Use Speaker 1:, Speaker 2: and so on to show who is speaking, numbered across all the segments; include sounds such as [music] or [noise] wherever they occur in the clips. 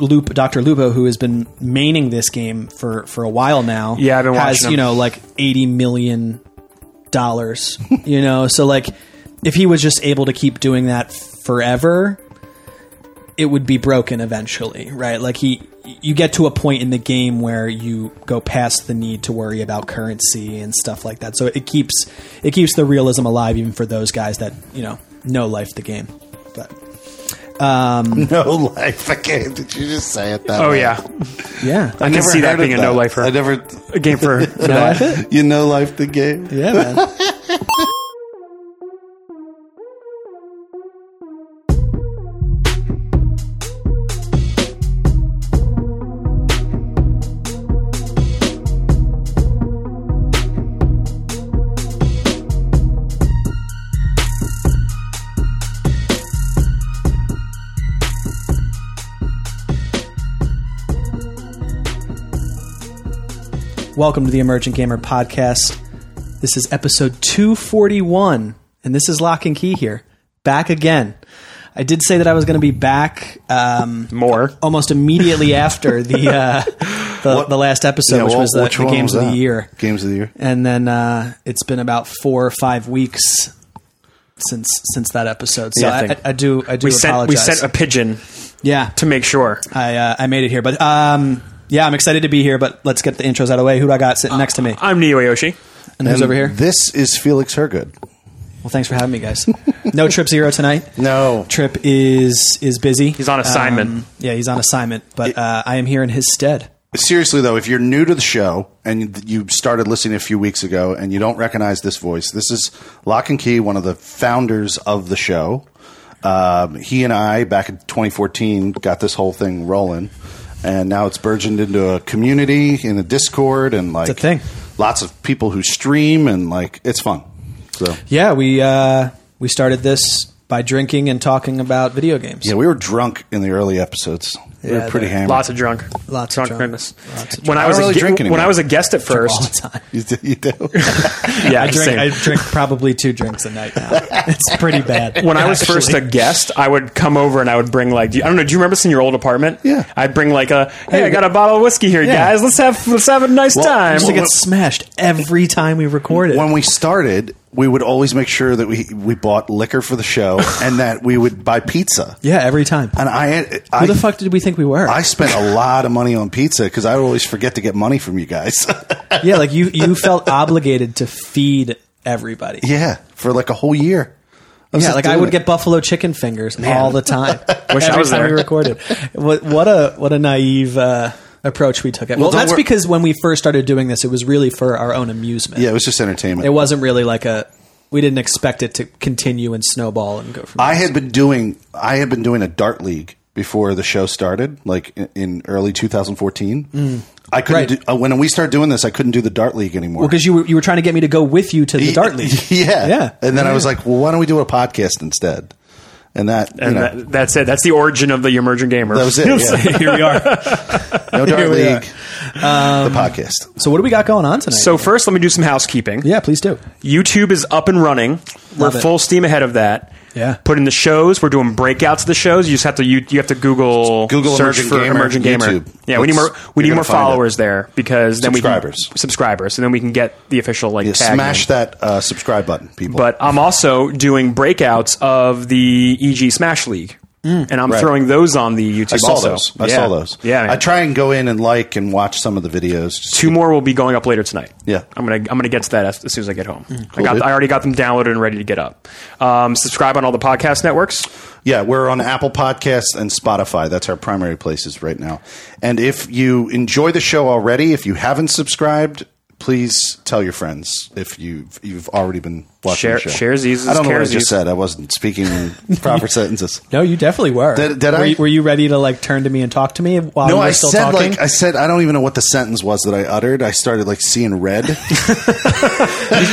Speaker 1: Loop, Dr. Lupo, who has been maining this game for, for a while now,
Speaker 2: Yeah, I've been
Speaker 1: has,
Speaker 2: watching him.
Speaker 1: you know, like 80 million dollars, [laughs] you know? So like if he was just able to keep doing that forever, it would be broken eventually, right? Like he you get to a point in the game where you go past the need to worry about currency and stuff like that. So it keeps it keeps the realism alive even for those guys that, you know, know life the game. But
Speaker 3: [laughs] No life. I can't. Did you just say it that
Speaker 2: Oh
Speaker 3: way?
Speaker 2: yeah,
Speaker 1: yeah.
Speaker 2: I, can
Speaker 3: Never
Speaker 2: see
Speaker 3: heard
Speaker 2: that
Speaker 3: of
Speaker 2: being a no lifer.
Speaker 3: I never. [laughs]
Speaker 2: A game [laughs] for, for that.
Speaker 3: You know life the game?
Speaker 1: Yeah, man. Welcome to the Emergent Gamer Podcast. This is episode 241, and this is Lock and Key here. Back again. I did say that I was going to be back um,
Speaker 2: More.
Speaker 1: almost
Speaker 2: [laughs]
Speaker 1: immediately after the uh, the, the last episode, which
Speaker 3: well,
Speaker 1: was the,
Speaker 3: which
Speaker 1: the
Speaker 3: one
Speaker 1: games
Speaker 3: was
Speaker 1: of the
Speaker 3: that?
Speaker 1: year.
Speaker 3: Games of the year.
Speaker 1: And then uh, it's been about four or five weeks since since that episode. So
Speaker 2: Yeah, I
Speaker 1: I,
Speaker 2: think-
Speaker 1: I, I do I do
Speaker 2: We
Speaker 1: apologize.
Speaker 2: sent we sent a pigeon
Speaker 1: yeah
Speaker 2: to make sure.
Speaker 1: I uh, I made it here, but um, yeah, I'm excited to be here. But let's get the intros out of the way. Who do I got sitting next to me?
Speaker 2: I'm Neo Yoshi.
Speaker 1: And who's
Speaker 3: And
Speaker 1: over here?
Speaker 3: This is Felix Hergood.
Speaker 1: Well, thanks for having me,
Speaker 2: [laughs]
Speaker 1: guys. No trip zero tonight.
Speaker 3: No.
Speaker 1: Trip is is busy. Um,
Speaker 2: He's on assignment.
Speaker 1: yeah, he's on assignment, but uh, I am here in his stead.
Speaker 3: Seriously, though, if you're new to the show and you started listening a few weeks ago and you don't recognize this voice, this is Lock and Key, one of the founders of the show. Um, he and I, back in 2014, got this whole thing rolling. And now it's burgeoned into a community in a Discord and like
Speaker 1: a thing.
Speaker 3: lots of people who stream and like it's fun. So
Speaker 1: Yeah, we uh, we started this by drinking and talking about video games.
Speaker 3: yeah, we were drunk in the early episodes. we
Speaker 1: Yeah,
Speaker 3: were pretty
Speaker 1: they're-
Speaker 3: hammered.
Speaker 2: Lots of drunk.
Speaker 1: Lots of
Speaker 2: drunk.
Speaker 1: drunk.
Speaker 2: goodness.
Speaker 1: Lots of
Speaker 2: When
Speaker 3: drunk.
Speaker 2: I was
Speaker 3: I don't
Speaker 2: a
Speaker 3: really
Speaker 2: gu-
Speaker 3: drink
Speaker 2: when
Speaker 3: anymore.
Speaker 2: I was a guest at
Speaker 1: all the
Speaker 2: first.
Speaker 1: time.
Speaker 3: [laughs] you do. You do.
Speaker 1: [laughs]
Speaker 2: Yeah,
Speaker 1: I drink,
Speaker 2: same.
Speaker 1: I drink probably two drinks a night
Speaker 2: [laughs]
Speaker 1: now. It's pretty bad.
Speaker 2: when I was
Speaker 3: [laughs]
Speaker 2: first a guest, I would come over and I would bring like do you- I don't know. Do you remember this in your old apartment?
Speaker 3: Yeah.
Speaker 2: I'd bring like a hey, I got a bottle of whiskey here,
Speaker 1: Yeah.
Speaker 2: guys. Let's have let's have a nice
Speaker 3: Well,
Speaker 2: time.
Speaker 1: used to get smashed every time we recorded.
Speaker 3: when we started, we would always make sure that we we bought liquor for
Speaker 1: [laughs]
Speaker 3: the show and that we would buy pizza.
Speaker 1: yeah, every time.
Speaker 3: And I, I,
Speaker 1: Who the fuck did we think we were?
Speaker 3: I spent a lot of money on pizza because I would always forget to get money from you guys. [laughs]
Speaker 1: yeah, like you you felt obligated to feed everybody.
Speaker 3: yeah, for like a whole year. was
Speaker 1: Yeah,
Speaker 3: just
Speaker 1: Oh, like I
Speaker 3: doing
Speaker 1: would
Speaker 3: it.
Speaker 1: get buffalo chicken fingers all the
Speaker 3: [laughs]
Speaker 1: time.
Speaker 2: Wish I
Speaker 1: Every
Speaker 2: was
Speaker 1: time
Speaker 2: there.
Speaker 1: we recorded. What, what a what a naive uh, approach we took. It. Well,
Speaker 3: don't
Speaker 1: that's
Speaker 3: wor-
Speaker 1: because when we first started doing this, it was really for our own amusement.
Speaker 3: Yeah, it was just entertainment.
Speaker 1: it wasn't really like a. We didn't expect it to continue and snowball and go from.
Speaker 3: I had been doing I had been doing a dart league before the show started, like in, in early 2014. I couldn't
Speaker 1: Mm. Right.
Speaker 3: do, uh, when we started doing this. I couldn't do the dart league anymore.
Speaker 1: because you were you were trying to get me to go with you to the dart league.
Speaker 3: [laughs] yeah,
Speaker 1: yeah.
Speaker 3: And then I
Speaker 1: Yeah.
Speaker 3: was like, well, why don't we do a podcast instead? And that, you
Speaker 2: and
Speaker 3: know,
Speaker 2: that, that's it. That's the origin of the emergent gamer.
Speaker 3: That
Speaker 2: [laughs]
Speaker 3: was it,
Speaker 2: You know what I'm
Speaker 3: yeah.
Speaker 1: [laughs]
Speaker 2: saying?
Speaker 1: Here we are.
Speaker 2: [laughs]
Speaker 3: no
Speaker 1: Here
Speaker 3: dart
Speaker 1: we are.
Speaker 3: league,
Speaker 1: Um,
Speaker 3: the podcast.
Speaker 1: So what do we got going on tonight?
Speaker 2: So first, let me do some housekeeping.
Speaker 1: yeah, please do.
Speaker 2: YouTube is up and running.
Speaker 1: Love
Speaker 2: we're
Speaker 1: it.
Speaker 2: full steam ahead of that.
Speaker 1: Yeah.
Speaker 2: Put in the shows. We're doing breakouts of the shows. You just have to you, you have to Google
Speaker 3: Google
Speaker 2: search
Speaker 3: Emerging
Speaker 2: for
Speaker 3: Gamer,
Speaker 2: emerging gamer.
Speaker 3: YouTube.
Speaker 2: Yeah, we need
Speaker 3: That's-
Speaker 2: more we
Speaker 3: you're
Speaker 2: need
Speaker 3: gonna
Speaker 2: more
Speaker 3: find it.
Speaker 2: followers there because then we
Speaker 3: Subscribers.
Speaker 2: can, subscribers, and then we can get the official like
Speaker 3: Yeah,
Speaker 2: tag
Speaker 3: smash
Speaker 2: name.
Speaker 3: that uh, subscribe button, people.
Speaker 2: But I'm also doing breakouts of the EG Smash League, and I'm
Speaker 3: Mm. Right.
Speaker 2: throwing those on the YouTube.
Speaker 3: I saw
Speaker 2: also.
Speaker 3: those. I
Speaker 2: Yeah.
Speaker 3: saw those.
Speaker 2: Yeah,
Speaker 3: I try and go in and like and watch some of the videos. Just-
Speaker 2: Two more will be going up later tonight.
Speaker 3: Yeah.
Speaker 2: I'm gonna I'm gonna get to that as, as soon as I get home.
Speaker 1: Mm.
Speaker 2: I got
Speaker 3: dude.
Speaker 2: I already got them downloaded and ready to get up. Um, subscribe on all the podcast networks.
Speaker 3: Yeah, we're on Apple Podcasts and Spotify. That's our primary places right now. And if you enjoy the show already, if you haven't subscribed, please tell your friends. If you have you've already been watching
Speaker 2: Share-
Speaker 3: the show,
Speaker 2: shares these is
Speaker 3: I don't know what I
Speaker 2: cares these.
Speaker 3: just said. I wasn't speaking [laughs] in proper sentences.
Speaker 1: No, you definitely were.
Speaker 3: Did- did
Speaker 1: were,
Speaker 3: I?
Speaker 1: You, were you ready to like turn to me and talk to me while
Speaker 3: No,
Speaker 1: we were
Speaker 3: I
Speaker 1: still
Speaker 3: said
Speaker 1: talking?
Speaker 3: like I said. I don't even know what the sentence was that I uttered. I started like seeing [laughs] red.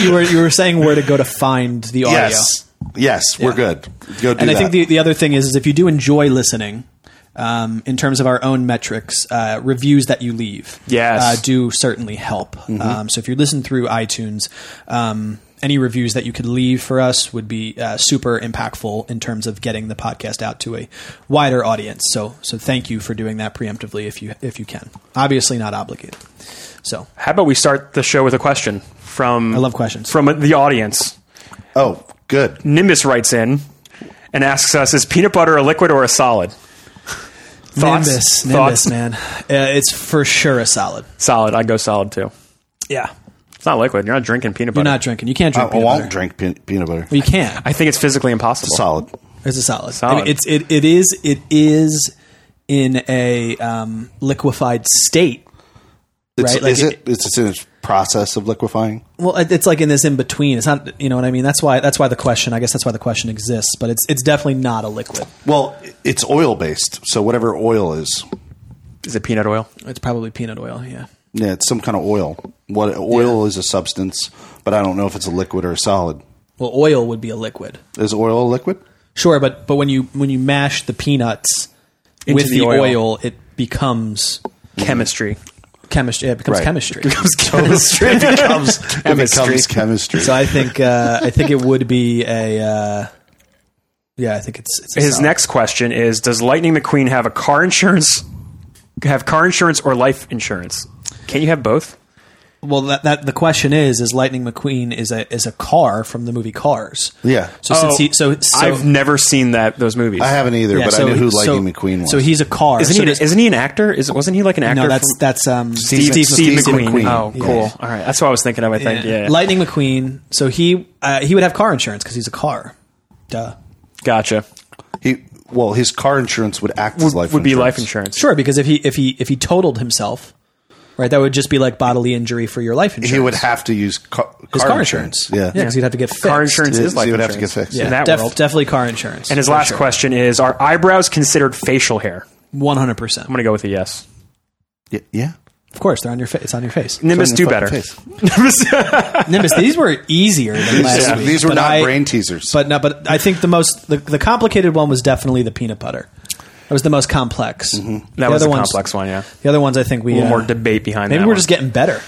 Speaker 1: you were you were saying where to go to find the audio.
Speaker 3: yes, Oh, yes, we're good. Go do
Speaker 1: And I
Speaker 3: that.
Speaker 1: think the, the other thing is, is if you do enjoy listening, um, in terms of our own metrics, uh, reviews that you leave
Speaker 2: Yes.
Speaker 3: Mm-hmm.
Speaker 1: uh, do certainly help. Um, so if you listen through iTunes, um, any reviews that you could leave for us would be uh, super impactful in terms of getting the podcast out to a wider audience. So, so thank you for doing that preemptively if you if you can. Obviously, not obligated. So,
Speaker 2: How about we start the show with a question from I
Speaker 1: love questions.
Speaker 2: from the audience.
Speaker 3: Oh, good.
Speaker 2: Nimbus writes in and asks us: Is peanut butter a liquid or a solid? Thoughts?
Speaker 1: Nimbus,
Speaker 2: Thoughts?
Speaker 1: Nimbus, man, uh, it's for sure a solid.
Speaker 2: Solid. I'd go solid too.
Speaker 1: Yeah,
Speaker 2: It's not liquid. You're not drinking peanut butter.
Speaker 1: you're not drinking. You can't
Speaker 3: I,
Speaker 1: drink.
Speaker 3: I
Speaker 1: peanut
Speaker 3: won't
Speaker 1: butter.
Speaker 3: drink pe- peanut butter.
Speaker 1: Well, you can.
Speaker 2: I think it's physically impossible.
Speaker 3: Solid.
Speaker 1: It's a solid.
Speaker 2: Solid.
Speaker 1: I mean, it's it, it is it is in a um, liquefied state.
Speaker 3: It's,
Speaker 1: Right, like
Speaker 3: is
Speaker 1: it-
Speaker 3: it, It's, it's in its process of liquefying.
Speaker 1: Well, it- it's like in this in between. It's not, you know what I mean. That's why that's why the question. I guess that's why the question exists. But it's it's definitely not a liquid.
Speaker 3: Well, it's oil based, so whatever oil is,
Speaker 2: Is it peanut oil?
Speaker 1: It's probably peanut oil. Yeah.
Speaker 3: yeah, it's some kind of oil. What oil is a substance, but I don't know if it's a liquid or a solid.
Speaker 1: Well, oil would be a liquid.
Speaker 3: Is oil a liquid?
Speaker 1: Sure, but but when you when you mash the peanuts with
Speaker 2: the
Speaker 1: the oil.
Speaker 2: oil.
Speaker 1: it becomes
Speaker 2: Chemistry.
Speaker 1: chemistry. Yeah, it becomes
Speaker 3: Right.
Speaker 1: chemistry.
Speaker 2: Chemistry.
Speaker 3: Becomes,
Speaker 1: [laughs]
Speaker 3: it becomes chemistry.
Speaker 1: so I think uh, I think it would be a. Uh, yeah, I think it's, it's a
Speaker 2: His
Speaker 1: solid.
Speaker 2: next question is: Does Lightning McQueen have a car insurance? Have car insurance or life insurance? Can you have both?
Speaker 1: Well, that, that the question is: Is Lightning McQueen is a is a car from the movie Cars?
Speaker 3: Yeah.
Speaker 1: So
Speaker 2: Oh,
Speaker 1: since he so, so
Speaker 2: I've never seen that those movies.
Speaker 3: I haven't either,
Speaker 1: yeah,
Speaker 3: but
Speaker 1: so-
Speaker 3: I knew who
Speaker 1: so-
Speaker 3: Lightning McQueen was.
Speaker 1: So he's a car.
Speaker 2: Isn't
Speaker 1: so
Speaker 2: he?
Speaker 1: does-
Speaker 2: An, isn't he an actor? Is wasn't he like an actor?
Speaker 1: no, that's
Speaker 2: from-
Speaker 1: that's um,
Speaker 3: Steve-
Speaker 2: Steve, Steve,
Speaker 3: Steve
Speaker 2: McQueen.
Speaker 3: McQueen.
Speaker 2: Oh,
Speaker 3: Yeah.
Speaker 2: cool. All right, that's what I was thinking of. I think yeah.
Speaker 1: Lightning McQueen. So he uh, he would have car insurance because he's a car. Duh.
Speaker 2: Gotcha.
Speaker 3: he, well, his car insurance would act as life
Speaker 2: Would be life
Speaker 3: insurance.
Speaker 2: insurance.
Speaker 1: Sure, because if he if he if he totaled himself, right, that would just be like bodily injury for your life insurance.
Speaker 3: He would have to use car,
Speaker 1: His
Speaker 3: car insurance.
Speaker 1: Yeah, because he'd have to get fixed.
Speaker 2: Car insurance
Speaker 3: Yeah,
Speaker 2: is
Speaker 3: so
Speaker 2: life
Speaker 3: you would have
Speaker 2: insurance.
Speaker 3: to get fixed.
Speaker 1: Yeah,
Speaker 2: In that
Speaker 1: def-
Speaker 2: world.
Speaker 1: definitely car insurance.
Speaker 2: and his last question is: Are eyebrows considered facial hair? I'm
Speaker 1: one hundred percent.
Speaker 2: gonna go with a yes.
Speaker 3: Yeah. yeah.
Speaker 1: Of course, they're on your face. It's on your face.
Speaker 2: Nimbus, do
Speaker 3: Fucking
Speaker 2: better. [laughs]
Speaker 3: face.
Speaker 1: Nimbus, [laughs] these were easier than last
Speaker 3: Yeah.
Speaker 1: week.
Speaker 3: These were
Speaker 1: but
Speaker 3: not
Speaker 1: I-
Speaker 3: brain teasers.
Speaker 1: But no, but I think the most the, the complicated one was definitely the peanut butter. That was the most complex.
Speaker 3: Mm-hmm.
Speaker 2: That
Speaker 1: the
Speaker 2: was
Speaker 1: other
Speaker 2: a
Speaker 1: ones-
Speaker 2: complex one. Yeah.
Speaker 1: The other ones, I think we
Speaker 2: A little
Speaker 1: uh,
Speaker 2: more debate behind
Speaker 1: Maybe
Speaker 2: that
Speaker 1: we're
Speaker 2: one.
Speaker 1: just getting better.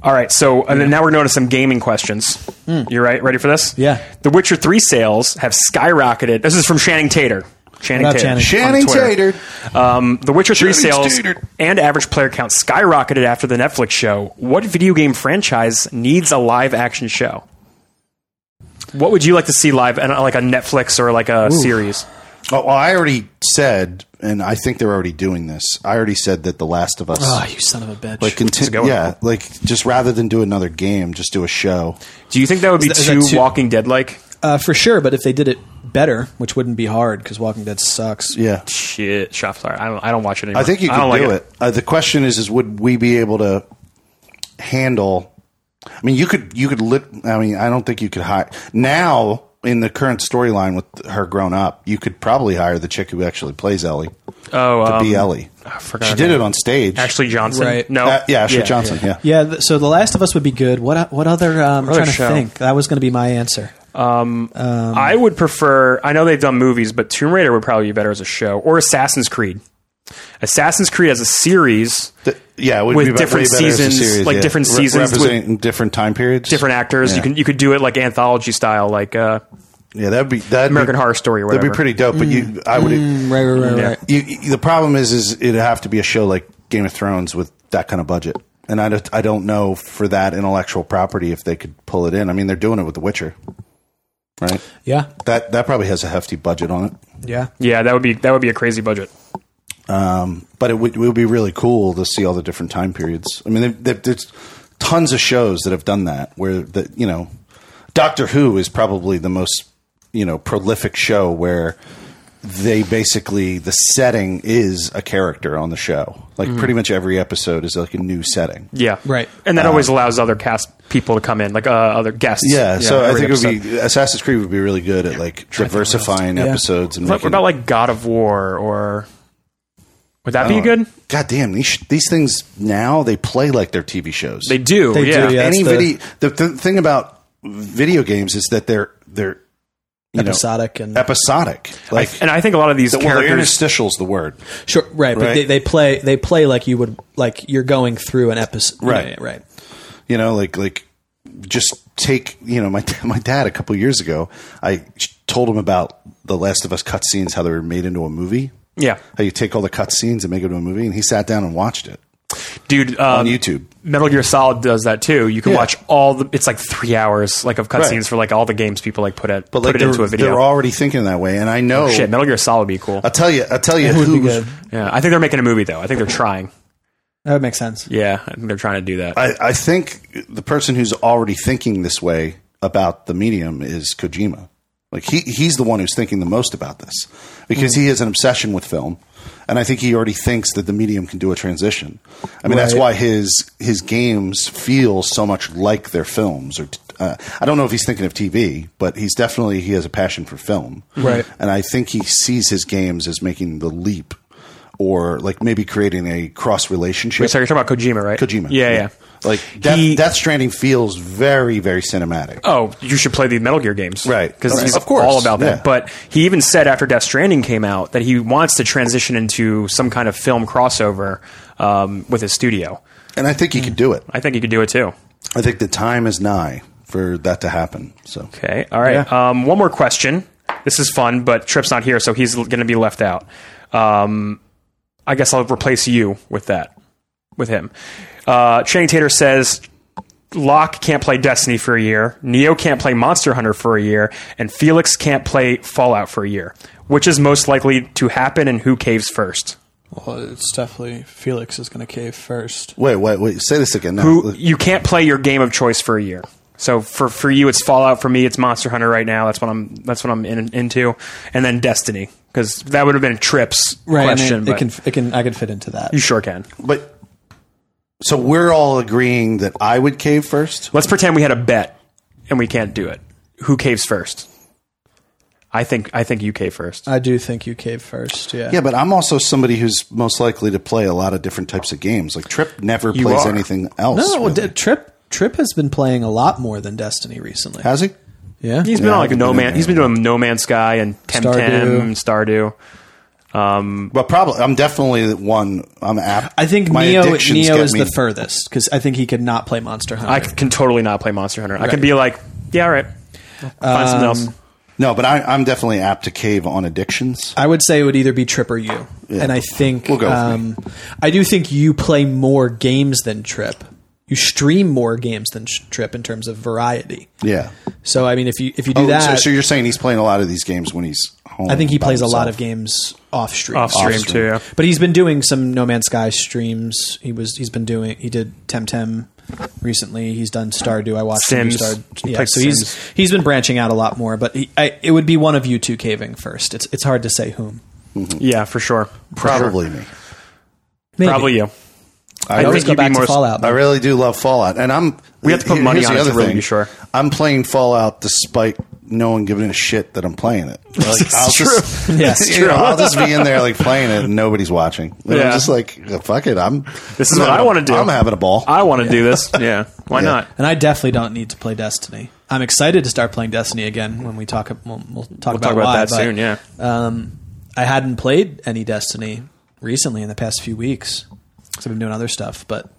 Speaker 2: All right, so and then now we're going to some gaming questions. You're right. Ready for this?
Speaker 1: Hmm. Yeah.
Speaker 2: The Witcher Three sales have skyrocketed. This is from Shannon Tater. Shannon
Speaker 1: What up,
Speaker 2: Tater.
Speaker 1: Shannon?
Speaker 3: Channing
Speaker 2: on Twitter.
Speaker 3: Tater.
Speaker 2: Um, the Witcher Three
Speaker 3: Shannon
Speaker 2: sales
Speaker 3: Tater.
Speaker 2: and average player count skyrocketed after the Netflix show. What video game franchise needs a live action show? What would you like to see live, and uh, like a Netflix or like a series?
Speaker 3: Oh, well, I already said, and I think they're already doing this. I already said that The Last of Us.
Speaker 2: Ah,
Speaker 1: Oh, you son of a bitch!
Speaker 3: like conti-
Speaker 2: good one.
Speaker 3: yeah, like just rather than do another game, just do a show.
Speaker 2: Do you think that would be
Speaker 1: Is that- is that
Speaker 2: too,
Speaker 1: too-
Speaker 2: Walking Dead like?
Speaker 1: uh, for sure, but if they did it better, which wouldn't be hard because Walking Dead sucks.
Speaker 3: Yeah,
Speaker 2: Shit, shop sorry. I don't, I don't watch it anymore.
Speaker 3: I think you
Speaker 2: I
Speaker 3: could
Speaker 2: don't
Speaker 3: do
Speaker 2: like
Speaker 3: it. Uh, the question is, is would we be able to handle? I mean, you could, you could. Lit, I mean, I don't think you could hire now in the current storyline with her grown up. You could probably hire the chick who actually plays Ellie
Speaker 2: Oh,
Speaker 3: to be
Speaker 2: um,
Speaker 3: Ellie.
Speaker 2: I forgot
Speaker 3: She
Speaker 2: her
Speaker 3: did
Speaker 2: name.
Speaker 3: it on stage.
Speaker 2: Ashley Johnson.
Speaker 1: Right.
Speaker 2: No.
Speaker 3: Uh, yeah, Ashley Johnson. Yeah.
Speaker 1: Yeah, th- so The Last of Us would be good. What what other? Um, I'm
Speaker 2: other
Speaker 1: trying to
Speaker 2: show?
Speaker 1: think. That was going to be my answer.
Speaker 2: I would prefer. I know they've done movies, but Tomb Raider would probably be better as a show or Assassin's Creed. Assassin's Creed as a series,
Speaker 3: Th- yeah, it would
Speaker 2: With
Speaker 3: be better- way
Speaker 2: different
Speaker 3: better as a
Speaker 2: seasons,
Speaker 3: series,
Speaker 2: like
Speaker 3: yeah.
Speaker 2: different
Speaker 3: Re-
Speaker 2: seasons with-
Speaker 3: representing different time periods,
Speaker 2: different actors. You
Speaker 3: Yeah.
Speaker 2: can you could do it like anthology style, like uh,
Speaker 3: Yeah, that'd be that
Speaker 2: American Horror Story or
Speaker 3: That'd
Speaker 2: whatever.
Speaker 3: be pretty dope. But you, I would.
Speaker 1: Right, right, right, right.
Speaker 3: You, you- the problem is, is it'd have to be a show like Game of Thrones with that kind of budget, and I don't, I don't know for that intellectual property if they could pull it in. I mean, they're doing it with The Witcher, right?
Speaker 1: Yeah,
Speaker 3: That that probably has a hefty budget on it,
Speaker 1: yeah.
Speaker 2: yeah. That would be that would be a crazy budget.
Speaker 3: but it would, it would be really cool to see all the different time periods. I mean, there- there- there's tons of shows that have done that where the you know Doctor Who is probably the most you know prolific show where they basically the setting is a character on the show. Like
Speaker 2: Mm-hmm.
Speaker 3: pretty much every episode is like a new setting.
Speaker 2: Yeah,
Speaker 1: Right.
Speaker 2: And
Speaker 3: Uh,
Speaker 2: that always allows other cast people to come in, like uh, other guests.
Speaker 3: Yeah, so I
Speaker 2: every
Speaker 3: think it would
Speaker 2: episode.
Speaker 3: be Assassin's Creed would be really good at like diversifying
Speaker 1: Yeah.
Speaker 3: episodes and
Speaker 2: What
Speaker 3: making,
Speaker 2: about like God of War or? Would that be good?
Speaker 3: God damn these sh- these things now they play like they're TV shows.
Speaker 2: They do.
Speaker 1: They do,
Speaker 2: yeah.
Speaker 1: yeah.
Speaker 3: any
Speaker 1: that's the-
Speaker 3: video the th- thing about video games is that they're they're you know,
Speaker 1: Episodic and
Speaker 3: episodic like
Speaker 2: And I think a lot of these
Speaker 3: well, they're
Speaker 2: characters
Speaker 3: interstitial's the word
Speaker 1: Sure, right, but
Speaker 3: Right.
Speaker 1: They, they play they play like you would like you're going through an episode.
Speaker 3: Right.
Speaker 1: right.
Speaker 3: you know like like just take you know my [laughs] my dad a couple years ago. I told him about the Last of Us cutscenes, how they were made into a movie.
Speaker 2: Yeah.
Speaker 3: How you take all the cutscenes and make it into a movie, and he sat down and watched it
Speaker 2: Dude, um,
Speaker 3: on YouTube.
Speaker 2: Metal Gear Solid does that too. You can
Speaker 3: Yeah.
Speaker 2: watch all the. It's like three hours, like of cutscenes
Speaker 3: Right.
Speaker 2: for like all the games people like put it,
Speaker 3: But
Speaker 2: put
Speaker 3: like
Speaker 2: it
Speaker 3: they're,
Speaker 2: into a video. Oh,
Speaker 3: they're already thinking that way, and I know.
Speaker 2: Shit, Metal Gear Solid would be cool.
Speaker 3: I'll tell you. I'll tell you
Speaker 1: It would be
Speaker 3: who.
Speaker 1: good.
Speaker 2: Yeah, I think they're making a movie though. I think they're trying.
Speaker 1: That would make sense.
Speaker 2: Yeah, I think they're trying to do that.
Speaker 3: I, I think the person who's already thinking this way about the medium is Kojima. Like he, he's the one who's thinking the most about this because he has an obsession with film, and I think he already thinks that the medium can do a transition. I mean, that's
Speaker 1: Right.
Speaker 3: why his his games feel so much like their films. Or t- uh, I don't know if he's thinking of TV, but he's definitely he has a passion for film,
Speaker 1: Right.
Speaker 3: And I think he sees his games as making the leap, or like maybe creating a cross relationship.
Speaker 2: Wait, so you're talking about Kojima, right?
Speaker 3: Kojima.
Speaker 2: Yeah, yeah.
Speaker 3: Like Death,
Speaker 2: He-
Speaker 3: Death Stranding feels very, very cinematic.
Speaker 2: Oh, you should play the Metal Gear games,
Speaker 3: Right.
Speaker 2: Because
Speaker 3: Right.
Speaker 2: he's
Speaker 3: Of course,
Speaker 2: all about that.
Speaker 3: yeah.
Speaker 2: But he even said after Death Stranding came out that he wants to transition into some kind of film crossover um, with his studio.
Speaker 3: And I think he could do it.
Speaker 2: I think he could do it too.
Speaker 3: I think the time is nigh for that to happen. So
Speaker 2: Okay. All right.
Speaker 3: Yeah.
Speaker 2: Um, one more question. This is fun, but Trip's not here, so he's going to be left out. Um, I guess I'll replace you with that, with him. Uh, Channing Tater says Locke can't play Destiny for a year, Neo can't play Monster Hunter for a year, and Felix can't play Fallout for a year. Which is most likely to happen, and who caves first?
Speaker 1: Well, it's definitely Felix is going to cave first.
Speaker 3: wait, wait, wait. Say this again. No.
Speaker 2: Who you can't play your game of choice for a year. So for for you, it's Fallout. For me, it's Monster Hunter right now. That's what I'm that's what I'm in, into, and then Destiny because that would have been Trips
Speaker 1: Right. and
Speaker 2: question.
Speaker 1: it,
Speaker 2: but
Speaker 1: it can. It can. I can fit into that.
Speaker 2: you sure can.
Speaker 3: But so we're all agreeing that I would cave first.
Speaker 2: Let's pretend we had a bet and we can't do it. Who caves first? I think I think you cave first.
Speaker 1: I do think you cave first. Yeah.
Speaker 3: Yeah, but I'm also somebody who's most likely to play a lot of different types of games. Like Trip never plays
Speaker 2: are.
Speaker 3: anything else.
Speaker 1: No, well,
Speaker 3: really.
Speaker 1: D- Trip Trip has been playing a lot more than Destiny recently.
Speaker 3: has he?
Speaker 1: yeah,
Speaker 2: He's been
Speaker 3: Yeah,
Speaker 2: on
Speaker 3: I
Speaker 2: like
Speaker 3: haven't
Speaker 2: No
Speaker 3: been in
Speaker 2: Man.
Speaker 3: there
Speaker 2: He's been doing No Man's Sky and Temtem
Speaker 1: Stardew.
Speaker 2: and Stardew.
Speaker 3: But probably I'm definitely the one. I'm apt.
Speaker 1: I think
Speaker 3: my
Speaker 1: Neo
Speaker 3: addictions
Speaker 1: Neo
Speaker 3: get
Speaker 1: is
Speaker 3: me-
Speaker 1: the furthest because I think he could not play Monster
Speaker 2: I
Speaker 1: Hunter.
Speaker 2: c- can totally not play Monster Hunter. I can be like, yeah, all right, I'll find
Speaker 1: Um,
Speaker 2: something else.
Speaker 3: No, but I, I'm definitely apt to cave on addictions.
Speaker 1: I would say it would either be Trip or you, and I think
Speaker 3: We'll go with
Speaker 1: um, I do think you play more games than Trip. You stream more games than Sh- Trip in terms of variety.
Speaker 3: Yeah.
Speaker 1: So I mean, if you if you do
Speaker 3: Oh,
Speaker 1: that,
Speaker 3: So, so you're saying he's playing a lot of these games when he's home.
Speaker 1: I think he
Speaker 3: by
Speaker 1: plays a lot
Speaker 3: himself.
Speaker 1: of games off stream.
Speaker 2: Off stream
Speaker 3: stream.
Speaker 2: too. Yeah.
Speaker 1: But he's been doing some No Man's Sky streams. He was he's been doing he did Temtem recently. He's done Stardew. I watched
Speaker 2: Sims.
Speaker 1: him do Star.
Speaker 2: He
Speaker 1: Yeah,
Speaker 2: played
Speaker 1: so
Speaker 2: Sims.
Speaker 1: he's he's been branching out a lot more. But he, I, it would be one of you two caving first. It's it's hard to say whom.
Speaker 2: Yeah, for sure.
Speaker 3: Probably me.
Speaker 1: Maybe.
Speaker 2: Probably you.
Speaker 3: I,
Speaker 2: I
Speaker 3: really,
Speaker 1: Always
Speaker 2: think
Speaker 1: go
Speaker 2: you'd
Speaker 1: back
Speaker 2: be
Speaker 1: to
Speaker 2: more-
Speaker 1: Fallout.
Speaker 3: I
Speaker 1: man.
Speaker 3: really do love Fallout, and I'm.
Speaker 2: We have to put
Speaker 3: here-
Speaker 2: money
Speaker 3: here's
Speaker 2: on
Speaker 3: the
Speaker 2: it to
Speaker 3: other
Speaker 2: really
Speaker 3: thing.
Speaker 2: be sure.
Speaker 3: I'm playing Fallout despite no one giving a shit that I'm
Speaker 1: [laughs]
Speaker 3: playing it. Like,
Speaker 2: It's
Speaker 3: I'll
Speaker 2: true.
Speaker 3: Just, [laughs]
Speaker 1: Yeah, it's
Speaker 3: you know, I'll just be in there like playing it and nobody's watching. And
Speaker 2: Yeah.
Speaker 3: I'm just like fuck it. I'm.
Speaker 2: This is
Speaker 3: I'm
Speaker 2: what I
Speaker 3: having a-
Speaker 2: want to do.
Speaker 3: I'm having a ball.
Speaker 2: I want to do this. Yeah. Why
Speaker 3: Yeah.
Speaker 2: not?
Speaker 1: And I definitely don't need to play Destiny. I'm excited to start playing Destiny again when we talk. We'll, we'll talk about,
Speaker 2: Talk about
Speaker 1: why,
Speaker 2: that
Speaker 1: but,
Speaker 2: soon. Yeah.
Speaker 1: Um, I hadn't played any Destiny recently in the past few weeks because I've been doing other stuff. But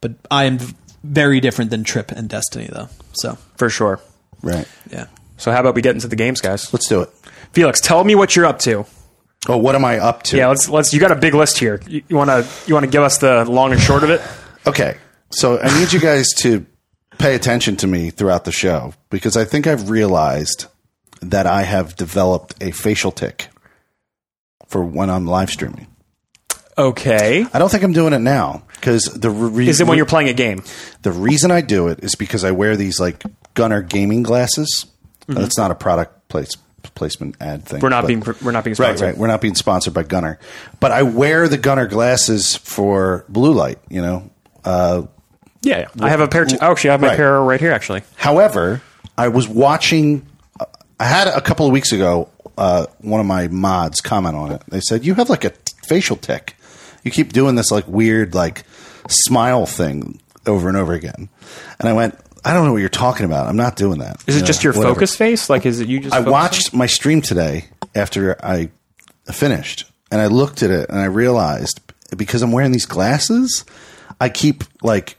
Speaker 1: but I am v- very different than Trip and Destiny though. So
Speaker 2: For sure.
Speaker 3: right.
Speaker 1: yeah,
Speaker 2: So how about we get into the games, guys?
Speaker 3: Let's do it.
Speaker 2: Felix, tell me what you're up to.
Speaker 3: Oh, what am I up to?
Speaker 2: Yeah, let's let's. You got a big list here. You want to you want to give us the long and short of it?
Speaker 3: Okay. So I need you guys to pay attention to me throughout the show because I think I've realized that I have developed a facial tic for when I'm live streaming.
Speaker 2: Okay.
Speaker 3: I don't think I'm doing it now because the re-
Speaker 2: Is it when you're playing a game?
Speaker 3: the reason I do it is because I wear these like Gunner gaming glasses. That's not a product place placement ad thing.
Speaker 2: Mm-hmm. We're not
Speaker 3: but-
Speaker 2: being we're not being
Speaker 3: Right,
Speaker 2: sponsored.
Speaker 3: right. We're not being sponsored by Gunner, but I wear the Gunner glasses for blue light. You know,
Speaker 2: Yeah, yeah. I have a pair. T- oh, actually, I have my
Speaker 3: Right.
Speaker 2: pair right here. Actually,
Speaker 3: However, I was watching. uh, I had a couple of weeks ago uh, one of my mods comment on it. They said you have like a t- facial tic. You keep doing this like weird like smile thing over and over again. And I went, I don't know what you're talking about. I'm not doing that.
Speaker 2: is it
Speaker 3: You
Speaker 2: just
Speaker 3: know,
Speaker 2: your
Speaker 3: whatever.
Speaker 2: focus face? Like, is it you just?
Speaker 3: I
Speaker 2: focusing?
Speaker 3: watched my stream today after I finished, and I looked at it and I realized because I'm wearing these glasses, I keep like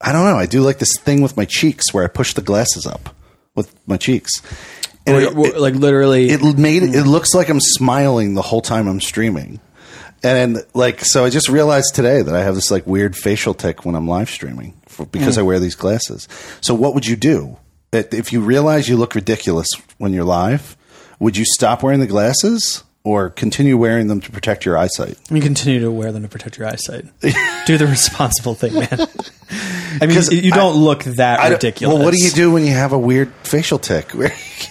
Speaker 3: I don't know. I do like this thing with my cheeks where I push the glasses up with my cheeks. And
Speaker 1: Or-
Speaker 3: it-
Speaker 1: or, like literally,
Speaker 3: it made it looks like I'm smiling the whole time I'm streaming. And like so I just realized today that I have this like weird facial tick when I'm live streaming for, because I wear these glasses. So what would you do? If if you realize you look ridiculous when you're live, would you stop wearing the glasses or continue wearing them to protect your eyesight?
Speaker 1: you continue to wear them to protect your
Speaker 3: [laughs]
Speaker 1: eyesight. Do the responsible thing, man. I mean,
Speaker 3: 'Cause
Speaker 1: you don't look that
Speaker 3: I don't-
Speaker 1: ridiculous.
Speaker 3: Well, what do you do when you have a weird facial tick? [laughs] Where you-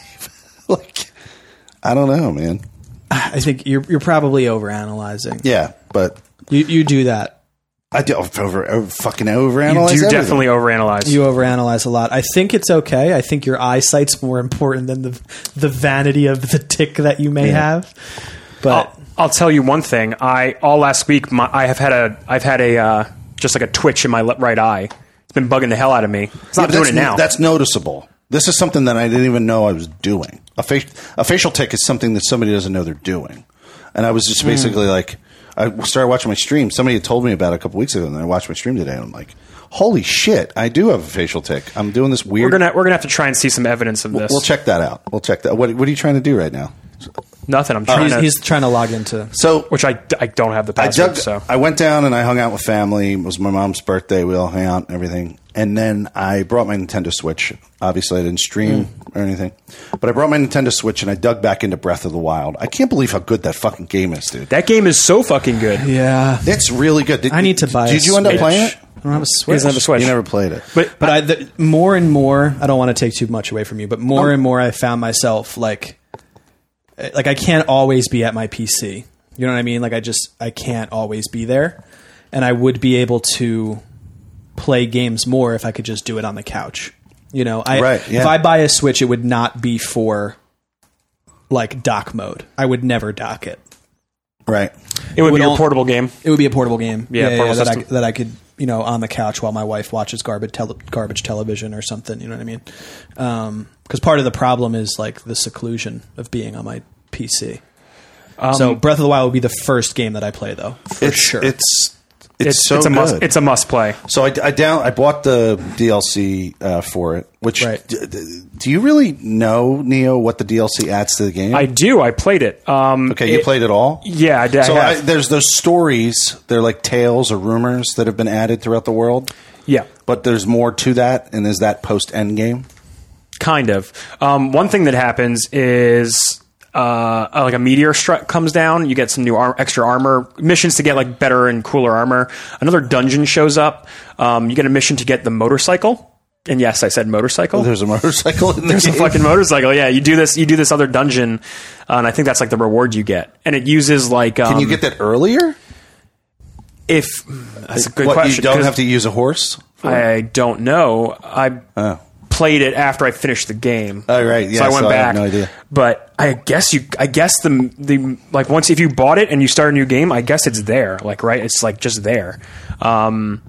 Speaker 3: like I don't know, man.
Speaker 1: I think you're you're probably overanalyzing.
Speaker 3: Yeah, but
Speaker 1: You you do that.
Speaker 3: I do over, over fucking
Speaker 2: You do
Speaker 3: overanalyze. everything.
Speaker 2: definitely overanalyze.
Speaker 1: You overanalyze a lot. I think it's okay. I think your eyesight's more important than the the vanity of the tick that you may have. But
Speaker 2: I'll, I'll tell you one thing. I all last week my, I have had a I've had a uh, just like a twitch in my le- right eye. It's been bugging the hell out of me. It's
Speaker 3: Yeah,
Speaker 2: not
Speaker 3: but
Speaker 2: doing
Speaker 3: that's,
Speaker 2: it now.
Speaker 3: That's noticeable. This is something that I didn't even know I was doing. A, fa- a facial tick is something that somebody doesn't know they're doing. And I was
Speaker 2: Hmm.
Speaker 3: just basically like, I started watching my stream. Somebody had told me about it a couple weeks ago, and I watched my stream today, and I'm like, holy shit, I do have a facial tick. I'm doing this weird.
Speaker 2: we're gonna we're gonna have to try and see some evidence of this.
Speaker 3: we'll check that out. We'll check that. What, what are you trying to do right now?
Speaker 2: Nothing.
Speaker 3: Uh,
Speaker 2: I'm trying
Speaker 1: he's,
Speaker 2: to.
Speaker 1: he's trying to log into.
Speaker 3: So
Speaker 2: which I, I don't have the
Speaker 3: I
Speaker 2: password.
Speaker 3: dug.
Speaker 2: so
Speaker 3: I went down and I hung out with family. It was my mom's birthday. We all hung out and everything. And then I brought my Nintendo Switch. Obviously, I didn't stream
Speaker 1: Hmm.
Speaker 3: or anything, but I brought my Nintendo Switch and I dug back into Breath of the Wild. I can't believe how good that fucking game is, dude.
Speaker 2: that game is so fucking good. He
Speaker 1: Yeah,
Speaker 3: It's really good. Did,
Speaker 1: I need to buy.
Speaker 3: Did
Speaker 1: a
Speaker 3: you end up
Speaker 1: Switch.
Speaker 3: playing it?
Speaker 1: I don't have a switch.
Speaker 2: doesn't have a Switch.
Speaker 3: You never played it.
Speaker 2: But
Speaker 1: But I, the, more and more, I don't want to take too much away from you, but more and more, I found myself like, eh, like I can't always be at my PC. You know what I mean? Like I just I can't always be there, and I would be able to play games more if I could just do it on the couch. You know, I
Speaker 3: Right, yeah.
Speaker 1: if I buy a Switch, it would not be for like dock mode. I would never dock it.
Speaker 3: Right.
Speaker 2: it would
Speaker 1: would
Speaker 2: be your
Speaker 1: all-
Speaker 2: portable game.
Speaker 1: It would be a portable game.
Speaker 2: Yeah, portable
Speaker 1: that, I,
Speaker 2: system.
Speaker 1: that I could, you know, on the couch while my wife watches garbage tele- garbage television or something. You know what I mean? Because part of the problem is like the seclusion of being on my PC.
Speaker 2: Um,
Speaker 1: so Breath of the Wild would be the first game that I play though, for
Speaker 3: It's
Speaker 1: sure.
Speaker 3: It's it's, so
Speaker 2: it's a
Speaker 3: good.
Speaker 2: must. It's a must play.
Speaker 3: So I, I down I bought the DLC uh, for it. Which
Speaker 1: Right.
Speaker 3: d- d- do you really know, Neo, what the DLC adds to the game?
Speaker 2: I do. I played it. Um,
Speaker 3: Okay, you
Speaker 2: it-
Speaker 3: played it all.
Speaker 2: Yeah, I did. I
Speaker 3: So
Speaker 2: have.
Speaker 3: there's those stories. They're like tales or rumors that have been added throughout the world.
Speaker 2: Yeah,
Speaker 3: But there's more to that, and is that post end game?
Speaker 2: kind of. Um, one thing that happens is uh, like a meteor strike comes down. You get some new ar- extra armor missions to get like better and cooler armor. Another dungeon shows up. Um, you get a mission to get the motorcycle. And yes, I said motorcycle.
Speaker 3: There's a motorcycle in the
Speaker 2: There's a
Speaker 3: game.
Speaker 2: fucking motorcycle. Yeah, you do this. You do this other dungeon, uh, and I think that's like the reward you get. And it uses like um,
Speaker 3: Can you get that earlier?
Speaker 2: if that's a good
Speaker 3: what,
Speaker 2: question.
Speaker 3: You don't
Speaker 2: 'cause
Speaker 3: have to use a horse.
Speaker 2: I don't know. I played it after I finished the game.
Speaker 3: Oh, right.
Speaker 2: so
Speaker 3: Yeah,
Speaker 2: I went
Speaker 3: so I
Speaker 2: back.
Speaker 3: have no idea.
Speaker 2: But I guess you. I guess the the like once if you bought it and you start a new game, I guess it's there. Like right, it's like just there. Um.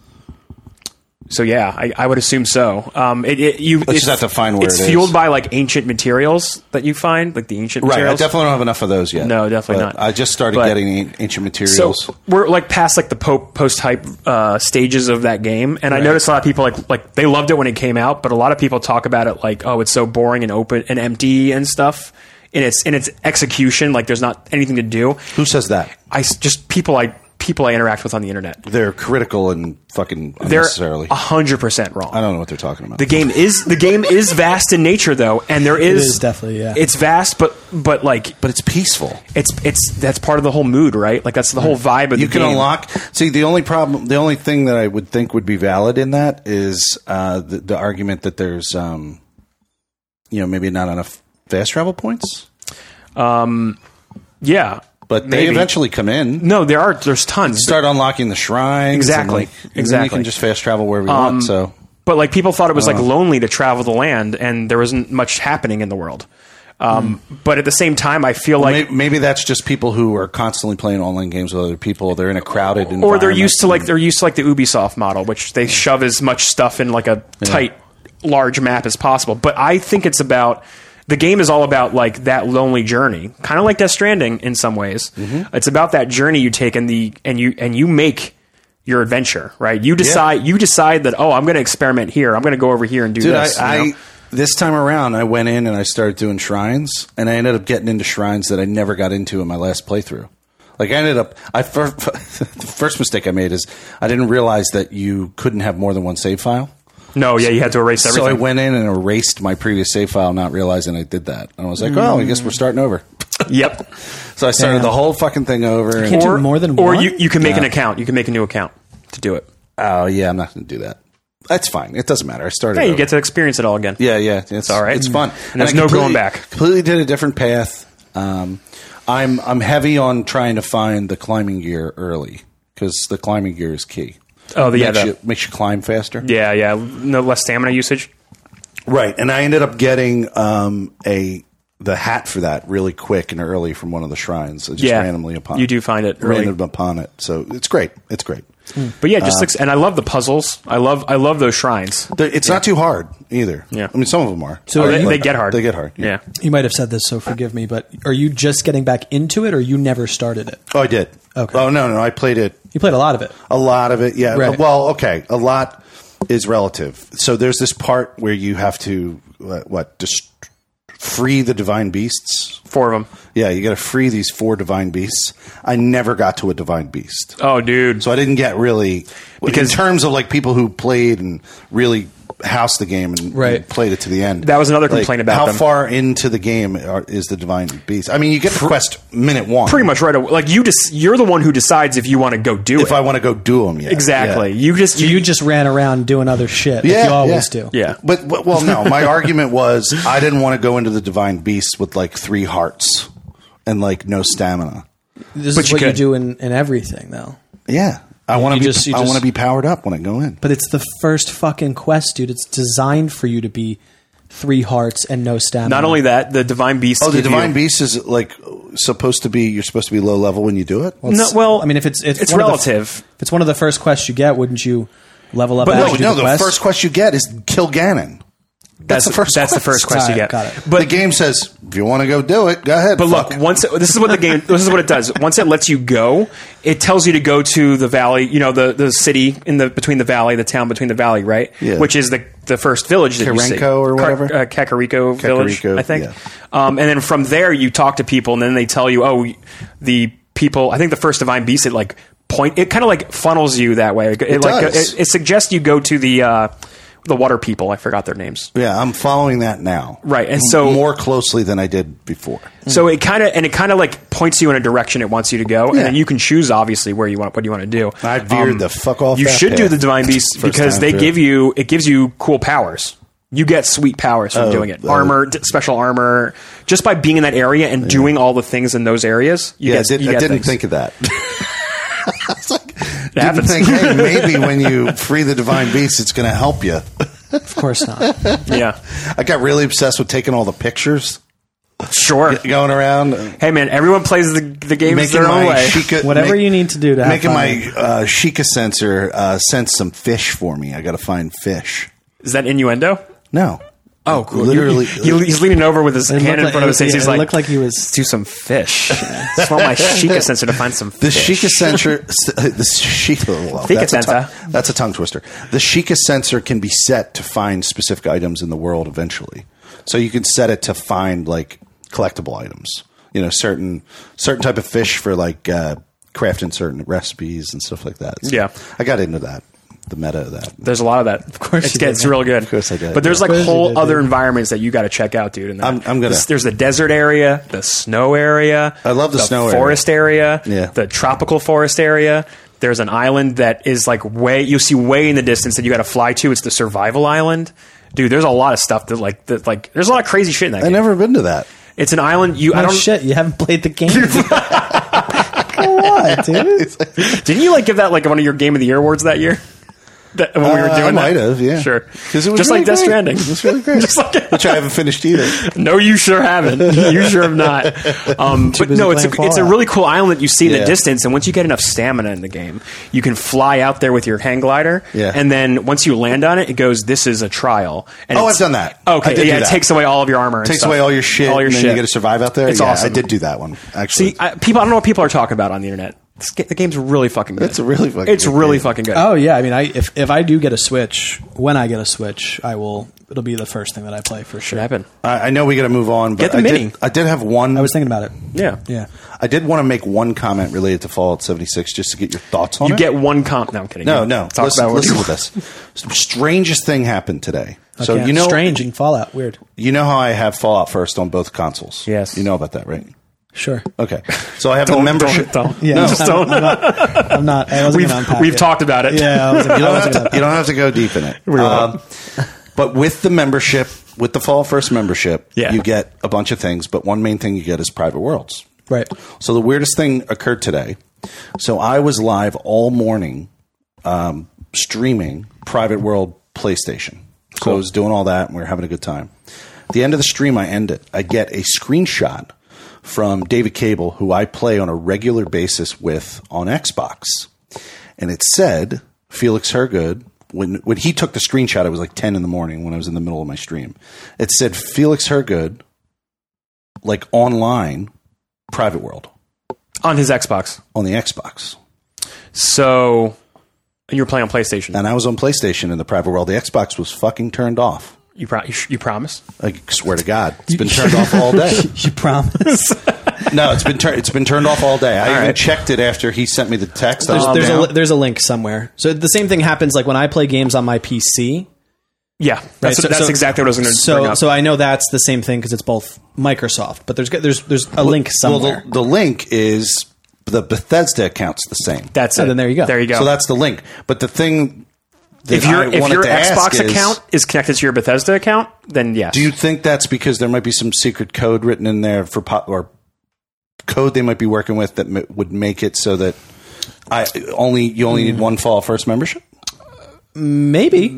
Speaker 2: So yeah, I, I would assume so. Um, it, it you
Speaker 3: Let's just have to find where
Speaker 2: it's
Speaker 3: it is.
Speaker 2: fueled by like ancient materials that you find, like the ancient
Speaker 3: Right. I
Speaker 2: materials.
Speaker 3: definitely don't have enough of those yet.
Speaker 2: No, definitely
Speaker 3: But
Speaker 2: not.
Speaker 3: I just started
Speaker 2: But-
Speaker 3: getting an- ancient
Speaker 2: so
Speaker 3: materials.
Speaker 2: we're like past like the po- post hype uh, stages of that game, and I noticed a lot of people like like they loved it when it came out, but a lot of people talk about it like oh it's so boring and open and empty and stuff. In its in its execution, like there's not anything to do.
Speaker 3: Who says that?
Speaker 2: I s- just people I people I interact with on the internet.
Speaker 3: They're critical and fucking
Speaker 2: They're
Speaker 3: unnecessarily.
Speaker 2: hundred percent wrong.
Speaker 3: I don't know what they're talking about.
Speaker 2: The game is the game is vast in nature though, and there is,
Speaker 1: is definitely, yeah.
Speaker 2: it's vast, but but like
Speaker 3: but it's peaceful.
Speaker 2: it's it's that's part of the whole mood, right? Like that's the whole vibe of
Speaker 3: you
Speaker 2: the
Speaker 3: can
Speaker 2: game.
Speaker 3: unlock see the only problem the only thing that i would think would be valid in that is uh, the, the argument that there's um, you know maybe not enough fast travel points
Speaker 2: yeah,
Speaker 3: but they
Speaker 2: Maybe.
Speaker 3: eventually come in
Speaker 2: No, there are. There's tons.
Speaker 3: start unlocking the shrines and,
Speaker 2: Exactly.
Speaker 3: like, and then
Speaker 2: Exactly. Um,
Speaker 3: you can just fast travel wherever you want so
Speaker 2: but like people thought it was like
Speaker 3: Uh.
Speaker 2: lonely to travel the land, and there wasn't much happening in the world. Um, But at the same time, I feel like,
Speaker 3: May- Hmm. maybe that's just people who are constantly playing online games with other people they're in a crowded environment
Speaker 2: or they're used to like they're used to like the Ubisoft model, which they shove as much stuff in like a tight, large map as possible. But I think it's about the game is all about like that lonely journey, kind
Speaker 3: Mm-hmm.
Speaker 2: of like Death Stranding in some ways. It's about that journey you take and the and you and you make your adventure, right? You decide you decide that oh, I'm going to experiment here. I'm going to go over here and do
Speaker 3: Dude,
Speaker 2: this.
Speaker 3: I,
Speaker 2: you know?
Speaker 3: I this time around I went in and I started doing shrines, and I ended up getting into shrines that I never got into in my last playthrough. Like I ended up, I fir- [laughs] the first mistake I made is I didn't realize that you couldn't have more than one save file.
Speaker 2: no, yeah, you had to erase everything.
Speaker 3: So I went in and erased my previous save file, not realizing I did that. And I was like, oh, I guess we're starting over.
Speaker 2: yep.
Speaker 3: [laughs] So I started
Speaker 1: Damn.
Speaker 3: the whole fucking thing over. And,
Speaker 1: Can't do more than
Speaker 2: or
Speaker 1: one?
Speaker 2: you you can make an account. You can make a new account to do it.
Speaker 3: oh yeah, I'm not going to do that. That's fine. It doesn't matter. I started.
Speaker 2: Yeah, you
Speaker 3: over.
Speaker 2: get to experience it all again.
Speaker 3: Yeah, yeah, it's all
Speaker 2: right.
Speaker 3: It's fun.
Speaker 2: And there's
Speaker 3: I
Speaker 2: no
Speaker 3: completely-
Speaker 2: going back.
Speaker 3: Completely did a different path. Um, I'm I'm heavy on trying to find the climbing gear early because the climbing gear is key.
Speaker 2: Oh, the- yeah,
Speaker 3: makes
Speaker 2: the-
Speaker 3: you, makes you climb faster.
Speaker 2: Yeah, yeah. No less stamina usage.
Speaker 3: Right, and I ended up getting um, a the hat for that really quick and early from one of the shrines. I Just
Speaker 2: Yeah.
Speaker 3: randomly upon
Speaker 2: You do find it early. Mm.
Speaker 3: random uh, upon it. So it's great. It's great.
Speaker 2: But yeah, just like, and I love the puzzles. I love I love those shrines.
Speaker 3: The- It's not too hard either.
Speaker 2: Yeah.
Speaker 3: I mean some of them are.
Speaker 1: So
Speaker 2: Oh,
Speaker 1: are
Speaker 2: they,
Speaker 1: you-
Speaker 2: they get hard.
Speaker 3: They get hard, yeah.
Speaker 2: Yeah.
Speaker 1: You might have said this, so forgive me, but are you just getting back into it, or you never started it?
Speaker 3: Oh, I did.
Speaker 1: Okay.
Speaker 3: Oh no, no, I played it
Speaker 1: You played a lot of it.
Speaker 3: A lot of it, yeah.
Speaker 1: Right.
Speaker 3: Well, okay, a lot is relative. So there's this part where you have to uh, what dist- free the divine beasts.
Speaker 2: Four of them.
Speaker 3: Yeah, you got to free these four divine beasts. I never got to a divine beast,
Speaker 2: Oh, dude.
Speaker 3: so I didn't get really
Speaker 2: Because-
Speaker 3: in terms of like people who played and really housed the game and,
Speaker 1: Right.
Speaker 3: and played it to the end.
Speaker 2: That was another
Speaker 3: Like,
Speaker 2: complaint about
Speaker 3: how
Speaker 2: them.
Speaker 3: far into the game are, is the divine beast. I mean, you get the quest minute one,
Speaker 2: Pretty much right away. Like you just you're the one who decides if you want to go do
Speaker 3: If
Speaker 2: it.
Speaker 3: I want to go do them, yeah,
Speaker 2: exactly.
Speaker 3: yeah.
Speaker 2: You just
Speaker 1: So you just ran around doing other shit, like you always do.
Speaker 2: Yeah.
Speaker 3: But, but well, no. My argument was I didn't want to go into the divine beast with like three hearts and like no stamina.
Speaker 1: This
Speaker 2: But
Speaker 1: is
Speaker 2: you
Speaker 1: what you
Speaker 2: could.
Speaker 1: do in, in everything, though.
Speaker 3: Yeah, I want to
Speaker 1: you
Speaker 3: be.
Speaker 1: just- you
Speaker 3: I want
Speaker 1: just-
Speaker 3: to be powered up when I go in.
Speaker 1: But it's the first fucking quest, dude. It's designed for you to be three hearts and no stamina.
Speaker 2: not only that, the divine beast.
Speaker 3: Oh, the divine beast is like supposed to be. You're supposed to be low level when you do it.
Speaker 2: No, well,
Speaker 1: I mean, if it's it's,
Speaker 2: it's
Speaker 1: one of the f-
Speaker 2: relative.
Speaker 1: if it's one of the first quests you get, wouldn't you level up?
Speaker 2: But
Speaker 1: as
Speaker 2: no,
Speaker 1: you do
Speaker 3: no. The,
Speaker 1: quest?
Speaker 3: first quest you get is kill Ganon.
Speaker 2: that's,
Speaker 3: the first
Speaker 2: That's
Speaker 3: quest.
Speaker 2: the first quest you
Speaker 1: Alright,
Speaker 2: get.
Speaker 1: got it.
Speaker 2: But
Speaker 3: the game says if you want to go do it, go ahead.
Speaker 2: But
Speaker 3: fuck.
Speaker 2: look, once it, this is what the game, this is what it does. Once it lets you go, it tells you to go to the valley, you know, the, the city in the between the valley, the town between the valley, right?
Speaker 3: Yeah.
Speaker 2: Which is the the first village that you see.
Speaker 3: Karenko
Speaker 2: Kar-
Speaker 3: or whatever?
Speaker 2: uh, Kakariko village,
Speaker 3: Kakariko,
Speaker 2: I think.
Speaker 3: yeah.
Speaker 2: Um, and then from there, you talk to people, and then they tell you, oh, the people. I think the first divine beast, it like point, it kind of like funnels you that way. It, like uh,
Speaker 3: does.
Speaker 2: It, it suggests you go to the uh, the water people. I forgot their names.
Speaker 3: yeah, I'm following that now.
Speaker 2: Right, and
Speaker 3: M-
Speaker 2: so-
Speaker 3: more closely than I did before.
Speaker 2: So it kind of and it kind of like points you in a direction it wants you to go, and
Speaker 3: Yeah.
Speaker 2: then you can choose obviously where you want what you want to do. Um,
Speaker 3: I veered the fuck off
Speaker 2: You
Speaker 3: that
Speaker 2: should do
Speaker 3: path.
Speaker 2: the
Speaker 3: [laughs]
Speaker 2: divine beast
Speaker 3: First
Speaker 2: because
Speaker 3: time
Speaker 2: they
Speaker 3: through.
Speaker 2: give you it gives you cool powers. You get sweet powers from doing it.
Speaker 3: uh,
Speaker 2: Armor, d- special armor, just by being in that area and doing all the things in those areas. You
Speaker 3: Yeah,
Speaker 2: get,
Speaker 3: I, did,
Speaker 2: you
Speaker 3: I
Speaker 2: get
Speaker 3: didn't
Speaker 2: things.
Speaker 3: think of that. I was like, didn't
Speaker 2: happens.
Speaker 1: [laughs]
Speaker 3: think, hey, maybe when you free the divine beast, it's going to help you.
Speaker 1: of course
Speaker 2: [laughs]
Speaker 1: not.
Speaker 2: Yeah,
Speaker 3: I got really obsessed with taking all the pictures [laughs]
Speaker 2: sure.
Speaker 3: going around, and
Speaker 2: Hey man, everyone plays the the games
Speaker 3: making
Speaker 2: their own
Speaker 3: my
Speaker 2: way.
Speaker 1: [laughs]
Speaker 3: Sheikah,
Speaker 1: Whatever you need to do to have
Speaker 3: making
Speaker 1: fun.
Speaker 3: my uh, Sheikah sensor uh, sense some fish for me. I got to find fish.
Speaker 2: Is that innuendo?
Speaker 3: No,
Speaker 2: Oh, cool.
Speaker 3: Literally-
Speaker 2: He- he- he's leaning over with his
Speaker 1: It
Speaker 2: hand in
Speaker 1: looked
Speaker 2: front of his
Speaker 1: like-
Speaker 2: face.
Speaker 1: it
Speaker 2: He's like,
Speaker 1: looked like he was-
Speaker 2: "Let's do
Speaker 1: [laughs]
Speaker 2: some fish. Just want my Sheikah sensor to find some
Speaker 3: the
Speaker 2: fish. [laughs]
Speaker 3: Sheikah sensor, uh, the Sheikah, well,
Speaker 2: Sheikah
Speaker 3: that's, a
Speaker 2: sensor.
Speaker 3: tongue, that's a tongue twister. The Sheikah sensor can be set to find specific items in the world eventually. So you can set it to find like collectible items. You know, certain certain type of fish for like uh, crafting certain recipes and stuff like that. So
Speaker 2: Yeah.
Speaker 3: I got into that, the meta of that.
Speaker 2: There's a lot of that. Of
Speaker 1: course
Speaker 2: it
Speaker 1: you did,
Speaker 2: gets
Speaker 1: man.
Speaker 2: real good. Of
Speaker 3: course I did,
Speaker 2: But there's
Speaker 3: yeah.
Speaker 2: like
Speaker 1: Of course you
Speaker 2: whole
Speaker 1: did,
Speaker 2: other
Speaker 1: dude.
Speaker 2: environments that you got to check out, dude. And that-
Speaker 3: I'm- I'm gonna-
Speaker 2: There's, there's the desert area, the snow area.
Speaker 3: I love the snow area.
Speaker 2: forest area.
Speaker 3: Yeah.
Speaker 2: The tropical forest area. There's an island that is like way you see way in the distance that you got to fly to. It's the survival island. Dude, there's a lot of stuff that like that like there's a lot of crazy shit in that
Speaker 3: I
Speaker 2: game.
Speaker 3: never been to that.
Speaker 2: it's an island you I
Speaker 1: Oh
Speaker 2: don't
Speaker 1: shit! You haven't played the game.
Speaker 2: [laughs]
Speaker 1: Come on, dude.
Speaker 2: Didn't you like give that like one of your Game of the Year awards that year? [laughs] That, when we were
Speaker 3: Uh,
Speaker 2: doing
Speaker 3: I
Speaker 2: that?
Speaker 3: might have, yeah,
Speaker 2: Sure.
Speaker 3: because it was
Speaker 2: just
Speaker 3: really
Speaker 2: like Death
Speaker 3: great.
Speaker 2: Stranding.
Speaker 3: It was really great,
Speaker 2: Just like-
Speaker 3: which I haven't finished either.
Speaker 2: [laughs] No, you sure haven't. [laughs] You sure have
Speaker 3: [laughs]
Speaker 2: not. Um, but
Speaker 1: busy
Speaker 2: no, it's a,
Speaker 1: playing
Speaker 2: it's a
Speaker 1: Fallout.
Speaker 2: really cool island that you see in
Speaker 3: Yeah.
Speaker 2: the distance, and once you get enough stamina in the game, you can fly out there with your hang glider.
Speaker 3: Yeah.
Speaker 2: And then once you land on it, it goes, "This is a trial." And
Speaker 3: Oh,
Speaker 2: it's-
Speaker 3: I've done that. I
Speaker 2: Okay,
Speaker 3: did
Speaker 2: yeah,
Speaker 3: do
Speaker 2: it
Speaker 3: that.
Speaker 2: takes away all of your armor. and
Speaker 3: Takes
Speaker 2: stuff.
Speaker 3: away all your shit.
Speaker 2: All your
Speaker 3: and then
Speaker 2: shit.
Speaker 3: You got to survive out there.
Speaker 2: It's
Speaker 3: yeah,
Speaker 2: awesome.
Speaker 3: I did do that one actually.
Speaker 2: See, I, people, I don't know what people are talking about on the internet. This ga- the game's really fucking good.
Speaker 3: It's a really fucking
Speaker 2: It's
Speaker 3: good
Speaker 2: really
Speaker 3: game.
Speaker 2: fucking good.
Speaker 1: Oh yeah, I mean, I if if I do get a Switch, when I get a Switch, I will. It'll be the first thing that I play for sure.
Speaker 2: Should happen.
Speaker 3: I, I know we got to move on, but
Speaker 2: Get the
Speaker 3: I,
Speaker 2: mini.
Speaker 3: Did, I did have one.
Speaker 1: I was thinking about it.
Speaker 2: Yeah.
Speaker 1: Yeah.
Speaker 3: I did want to make one comment related to Fallout 76 just to get your thoughts on
Speaker 2: You
Speaker 3: it.
Speaker 2: get one comp. No, I'm kidding.
Speaker 3: no,
Speaker 2: You
Speaker 3: no.
Speaker 2: Talk
Speaker 3: listen
Speaker 2: about what
Speaker 3: listen
Speaker 2: you
Speaker 3: to this. Strangest thing happened today. So
Speaker 1: Yeah.
Speaker 3: you know,
Speaker 1: strange and Fallout, weird.
Speaker 3: you know how I have Fallout first on both consoles.
Speaker 2: Yes.
Speaker 3: you know about that, right?
Speaker 1: Sure.
Speaker 2: Uh,
Speaker 3: Okay, so I have the
Speaker 2: Don't-
Speaker 3: membership.
Speaker 2: don't- don't.
Speaker 1: Yeah.
Speaker 3: No.
Speaker 1: I'm,
Speaker 2: don't.
Speaker 1: I'm not, I'm not. I wasn't
Speaker 2: [laughs] We've,
Speaker 1: gonna unpack
Speaker 2: we've
Speaker 1: it.
Speaker 2: talked about it.
Speaker 1: Yeah. I wasn't, [laughs]
Speaker 3: you,
Speaker 1: I
Speaker 2: [laughs]
Speaker 3: don't
Speaker 1: wasn't
Speaker 3: have to,
Speaker 1: gonna-
Speaker 3: you don't have to go deep in it. Um, but with the membership, with the Fall First membership,
Speaker 2: Yeah.
Speaker 3: you get a bunch of things, but one main thing you get is private worlds.
Speaker 1: right.
Speaker 3: So the weirdest thing occurred today. So I was live all morning um, streaming Private World PlayStation. So I was doing all that and we were having a good time. At the end of the stream, I end it. I get a screenshot from David Cable, who I play on a regular basis with on Xbox. And it said Felix Hergood. When, when he took the screenshot, it was like 10 in the morning when I was in the middle of my stream. It said Felix Hergood, like online, private world
Speaker 2: On his Xbox.
Speaker 3: on the Xbox.
Speaker 2: So and you were playing on PlayStation.
Speaker 3: And I was on PlayStation in the private world. The Xbox was fucking turned off.
Speaker 2: You, pro- you, sh- you promise?
Speaker 3: I swear to God, it's been turned off
Speaker 1: [laughs]
Speaker 3: all day.
Speaker 1: You promise?
Speaker 3: No, it's been tur- it's been turned off all day. I even
Speaker 2: right.
Speaker 3: checked it after he sent me the text. Oh,
Speaker 1: there's,
Speaker 2: Oh,
Speaker 3: I'm
Speaker 1: there's a
Speaker 3: down.
Speaker 1: li- there's a link somewhere. So the same thing happens like when I play games on my PC.
Speaker 2: Yeah. That's,
Speaker 1: so-
Speaker 2: that's
Speaker 1: so-
Speaker 2: exactly what I was going to
Speaker 1: So
Speaker 2: bring up.
Speaker 1: so I know that's the same thing because it's both Microsoft, but there's there's there's a link
Speaker 3: well,
Speaker 1: somewhere.
Speaker 3: the, the link is the Bethesda account's the same.
Speaker 2: that's
Speaker 1: so
Speaker 2: it.
Speaker 1: then there you go.
Speaker 2: There you go.
Speaker 3: So that's the link. But the thing that
Speaker 2: if your
Speaker 3: I
Speaker 2: if
Speaker 3: wanted
Speaker 2: your
Speaker 3: to ask
Speaker 2: Xbox
Speaker 3: is,
Speaker 2: account is connected to your Bethesda account, then yes.
Speaker 3: do you think that's because there might be some secret code written in there for po- or code they might be working with that m- would make it so that I only you only need one fall first membership?
Speaker 1: Maybe,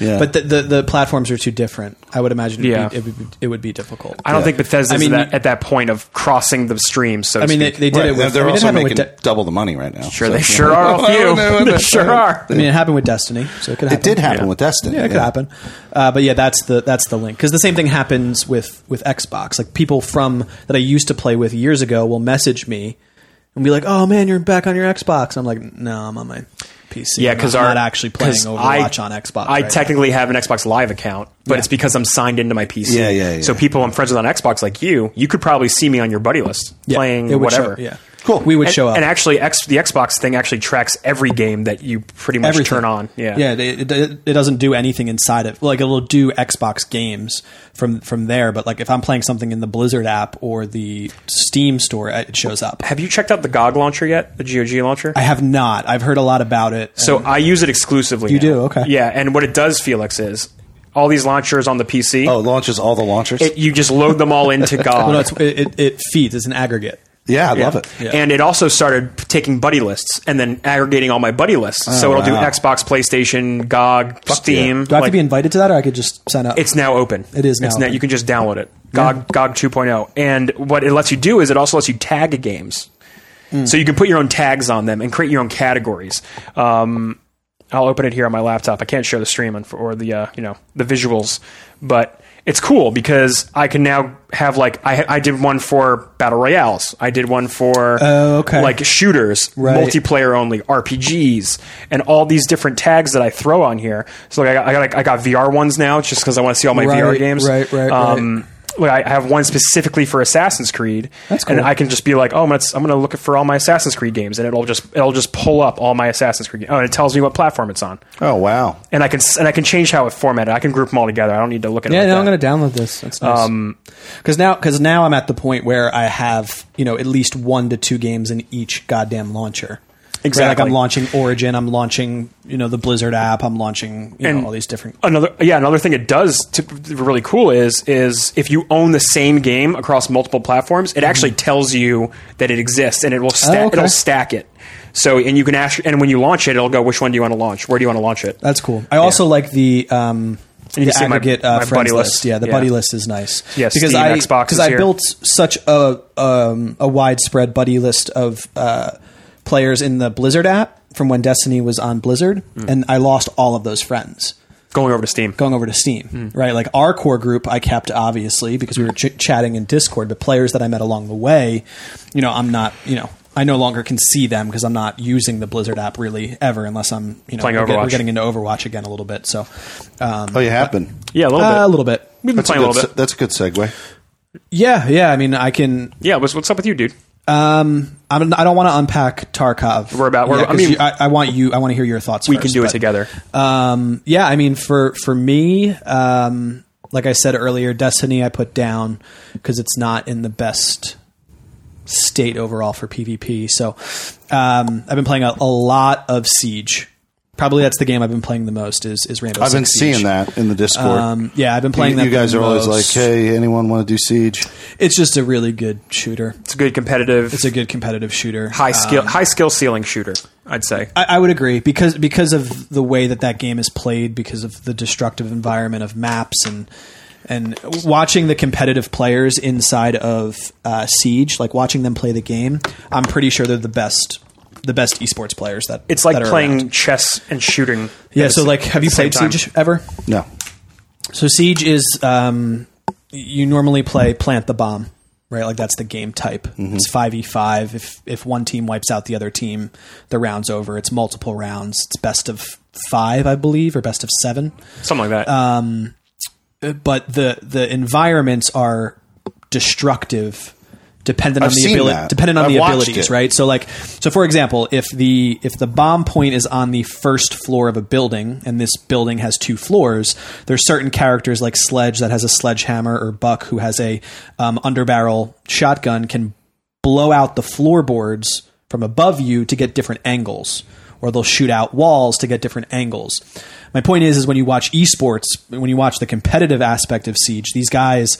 Speaker 3: Yeah,
Speaker 1: but the, the the platforms are too different. I would imagine it'd
Speaker 2: Yeah.
Speaker 1: be, it, would be, it would be difficult.
Speaker 2: I don't think Bethesda's
Speaker 1: I mean,
Speaker 2: that, at that point of crossing the stream. So
Speaker 1: I mean, they,
Speaker 2: speak.
Speaker 1: they did
Speaker 3: Right,
Speaker 1: it with.
Speaker 3: they're
Speaker 1: I mean, it
Speaker 3: also
Speaker 1: happened
Speaker 3: making
Speaker 1: with De-
Speaker 3: double the money right now. [laughs]
Speaker 2: sure they sure
Speaker 1: [laughs]
Speaker 2: are off you. They sure are.
Speaker 1: I mean, it happened with Destiny, so it could happen.
Speaker 3: It did happen
Speaker 2: Yeah.
Speaker 3: with Destiny.
Speaker 1: Yeah, it could happen. Uh, but yeah, that's the that's the link because the same thing happens with with Xbox. Like people from that I used to play with years ago will message me and be like, "Oh man, you're back on your Xbox." And I'm like, "No, I'm on my PC.
Speaker 2: Yeah,
Speaker 1: I'm
Speaker 2: because
Speaker 1: not-
Speaker 2: our
Speaker 1: I'm not actually playing
Speaker 2: 'cause
Speaker 1: Overwatch
Speaker 2: I,
Speaker 1: on Xbox."
Speaker 2: I
Speaker 1: right
Speaker 2: technically have an Xbox Live account, but it's because I'm signed into my PC.
Speaker 3: Yeah, yeah, yeah.
Speaker 2: So people I'm friends with on Xbox, like you, you could probably see me on your buddy list
Speaker 1: now. Yeah,
Speaker 2: playing
Speaker 1: it would show-
Speaker 2: whatever.
Speaker 1: yeah, cool. We would
Speaker 2: And,
Speaker 1: show up.
Speaker 2: and actually, X, the Xbox thing actually tracks every game that you pretty much
Speaker 1: Everything.
Speaker 2: turn on. Yeah,
Speaker 1: yeah. It, it, it doesn't do anything inside of like it'll do Xbox games from from there. But like if I'm playing something in the Blizzard app or the Steam store, it shows up.
Speaker 2: Have you checked out the GOG launcher yet? The GOG launcher?
Speaker 1: I have not. I've heard a lot about it.
Speaker 2: So I use it exclusively. You
Speaker 1: do? Okay.
Speaker 2: Yeah, and what it does, Felix, is all these launchers on the PC,
Speaker 3: Oh, it launches all the launchers.
Speaker 2: it, you just load them
Speaker 1: [laughs]
Speaker 2: all into GOG.
Speaker 1: No, it's, it, it, it feeds. It's an aggregate.
Speaker 3: yeah, I
Speaker 2: Yeah.
Speaker 3: love it.
Speaker 2: And it also started taking buddy lists and then aggregating all my buddy lists. so it'll
Speaker 3: wow.
Speaker 2: do Xbox, PlayStation, GOG, Steam.
Speaker 1: Do I have
Speaker 2: like-
Speaker 1: to be invited to that, or I could just sign up?
Speaker 2: it's now open.
Speaker 1: It is now
Speaker 2: It's
Speaker 1: open.
Speaker 2: you can just download it. GOG, GOG 2.0. And what it lets you do is it also lets you tag games.
Speaker 1: Mm.
Speaker 2: So you can put your own tags on them and create your own categories. Um, I'll open it here on my laptop. I can't share the stream and- or the uh, you know the visuals, but it's cool because I can now have like I I did one for battle royales. I did one for
Speaker 1: Oh, okay.
Speaker 2: like shooters,
Speaker 1: Right.
Speaker 2: multiplayer only, RPGs, and all these different tags that I throw on here. So like, I got I got, I got VR ones now just because I want to see all my
Speaker 1: Right,
Speaker 2: VR games.
Speaker 1: right, right,
Speaker 2: Um, Like I I have one specifically for Assassin's Creed,
Speaker 1: That's
Speaker 2: and
Speaker 1: cool.
Speaker 2: I can just be like, "Oh, I'm gonna, I'm gonna look for all my Assassin's Creed games," and it'll just it'll just pull up all my Assassin's Creed. Games. Oh, and it tells me what platform it's on,
Speaker 3: Oh wow.
Speaker 2: and I can s- and I can change how it formatted. I can group them all together. I don't need to look at it.
Speaker 1: yeah,
Speaker 2: like
Speaker 1: no,
Speaker 2: that.
Speaker 1: I'm going to download this. That's nice. because Um, now, because now I'm at the point where I have you know at least one to two games in each goddamn launcher. Right?
Speaker 2: Exactly.
Speaker 1: Like I'm launching Origin. I'm launching you know the Blizzard app. I'm launching you
Speaker 2: And-
Speaker 1: know all these different.
Speaker 2: another yeah another thing it does to really cool is is if you own the same game across multiple platforms it actually tells you that it exists and it will sta-
Speaker 1: Mm-hmm. Oh, okay.
Speaker 2: it'll stack it so and you can ask and when you launch it it'll go which one do you want to launch where do you want to launch it
Speaker 1: That's cool. I also like the um,
Speaker 2: And you
Speaker 1: the
Speaker 2: can see my-
Speaker 1: aggregate
Speaker 2: my
Speaker 1: uh, friends
Speaker 2: buddy
Speaker 1: list.
Speaker 2: list.
Speaker 1: Yeah, the
Speaker 2: Yeah.
Speaker 1: buddy list is nice.
Speaker 2: Yeah,
Speaker 1: because
Speaker 2: Steam,
Speaker 1: I
Speaker 2: Xbox
Speaker 1: because
Speaker 2: is
Speaker 1: I
Speaker 2: here.
Speaker 1: built such a um, a widespread buddy list of uh, players in the Blizzard app from when Destiny was on Blizzard,
Speaker 2: Hmm.
Speaker 1: and I lost all of those friends
Speaker 2: going over to steam
Speaker 1: going over to Steam,
Speaker 2: Hmm.
Speaker 1: right? Like our core group, I kept obviously because we were ch- chatting in Discord. But players that I met along the way, you know, I'm not, you know, I no longer can see them because I'm not using the Blizzard app really ever, unless I'm you know
Speaker 2: Playing
Speaker 1: we're, get- we're
Speaker 2: Overwatch.
Speaker 1: getting into Overwatch again a little bit. So um,
Speaker 3: Oh, you have been.
Speaker 2: Yeah, a little
Speaker 1: uh, a
Speaker 2: bit.
Speaker 1: little bit.
Speaker 2: We've been
Speaker 3: That's a,
Speaker 2: playing a
Speaker 3: good,
Speaker 2: little
Speaker 3: se-
Speaker 2: bit.
Speaker 3: that's a good segue.
Speaker 1: Yeah, yeah. I mean, I can.
Speaker 2: Yeah, what's, what's up with you, dude?
Speaker 1: I'm, I don't want to unpack Tarkov.
Speaker 2: We're about- we're-
Speaker 1: Yeah, 'cause
Speaker 2: I mean-
Speaker 1: you- I, I want you. I want to hear your thoughts.
Speaker 2: We can do it together.
Speaker 1: Um, yeah, I mean, for for me, um, like I said earlier, Destiny I put down because it's not in the best state overall for PvP. So um, I've been playing a, a lot of Siege. Probably that's the game I've been playing the most. Is is Rainbow?
Speaker 3: I've been
Speaker 1: Six Siege.
Speaker 3: seeing that in the Discord.
Speaker 1: Um, yeah, I've been playing
Speaker 3: you,
Speaker 1: that.
Speaker 3: you guys
Speaker 1: the
Speaker 3: are always like,
Speaker 1: most.
Speaker 3: "Hey, anyone want to do Siege?"
Speaker 1: It's just a really good shooter.
Speaker 2: It's a good competitive,
Speaker 1: It's a good um, competitive shooter.
Speaker 2: high skill, high skill ceiling shooter. I'd say.
Speaker 1: I, I would agree because because of the way that that game is played, because of the destructive environment of maps and and watching the competitive players inside of uh, Siege, like watching them play the game, I'm pretty sure they're the best the best esports players that
Speaker 2: it's like
Speaker 1: that are
Speaker 2: playing
Speaker 1: around.
Speaker 2: chess and shooting.
Speaker 1: Yeah,
Speaker 2: at
Speaker 1: so
Speaker 2: the
Speaker 1: like, have you
Speaker 2: same
Speaker 1: played
Speaker 2: time.
Speaker 1: Siege ever?
Speaker 3: No,
Speaker 1: So Siege is um, you normally play plant the bomb, right? Like that's the game type.
Speaker 3: Mm-hmm.
Speaker 1: It's five e five. If if one team wipes out the other team, the round's over. It's multiple rounds. It's best of five, I believe, or best of seven.
Speaker 2: Something like that.
Speaker 1: But the the environments are destructive, dependent on
Speaker 3: I've
Speaker 1: the
Speaker 3: seen
Speaker 1: ability,
Speaker 3: that.
Speaker 1: dependent on
Speaker 3: I've
Speaker 1: the
Speaker 3: watched
Speaker 1: abilities,
Speaker 3: it.
Speaker 1: right? So like, so for example, if the if the bomb point is on the first floor of a building, and this building has two floors, there's certain characters like Sledge that has a sledgehammer, or Buck who has a um, underbarrel shotgun can blow out the floorboards from above you to get different angles. Or they'll shoot out walls to get different angles. My point is, is when you watch esports, when you watch the competitive aspect of Siege, these guys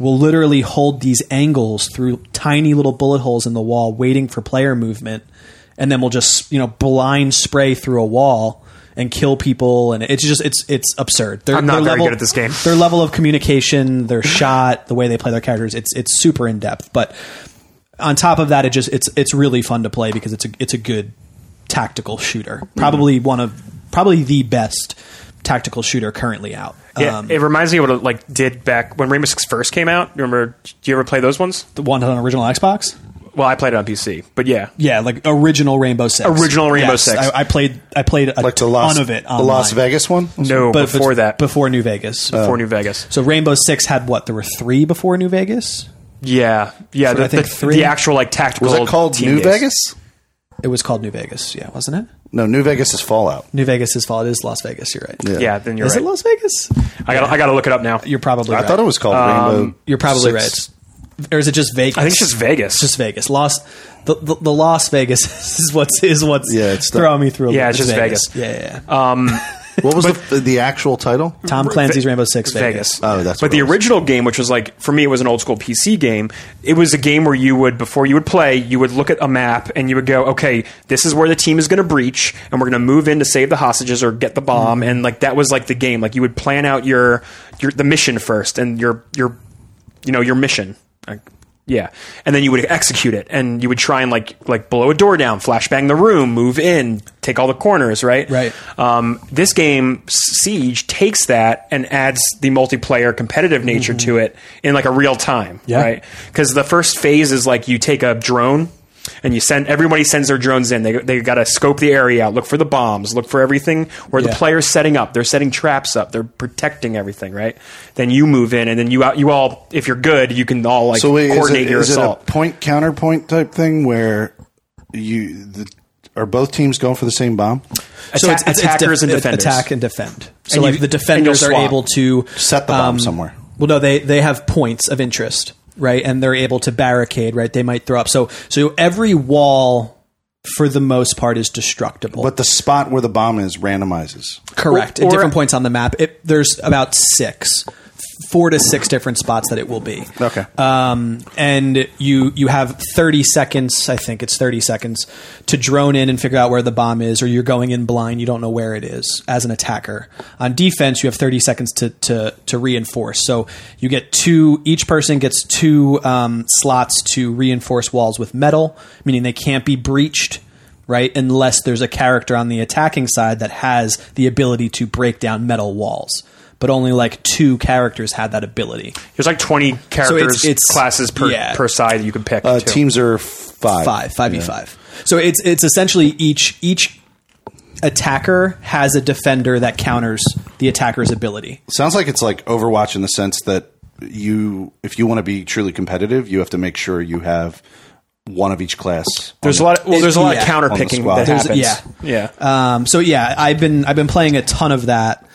Speaker 1: will literally hold these angles through tiny little bullet holes in the wall, waiting for player movement, and then we'll just you know blind spray through a wall and kill people. And it's just it's it's absurd. They're,
Speaker 2: I'm not very good at this game.
Speaker 1: Their level of communication,
Speaker 2: [laughs]
Speaker 1: their shot, the way they play their characters, it's it's super in depth. But on top of that, it just it's it's really fun to play because it's a it's a good tactical shooter.
Speaker 2: Mm-hmm.
Speaker 1: Probably one of probably the best tactical shooter currently out. Um,
Speaker 2: yeah, it reminds me of what it like did back when Rainbow Six first came out. You remember? Do you ever play those ones?
Speaker 1: the one on original Xbox.
Speaker 2: Well, I played it on PC, but yeah,
Speaker 1: Yeah, like original Rainbow Six.
Speaker 2: Original Rainbow Six.
Speaker 1: I, I played. I played a
Speaker 3: like the
Speaker 1: ton
Speaker 3: Las,
Speaker 1: of it.
Speaker 3: the
Speaker 1: online.
Speaker 3: Las Vegas Oh. one.
Speaker 2: no,
Speaker 1: But- but
Speaker 2: before that,
Speaker 1: before New Vegas.
Speaker 2: before New Vegas.
Speaker 1: So Rainbow Six had what? There were three before New Vegas.
Speaker 2: Yeah, yeah.
Speaker 1: So
Speaker 2: the,
Speaker 1: I think
Speaker 2: the,
Speaker 1: three-
Speaker 2: the actual like tactical.
Speaker 3: Was it called
Speaker 2: team
Speaker 3: New
Speaker 2: games.
Speaker 3: Vegas?
Speaker 1: It was called New Vegas. Yeah, wasn't it?
Speaker 3: No, New Vegas is Fallout.
Speaker 1: New Vegas is followed. It is Las Vegas. You're right.
Speaker 3: Yeah.
Speaker 2: Yeah, then you're
Speaker 1: is
Speaker 2: right.
Speaker 1: it Las Vegas?
Speaker 2: I got I got to look it up now.
Speaker 1: You're probably.
Speaker 3: I
Speaker 1: right.
Speaker 3: thought it was called Rainbow.
Speaker 1: You're probably
Speaker 3: Six.
Speaker 1: right. Or is it just Vegas?
Speaker 2: I think it's just Vegas.
Speaker 1: Just Vegas. Las, the, the, the Las Vegas [laughs] is what's is what's
Speaker 3: Yeah, it's the-
Speaker 1: throwing me through. A
Speaker 2: Yeah,
Speaker 1: loop.
Speaker 2: it's just Vegas. Um,
Speaker 1: Yeah, yeah. yeah.
Speaker 3: What was the, the actual title?
Speaker 1: Tom Clancy's Rainbow Six Vegas.
Speaker 2: Vegas.
Speaker 3: Oh, that's
Speaker 2: But
Speaker 3: what
Speaker 2: the
Speaker 3: it was.
Speaker 2: original game, which was like for me, it was an old school PC game. It was a game where you would before you would play, you would look at a map and you would go, okay, this is where the team is going to breach, and we're going to move in to save the hostages or get the bomb, and like that was like the game. Like you would plan out your your the mission first and your your you know your mission. Like, yeah, and then you would execute it, and you would try and like like blow a door down, flashbang the room, move in, take all the corners, right?
Speaker 1: Right.
Speaker 2: Um, this game, Siege, takes that and adds the multiplayer competitive nature to it in like a real time,
Speaker 1: Mm-hmm. Yeah.
Speaker 2: right? Because the first phase is like you take a drone and you send everybody sends their drones in. They they got to scope the area out, look for the bombs, look for everything where the
Speaker 1: Yeah.
Speaker 2: player's setting up. They're setting traps up. They're protecting everything, right? Then you move in and then you out. You all, if you're good, you can all like
Speaker 3: So wait, is
Speaker 2: coordinate
Speaker 3: it,
Speaker 2: your
Speaker 3: is it a
Speaker 2: assault.
Speaker 3: point counterpoint type thing where you the, are both teams going for the same bomb?
Speaker 1: So
Speaker 2: Atta-
Speaker 1: it's, it's, it's
Speaker 2: attackers
Speaker 1: def-
Speaker 2: and defenders.
Speaker 1: Attack and defend. So
Speaker 2: And
Speaker 1: like
Speaker 2: you-
Speaker 1: the
Speaker 2: and you'll
Speaker 1: defenders are
Speaker 2: swap.
Speaker 1: able to um,
Speaker 3: Set the bomb somewhere.
Speaker 1: Well, no, they they have points of interest, right? And they're able to barricade, right? They might throw up. So so every wall, for the most part, is destructible.
Speaker 3: But the spot where the bomb is randomizes.
Speaker 1: Correct.
Speaker 2: Or-
Speaker 1: At
Speaker 2: or-
Speaker 1: different points on the map, it, there's about six, four to six different spots that it will be.
Speaker 3: Okay.
Speaker 1: Um, and you you have 30 seconds, I think it's 30 seconds, to drone in and figure out where the bomb is, or you're going in blind, you don't know where it is as an attacker. On defense, you have 30 seconds to to, to reinforce. So you get two. Each person gets two um, slots to reinforce walls with metal, meaning they can't be breached right? Unless there's a character on the attacking side that has the ability to break down metal walls. But only like two characters had that ability.
Speaker 2: There's like 20 characters,
Speaker 1: it's-
Speaker 2: classes per,
Speaker 1: yeah.
Speaker 2: per side you can pick.
Speaker 3: Uh,
Speaker 2: too.
Speaker 3: teams are f- Five.
Speaker 1: five, five e five. So it's it's essentially each each attacker has a defender that counters the attacker's ability.
Speaker 3: Sounds like it's like Overwatch in the sense that you, if you want to be truly competitive, you have to make sure you have one of each class.
Speaker 2: There's a lot. Of, well, there's a lot
Speaker 1: yeah.
Speaker 2: of counter picking
Speaker 3: On the
Speaker 2: that
Speaker 3: squad.
Speaker 2: happens.
Speaker 1: There's-
Speaker 2: yeah.
Speaker 1: Um, so yeah, I've been I've been playing a ton of that.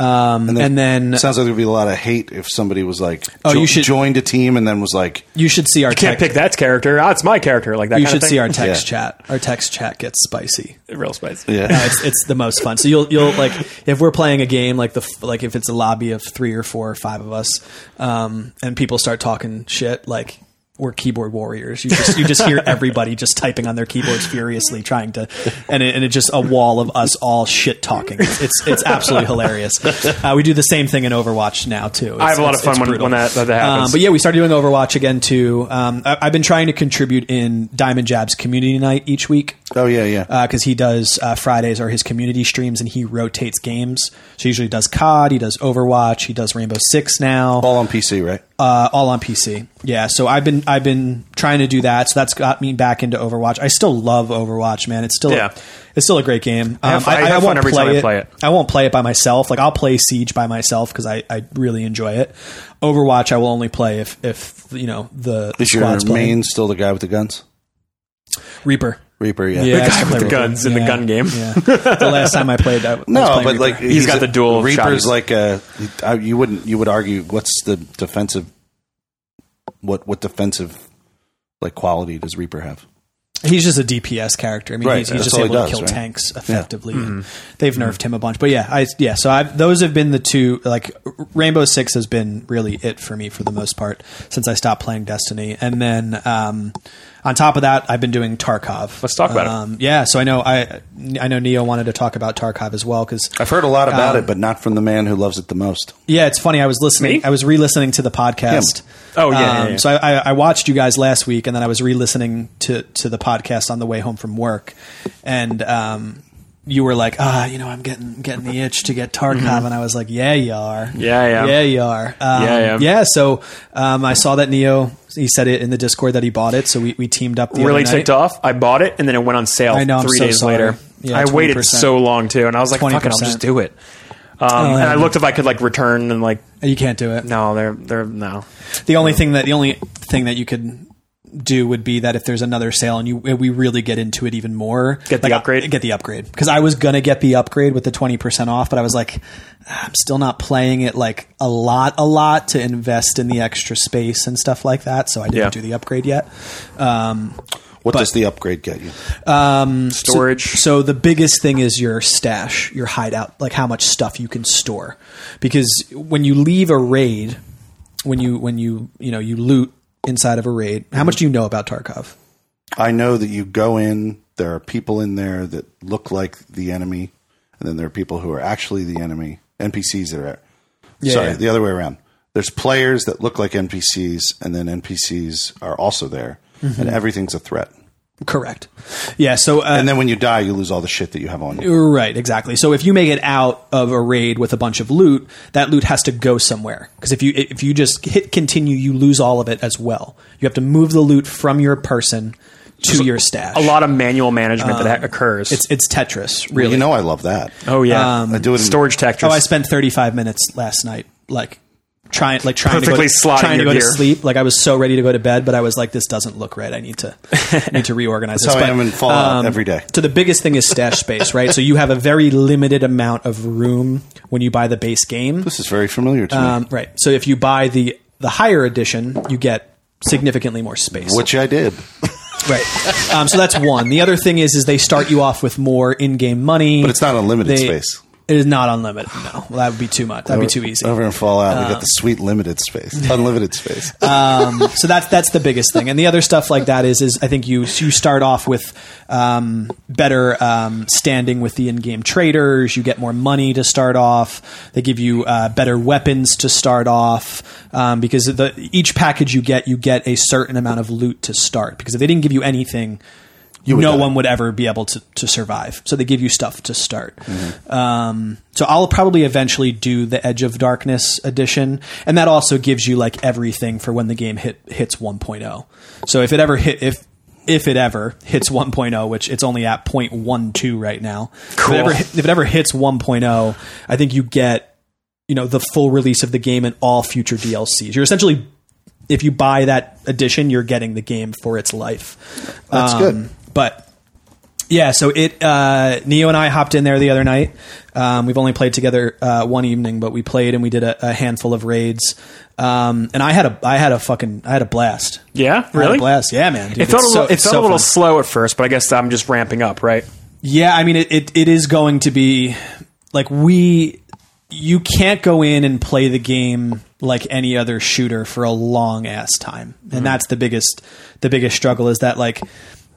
Speaker 1: Um, and then,
Speaker 3: sounds like there'd be a lot of hate if somebody was like,
Speaker 1: Oh,
Speaker 3: jo-
Speaker 1: you should-
Speaker 3: joined a team and then was like,
Speaker 1: you should see our
Speaker 2: Can't
Speaker 1: text.
Speaker 2: pick that character. Ah, it's my character. Like that.
Speaker 1: you
Speaker 2: kind
Speaker 1: should
Speaker 2: of
Speaker 1: see
Speaker 2: thing.
Speaker 1: our text
Speaker 3: Yeah.
Speaker 1: chat. Our text chat gets spicy.
Speaker 2: real spice.
Speaker 1: [laughs] No,
Speaker 3: yeah,
Speaker 1: it's it's the most fun. So you'll you'll like if we're playing a game like the f- like if it's a lobby of three or four or five of us, um, and people start talking shit like we're keyboard warriors. You just you just
Speaker 2: [laughs]
Speaker 1: hear everybody just typing on their keyboards furiously trying to, and it, and it just a wall of us all shit talking. It's it's, it's absolutely hilarious. Uh, we do the same thing in Overwatch now too. It's-
Speaker 2: I have a lot
Speaker 1: it's-
Speaker 2: of fun
Speaker 1: it's
Speaker 2: when,
Speaker 1: brutal.
Speaker 2: when that, that
Speaker 1: Um,
Speaker 2: happens.
Speaker 1: but yeah, we started doing Overwatch again too. Um, I, I've been trying to contribute in Diamond Jab's community night each week
Speaker 3: oh yeah, yeah.
Speaker 1: because he does uh, Fridays are his community streams and he rotates games. So he usually does COD, he does Overwatch, he does Rainbow Six now,
Speaker 3: All on PC, right?
Speaker 1: uh, all on PC. Yeah, so I've been I've been trying to do that. So that's got me back into Overwatch. I still love Overwatch, man. It's still
Speaker 2: Yeah.
Speaker 1: it's still a great game. Um,
Speaker 2: have- I have fun every time I play it.
Speaker 1: I won't play it by myself. Like I'll play Siege by myself because I, I really enjoy it. Overwatch I will only play if if you know the
Speaker 3: Is your main
Speaker 1: squad's playing.
Speaker 3: still the guy with the guns?
Speaker 1: Reaper.
Speaker 3: Reaper, yeah.
Speaker 1: Yeah, I
Speaker 2: guy
Speaker 1: still
Speaker 2: with
Speaker 1: play
Speaker 2: the
Speaker 1: Reaper.
Speaker 2: guns in the
Speaker 1: Yeah.
Speaker 2: gun game.
Speaker 1: Yeah. The last time I played, I, I was
Speaker 3: No,
Speaker 1: playing
Speaker 3: but
Speaker 1: Reaper.
Speaker 3: like
Speaker 2: He's got
Speaker 3: a-
Speaker 2: the dual shotties.
Speaker 3: Reaper's like a I- you wouldn't you would argue what's the defensive what what defensive like quality does Reaper have?
Speaker 1: He's just a DPS character. I mean,
Speaker 3: Right,
Speaker 1: he's, he's
Speaker 3: that's
Speaker 1: just
Speaker 3: all he
Speaker 1: able
Speaker 3: does,
Speaker 1: to kill
Speaker 3: right? Mm-hmm.
Speaker 1: tanks effectively. and They've nerfed him a bunch, but yeah, I yeah. So I've, those have been the two. Like Rainbow Six has been really it for me for the most part since I stopped playing Destiny, and then um, on top of that, I've been doing Tarkov.
Speaker 2: Let's talk about it.
Speaker 1: um, Yeah, so I know I I know Neo wanted to talk about Tarkov as well because
Speaker 3: I've heard a lot about
Speaker 1: Um,
Speaker 3: it, but not from the man who loves it the most.
Speaker 1: yeah, it's funny. I was listening.
Speaker 2: Me?
Speaker 1: I was re-listening to the podcast. Um,
Speaker 3: Him.
Speaker 2: Oh, yeah, yeah, yeah.
Speaker 1: So I, I, I watched you guys last week, and then I was re-listening to to the podcast on the way home from work, and um, you were like, ah, you know, I'm getting getting the itch to get Tarkov, and I was like, yeah, you are.
Speaker 2: Mm-hmm. Yeah, I am.
Speaker 1: Yeah, you are. Um,
Speaker 2: Yeah, I am.
Speaker 1: yeah. So um, I saw that Neo. He said it in the Discord that he bought it, so we, we teamed up. The
Speaker 2: Really
Speaker 1: other night.
Speaker 2: ticked off. I bought it and then it went on sale
Speaker 1: I know, I'm
Speaker 2: three
Speaker 1: so
Speaker 2: days
Speaker 1: sorry.
Speaker 2: later.
Speaker 1: Yeah,
Speaker 2: I waited
Speaker 1: 20%.
Speaker 2: so long too, and I was like, "Fuck it,
Speaker 1: 20%.
Speaker 2: I'll just do it." Um,
Speaker 1: Oh,
Speaker 2: and I looked if I could like return and like,
Speaker 1: You can't do it.
Speaker 2: no, they're they're no.
Speaker 1: The only thing that the only thing that you could do would be that if there's another sale and you we really get into it even more,
Speaker 2: Get the upgrade?
Speaker 1: get the upgrade. Because I was gonna get the upgrade with the twenty percent off, but I was like, "Ah, I'm still not playing it like a lot, a lot to invest in the extra space and stuff like that. So I didn't
Speaker 2: Yeah.
Speaker 1: do the upgrade yet.
Speaker 3: What does the upgrade get you?
Speaker 2: storage.
Speaker 1: So the biggest thing is your stash, your hideout, like how much stuff you can store. Because when you leave a raid, when you when you you know you loot inside of a raid,
Speaker 2: Mm-hmm.
Speaker 1: how much do you know about Tarkov?
Speaker 3: I know that you go in, there are people in there that look like the enemy, and then there are people who are actually the enemy, NPCs that are. sorry,
Speaker 1: yeah.
Speaker 3: the other way around. There's players that look like NPCs, and then NPCs are also there,
Speaker 1: Mm-hmm.
Speaker 3: and everything's a threat.
Speaker 1: Correct. Yeah. So uh,
Speaker 3: And then when you die, you lose all the shit that you have on you.
Speaker 1: Right, exactly. So if you make it out of a raid with a bunch of loot, that loot has to go somewhere. Because if you if you just hit continue, you lose all of it as well. You have to move the loot from your person to your stash.
Speaker 2: a lot of manual management that ha- occurs.
Speaker 1: um, It's it's Tetris, really.
Speaker 3: You know, I love that.
Speaker 2: oh yeah,
Speaker 3: I do it in-
Speaker 2: storage Tetris.
Speaker 1: oh, I spent thirty five minutes last night, like trying like trying
Speaker 2: Perfectly
Speaker 1: to go,
Speaker 2: slotting
Speaker 1: to, trying to,
Speaker 2: your
Speaker 1: go to
Speaker 2: gear.
Speaker 1: sleep. Like I was so ready to go to bed, but I was like, this doesn't look right. I need
Speaker 3: [laughs]
Speaker 1: to need to reorganize. this.
Speaker 3: That's how I
Speaker 1: But,
Speaker 3: am in Fallout
Speaker 1: Um,
Speaker 3: every day.
Speaker 1: So the biggest thing is stash space, right? So you have a very limited amount of room when you buy the base game.
Speaker 3: This is very familiar to me,
Speaker 1: Um, right. So if you buy the the higher edition, you get significantly more space.
Speaker 3: which I did.
Speaker 1: right. Um, so that's one. The other thing is is they start you off with more in-game money.
Speaker 3: But it's not
Speaker 1: [laughs]
Speaker 3: unlimited
Speaker 1: They-
Speaker 3: space.
Speaker 1: It is not unlimited. No, well, that would be too much. That'd be too easy.
Speaker 3: Over in Fallout, we got the sweet limited space,
Speaker 1: [laughs]
Speaker 3: unlimited space.
Speaker 1: um, so that's that's the biggest thing, and the other stuff like that is is I think you you start off with um, better um, standing with the in-game traders. You get more money to start off. They give you uh, better weapons to start off um, because the, each package you get, you get a certain amount of loot to start. Because if they didn't give you anything,
Speaker 3: would
Speaker 1: no
Speaker 3: die.
Speaker 1: one would ever be able to, to survive. So they give you stuff to start. Um, so I'll probably eventually do the Edge of Darkness edition, and oh. that also gives you like everything for when the game hit hits 1.0. So if it ever hit if if it ever hits 1.0, which it's only at 0.12 right now.
Speaker 2: Cool.
Speaker 1: If, it ever, if it ever hits 1.0, I think you get you know the full release of the game and all future DLCs. You're essentially if you buy that edition, you're getting the game for its life.
Speaker 3: That's
Speaker 1: um,
Speaker 3: good.
Speaker 1: But yeah, so it uh, Neo and I hopped in there the other night. Um, we've only played together uh, one evening, but we played and we did a, a handful of raids. Um, and I had a I had a fucking I had a blast. I
Speaker 2: Yeah,
Speaker 1: had
Speaker 2: really.
Speaker 1: a blast. Yeah, man. dude.
Speaker 2: It
Speaker 1: It's
Speaker 2: felt a little,
Speaker 1: so-
Speaker 2: it
Speaker 1: it's
Speaker 2: felt
Speaker 1: so
Speaker 2: a little
Speaker 1: fun.
Speaker 2: slow at first, but I guess I'm just ramping up, right?
Speaker 1: Yeah, I mean it, it. It is going to be like we. You can't go in and play the game like any other shooter for a long ass time, and that's the biggest the biggest struggle is that like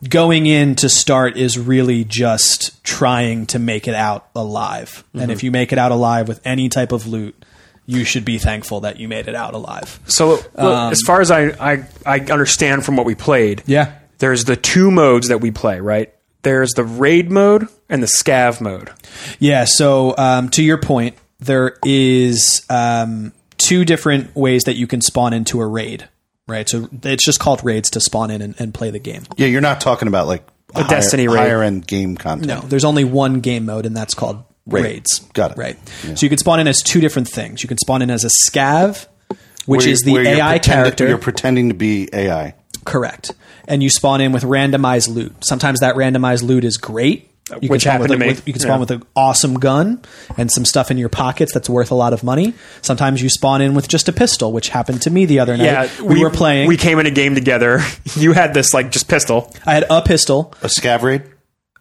Speaker 1: going in to start is really just trying to make it out alive, and if you make it out alive with any type of loot, you should be thankful that you made it out alive.
Speaker 2: So, look, as far as I, I I understand from what we played,
Speaker 1: Um, Yeah.
Speaker 2: there's the two modes that we play, right? There's the raid mode and the scav mode.
Speaker 1: Yeah. So um, to your point, there is um, two different ways that you can spawn into a raid, right? So it's just called raids to spawn in and, and play the game.
Speaker 3: Yeah, you're not talking about like a
Speaker 2: Destiny raid.
Speaker 3: higher end game content.
Speaker 1: No, there's only one game mode, and that's called raids.
Speaker 3: Got it.
Speaker 1: Right. So you can spawn in as two different things. You can spawn in as a scav, which
Speaker 3: Where you-
Speaker 1: is the
Speaker 3: where you're
Speaker 1: AI
Speaker 3: pretending-
Speaker 1: character.
Speaker 3: You're pretending to be AI.
Speaker 1: Correct. And you spawn in with randomized loot. Sometimes that randomized loot is great. You
Speaker 2: Which
Speaker 1: spawn
Speaker 2: happened
Speaker 1: with,
Speaker 2: to
Speaker 1: a-
Speaker 2: me.
Speaker 1: with- you can spawn
Speaker 2: Yeah.
Speaker 1: with an awesome gun and some stuff in your pockets that's worth a lot of money. Sometimes you spawn in with just a pistol, which happened to me the other night. we, were playing.
Speaker 2: We came in a game together. [laughs] You had this like just pistol.
Speaker 1: I had a pistol,
Speaker 3: A scav raid?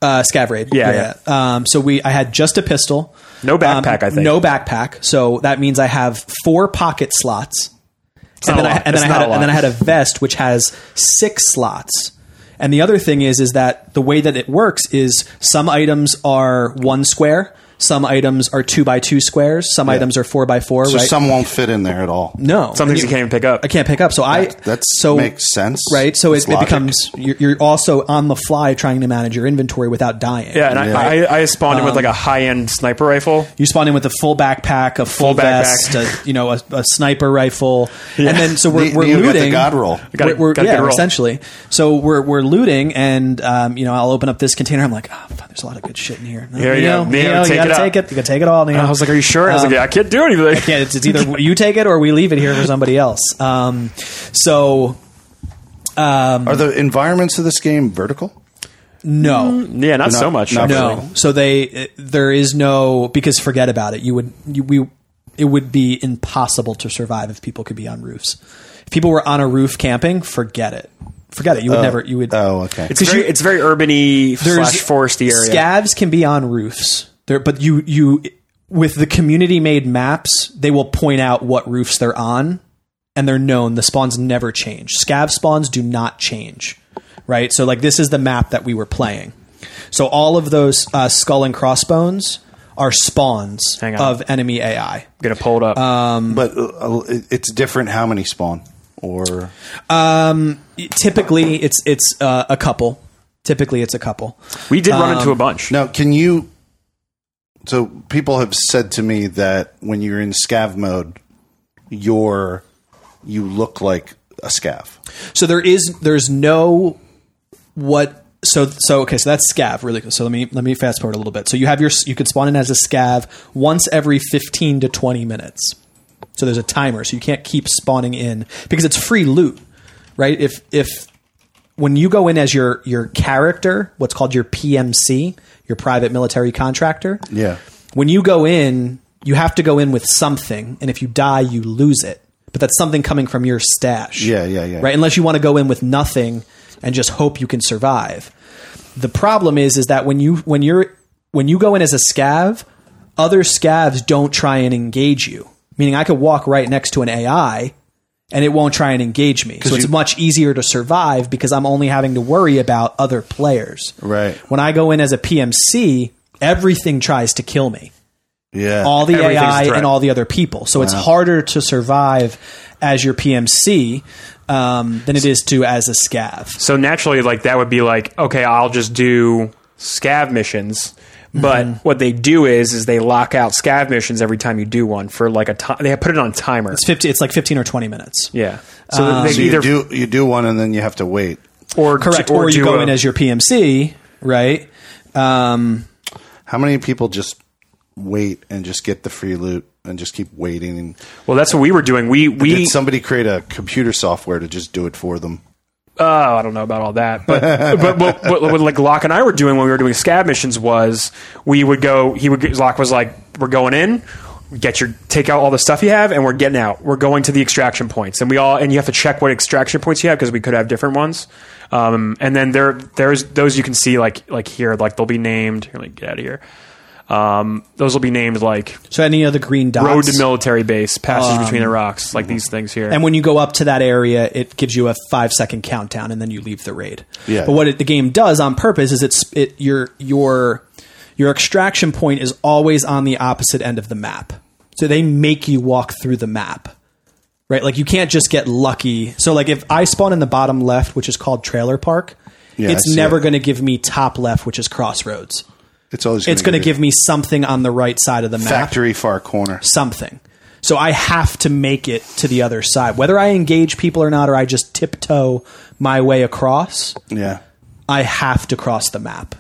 Speaker 1: uh, scav raid.
Speaker 2: Yeah,
Speaker 1: Um, so we, I had just a pistol.
Speaker 2: No
Speaker 1: Um,
Speaker 2: backpack, I think.
Speaker 1: No backpack. So that means I have four pocket slots.
Speaker 2: not
Speaker 1: and then
Speaker 2: a
Speaker 1: I,
Speaker 2: lot.
Speaker 1: and then
Speaker 2: It's
Speaker 1: I had
Speaker 2: not
Speaker 1: a,
Speaker 2: a lot.
Speaker 1: and then I had a vest which has six slots. And the other thing is is that the way that it works is some items are one square, some items are two by two squares, some items are four by four.
Speaker 3: So
Speaker 1: right?
Speaker 3: some won't fit in there at all.
Speaker 1: no,
Speaker 2: Some things you can't even pick up.
Speaker 1: I can't pick up. So I
Speaker 3: That
Speaker 1: so
Speaker 3: makes sense.
Speaker 1: right. So
Speaker 3: It's
Speaker 1: it, it
Speaker 3: logic.
Speaker 1: becomes you're, you're also on the fly trying to manage your inventory without dying.
Speaker 2: Yeah, and I-
Speaker 3: Yeah.
Speaker 2: I, I, spawned in with like a high end sniper rifle.
Speaker 1: Um, you spawn in with a full backpack, a full,
Speaker 2: Full backpack.
Speaker 1: vest, a, you know, a, a sniper rifle, and then so we're,
Speaker 3: Ne-
Speaker 1: we're
Speaker 3: Neo got the
Speaker 1: looting. Mm-hmm.
Speaker 3: god roll.
Speaker 2: Gotta-
Speaker 1: we're, we're-
Speaker 2: gotta get
Speaker 1: yeah,
Speaker 2: a roll.
Speaker 1: essentially. So we're we're looting, and um, you know, I'll open up this container. I'm like, oh, fuck, there's a lot of good shit in here. No,
Speaker 2: Here you go. Neo,
Speaker 1: you
Speaker 2: take
Speaker 1: gotta
Speaker 2: it out.
Speaker 1: take it. You gotta take it all. Neo.
Speaker 2: I was like, "Are you sure?" I
Speaker 1: um,
Speaker 2: was like, "Yeah, I can't do anything."
Speaker 1: yeah, it's, it's either you take it or we leave it here for somebody else. Um, so
Speaker 3: Are the environments of this game vertical?
Speaker 1: no,
Speaker 2: [laughs] Yeah, not, so much.
Speaker 3: not
Speaker 2: actually.
Speaker 1: no. So they it- there is no because forget about it. You would you, we it would be impossible to survive if people could be on roofs. If people were on a roof camping, forget it. Forget it. You would never. You would.
Speaker 3: Oh, okay.
Speaker 2: It's very, it's very urban-y slash foresty area.
Speaker 1: Scavs can be on roofs. There, but you you with the community made maps, they will point out what roofs they're on, and they're known. The spawns never change. Scav spawns do not change, right? So like this is the map that we were playing. So all of those uh, skull and crossbones are spawns
Speaker 2: Hang on.
Speaker 1: of enemy AI.
Speaker 2: I'm gonna pull it
Speaker 1: Um,
Speaker 2: up.
Speaker 1: Mm-hmm.
Speaker 3: but uh, it- it's different how many spawn or
Speaker 1: Typically, it's it's uh, a couple. Typically, it's a couple.
Speaker 2: we did run
Speaker 1: Um,
Speaker 2: into a bunch.
Speaker 3: Now, can you? So people have said to me that when you're in scav mode, you're you look like a scav.
Speaker 1: So there is there's no what so so okay so that's scav really so let me let me fast forward a little bit so you have your you can spawn in as a scav once every 15 to 20 minutes so there's a timer so you can't keep spawning in because it's free loot right if if when you go in as your your character what's called your PMC your private military contractor
Speaker 3: Yeah.
Speaker 1: when you go in, you have to go in with something, and if you die, you lose it. But that's something coming from your stash.
Speaker 3: Yeah, yeah, yeah.
Speaker 1: Right, unless you want to go in with nothing and just hope you can survive. The problem is, is that when you when you're when you go in as a scav, other scavs don't try and engage you. Meaning, I could walk right next to an AI, and it won't try and engage me. So it's
Speaker 3: you-
Speaker 1: much easier to survive because I'm only having to worry about other players.
Speaker 3: Right.
Speaker 1: When I go in as a PMC, everything tries to kill me
Speaker 3: Yeah.
Speaker 1: all the
Speaker 2: Everything's a
Speaker 1: AI
Speaker 2: threat.
Speaker 1: and all the other people. So it's harder to survive as your PMC um, than it is to as a scav.
Speaker 2: So naturally, like that would be like, okay, I'll just do scav missions. But
Speaker 1: Mm-hmm.
Speaker 2: what they do is, is they lock out scav missions every time you do one for like a time. They put it on a timer.
Speaker 1: It's fifty. It's like fifteen or twenty minutes.
Speaker 2: yeah. So they
Speaker 3: so
Speaker 2: either
Speaker 3: you do you do one and then you have to wait.
Speaker 2: Or
Speaker 1: correct,
Speaker 2: do-
Speaker 1: or, you
Speaker 2: do
Speaker 1: go
Speaker 2: a-
Speaker 1: in as your PMC, right? Um,
Speaker 3: How many people just wait and just get the free loot and just keep waiting? And
Speaker 2: Well, that's what we were doing. We we
Speaker 3: did somebody create a computer software to just do it for them?
Speaker 2: oh, I don't know about all that, but [laughs] but, but, but what like Locke and I were doing when we were doing scab missions was we would go. He would Locke was like, "We're going in, get your take out all the stuff you have, and we're getting out. We're going to the extraction points, and we all and you have to check what extraction points you have because we could have different ones. Um, and then there there's those you can see like like here like they'll be named. Here, like get out of here. Um, those will be named like
Speaker 1: so any other green dots?
Speaker 2: road to military base, passage between the rocks, like these things here.
Speaker 1: Um, And when you go up to that area, it gives you a five second countdown, and then you leave the raid.
Speaker 3: Yeah.
Speaker 1: But what it, the game does on purpose is it's it your your your extraction point is always on the opposite end of the map, so they make you walk through the map. Right, like you can't just get lucky. So, like if I spawn in the bottom left, which is called Trailer Park,
Speaker 3: Yeah, I
Speaker 1: it's
Speaker 3: see
Speaker 1: never
Speaker 3: it.
Speaker 1: going to give me top left, which is Crossroads.
Speaker 3: It's always
Speaker 1: It's going to give me something on the right side of the map
Speaker 3: factory far corner.
Speaker 1: something. So I have to make it to the other side. Whether I engage people or not, or I just tiptoe my way across,
Speaker 3: Yeah,
Speaker 1: I have to cross the map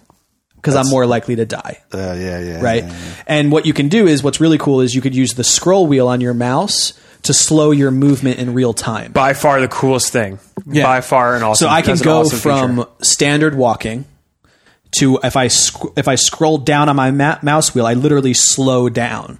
Speaker 1: because I'm more likely to die.
Speaker 3: uh, yeah, yeah.
Speaker 1: Right.
Speaker 3: yeah, yeah.
Speaker 1: And what you can do is what's really cool is you could use the scroll wheel on your mouse to slow your movement in real time.
Speaker 2: by far the coolest thing. By far an awesome.
Speaker 1: so I can
Speaker 2: that's an
Speaker 1: go
Speaker 2: awesome
Speaker 1: from
Speaker 2: feature.
Speaker 1: standard walking to if I sc- if I scroll down on my ma- mouse wheel, I literally slow down.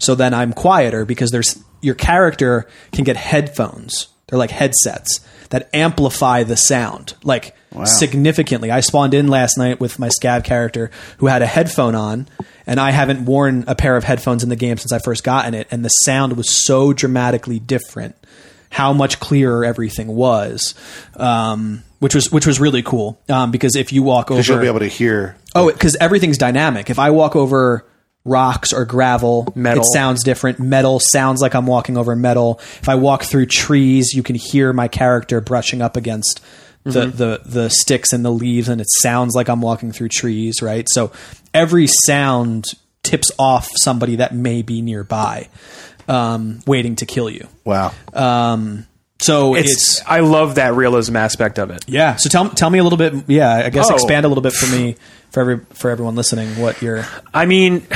Speaker 1: So then I'm quieter because there's your character can get headphones. They're like headsets that amplify the sound like significantly. I spawned in last night with my scab character who had a headphone on and I haven't worn a pair of headphones in the game since I first gotten it and the sound was so dramatically different how much clearer everything was, um, which was which was really cool. Um, because if you walk over,
Speaker 3: You'll be able to hear.
Speaker 1: oh, because everything's dynamic. If I walk over rocks or gravel,
Speaker 2: Metal.
Speaker 1: it sounds different. Metal sounds like I'm walking over metal. If I walk through trees, you can hear my character brushing up against. The,
Speaker 2: Mm-hmm.
Speaker 1: the the sticks and the leaves and it sounds like I'm walking through trees, right? So every sound tips off somebody that may be nearby, um, waiting to kill you.
Speaker 3: Wow.
Speaker 1: So
Speaker 2: It's,
Speaker 1: it's
Speaker 2: I love that realism aspect of it.
Speaker 1: Yeah. So tell tell me a little bit. Yeah, I guess
Speaker 2: Oh.
Speaker 1: expand a little bit for me for every for everyone listening. What you're
Speaker 2: I mean,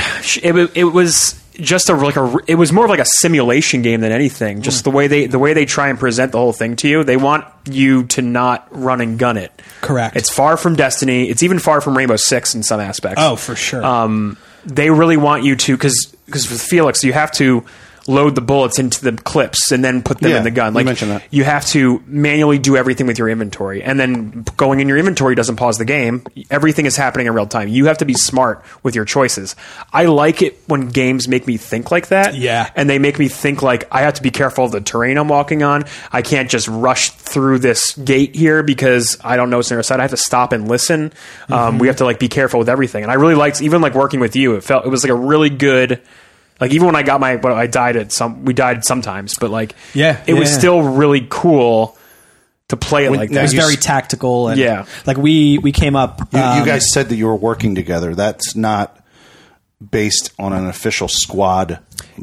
Speaker 2: it, wa- it was just a like a it was more of like a simulation game than anything. Just
Speaker 3: Hmm.
Speaker 2: the way they the way they try and present the whole thing to you. They want you to not run and gun it.
Speaker 1: Correct.
Speaker 2: It's far from Destiny. It's even far from Rainbow Six in some aspects.
Speaker 3: Oh.
Speaker 1: for sure.
Speaker 2: um, they really want you to because because with Felix you have to load the bullets into the clips and then put them
Speaker 3: Yeah,
Speaker 2: in the gun.
Speaker 3: you
Speaker 2: Like
Speaker 3: mentioned that.
Speaker 2: you have to manually do everything with your inventory, and then going in your inventory doesn't pause the game. Everything is happening in real time. You have to be smart with your choices. I like it when games make me think like that.
Speaker 1: Yeah.
Speaker 2: and they make me think like I have to be careful of the terrain I'm walking on. I can't just rush through this gate here because I don't know what's on the other side. I have to stop and listen. Um, we have to like be careful with everything. And I really liked even like working with you. It felt it was like a really good. Like even when I got my, well, I died at some. We died sometimes, but like
Speaker 1: Yeah,
Speaker 2: it was
Speaker 1: yeah.
Speaker 2: still really cool to play it like
Speaker 3: now
Speaker 2: that.
Speaker 1: it was
Speaker 3: you
Speaker 1: very
Speaker 3: s-
Speaker 1: tactical and
Speaker 2: Yeah.
Speaker 1: like we we came up.
Speaker 3: You, you
Speaker 1: um,
Speaker 3: guys said that you were working together. That's not based on an official squad.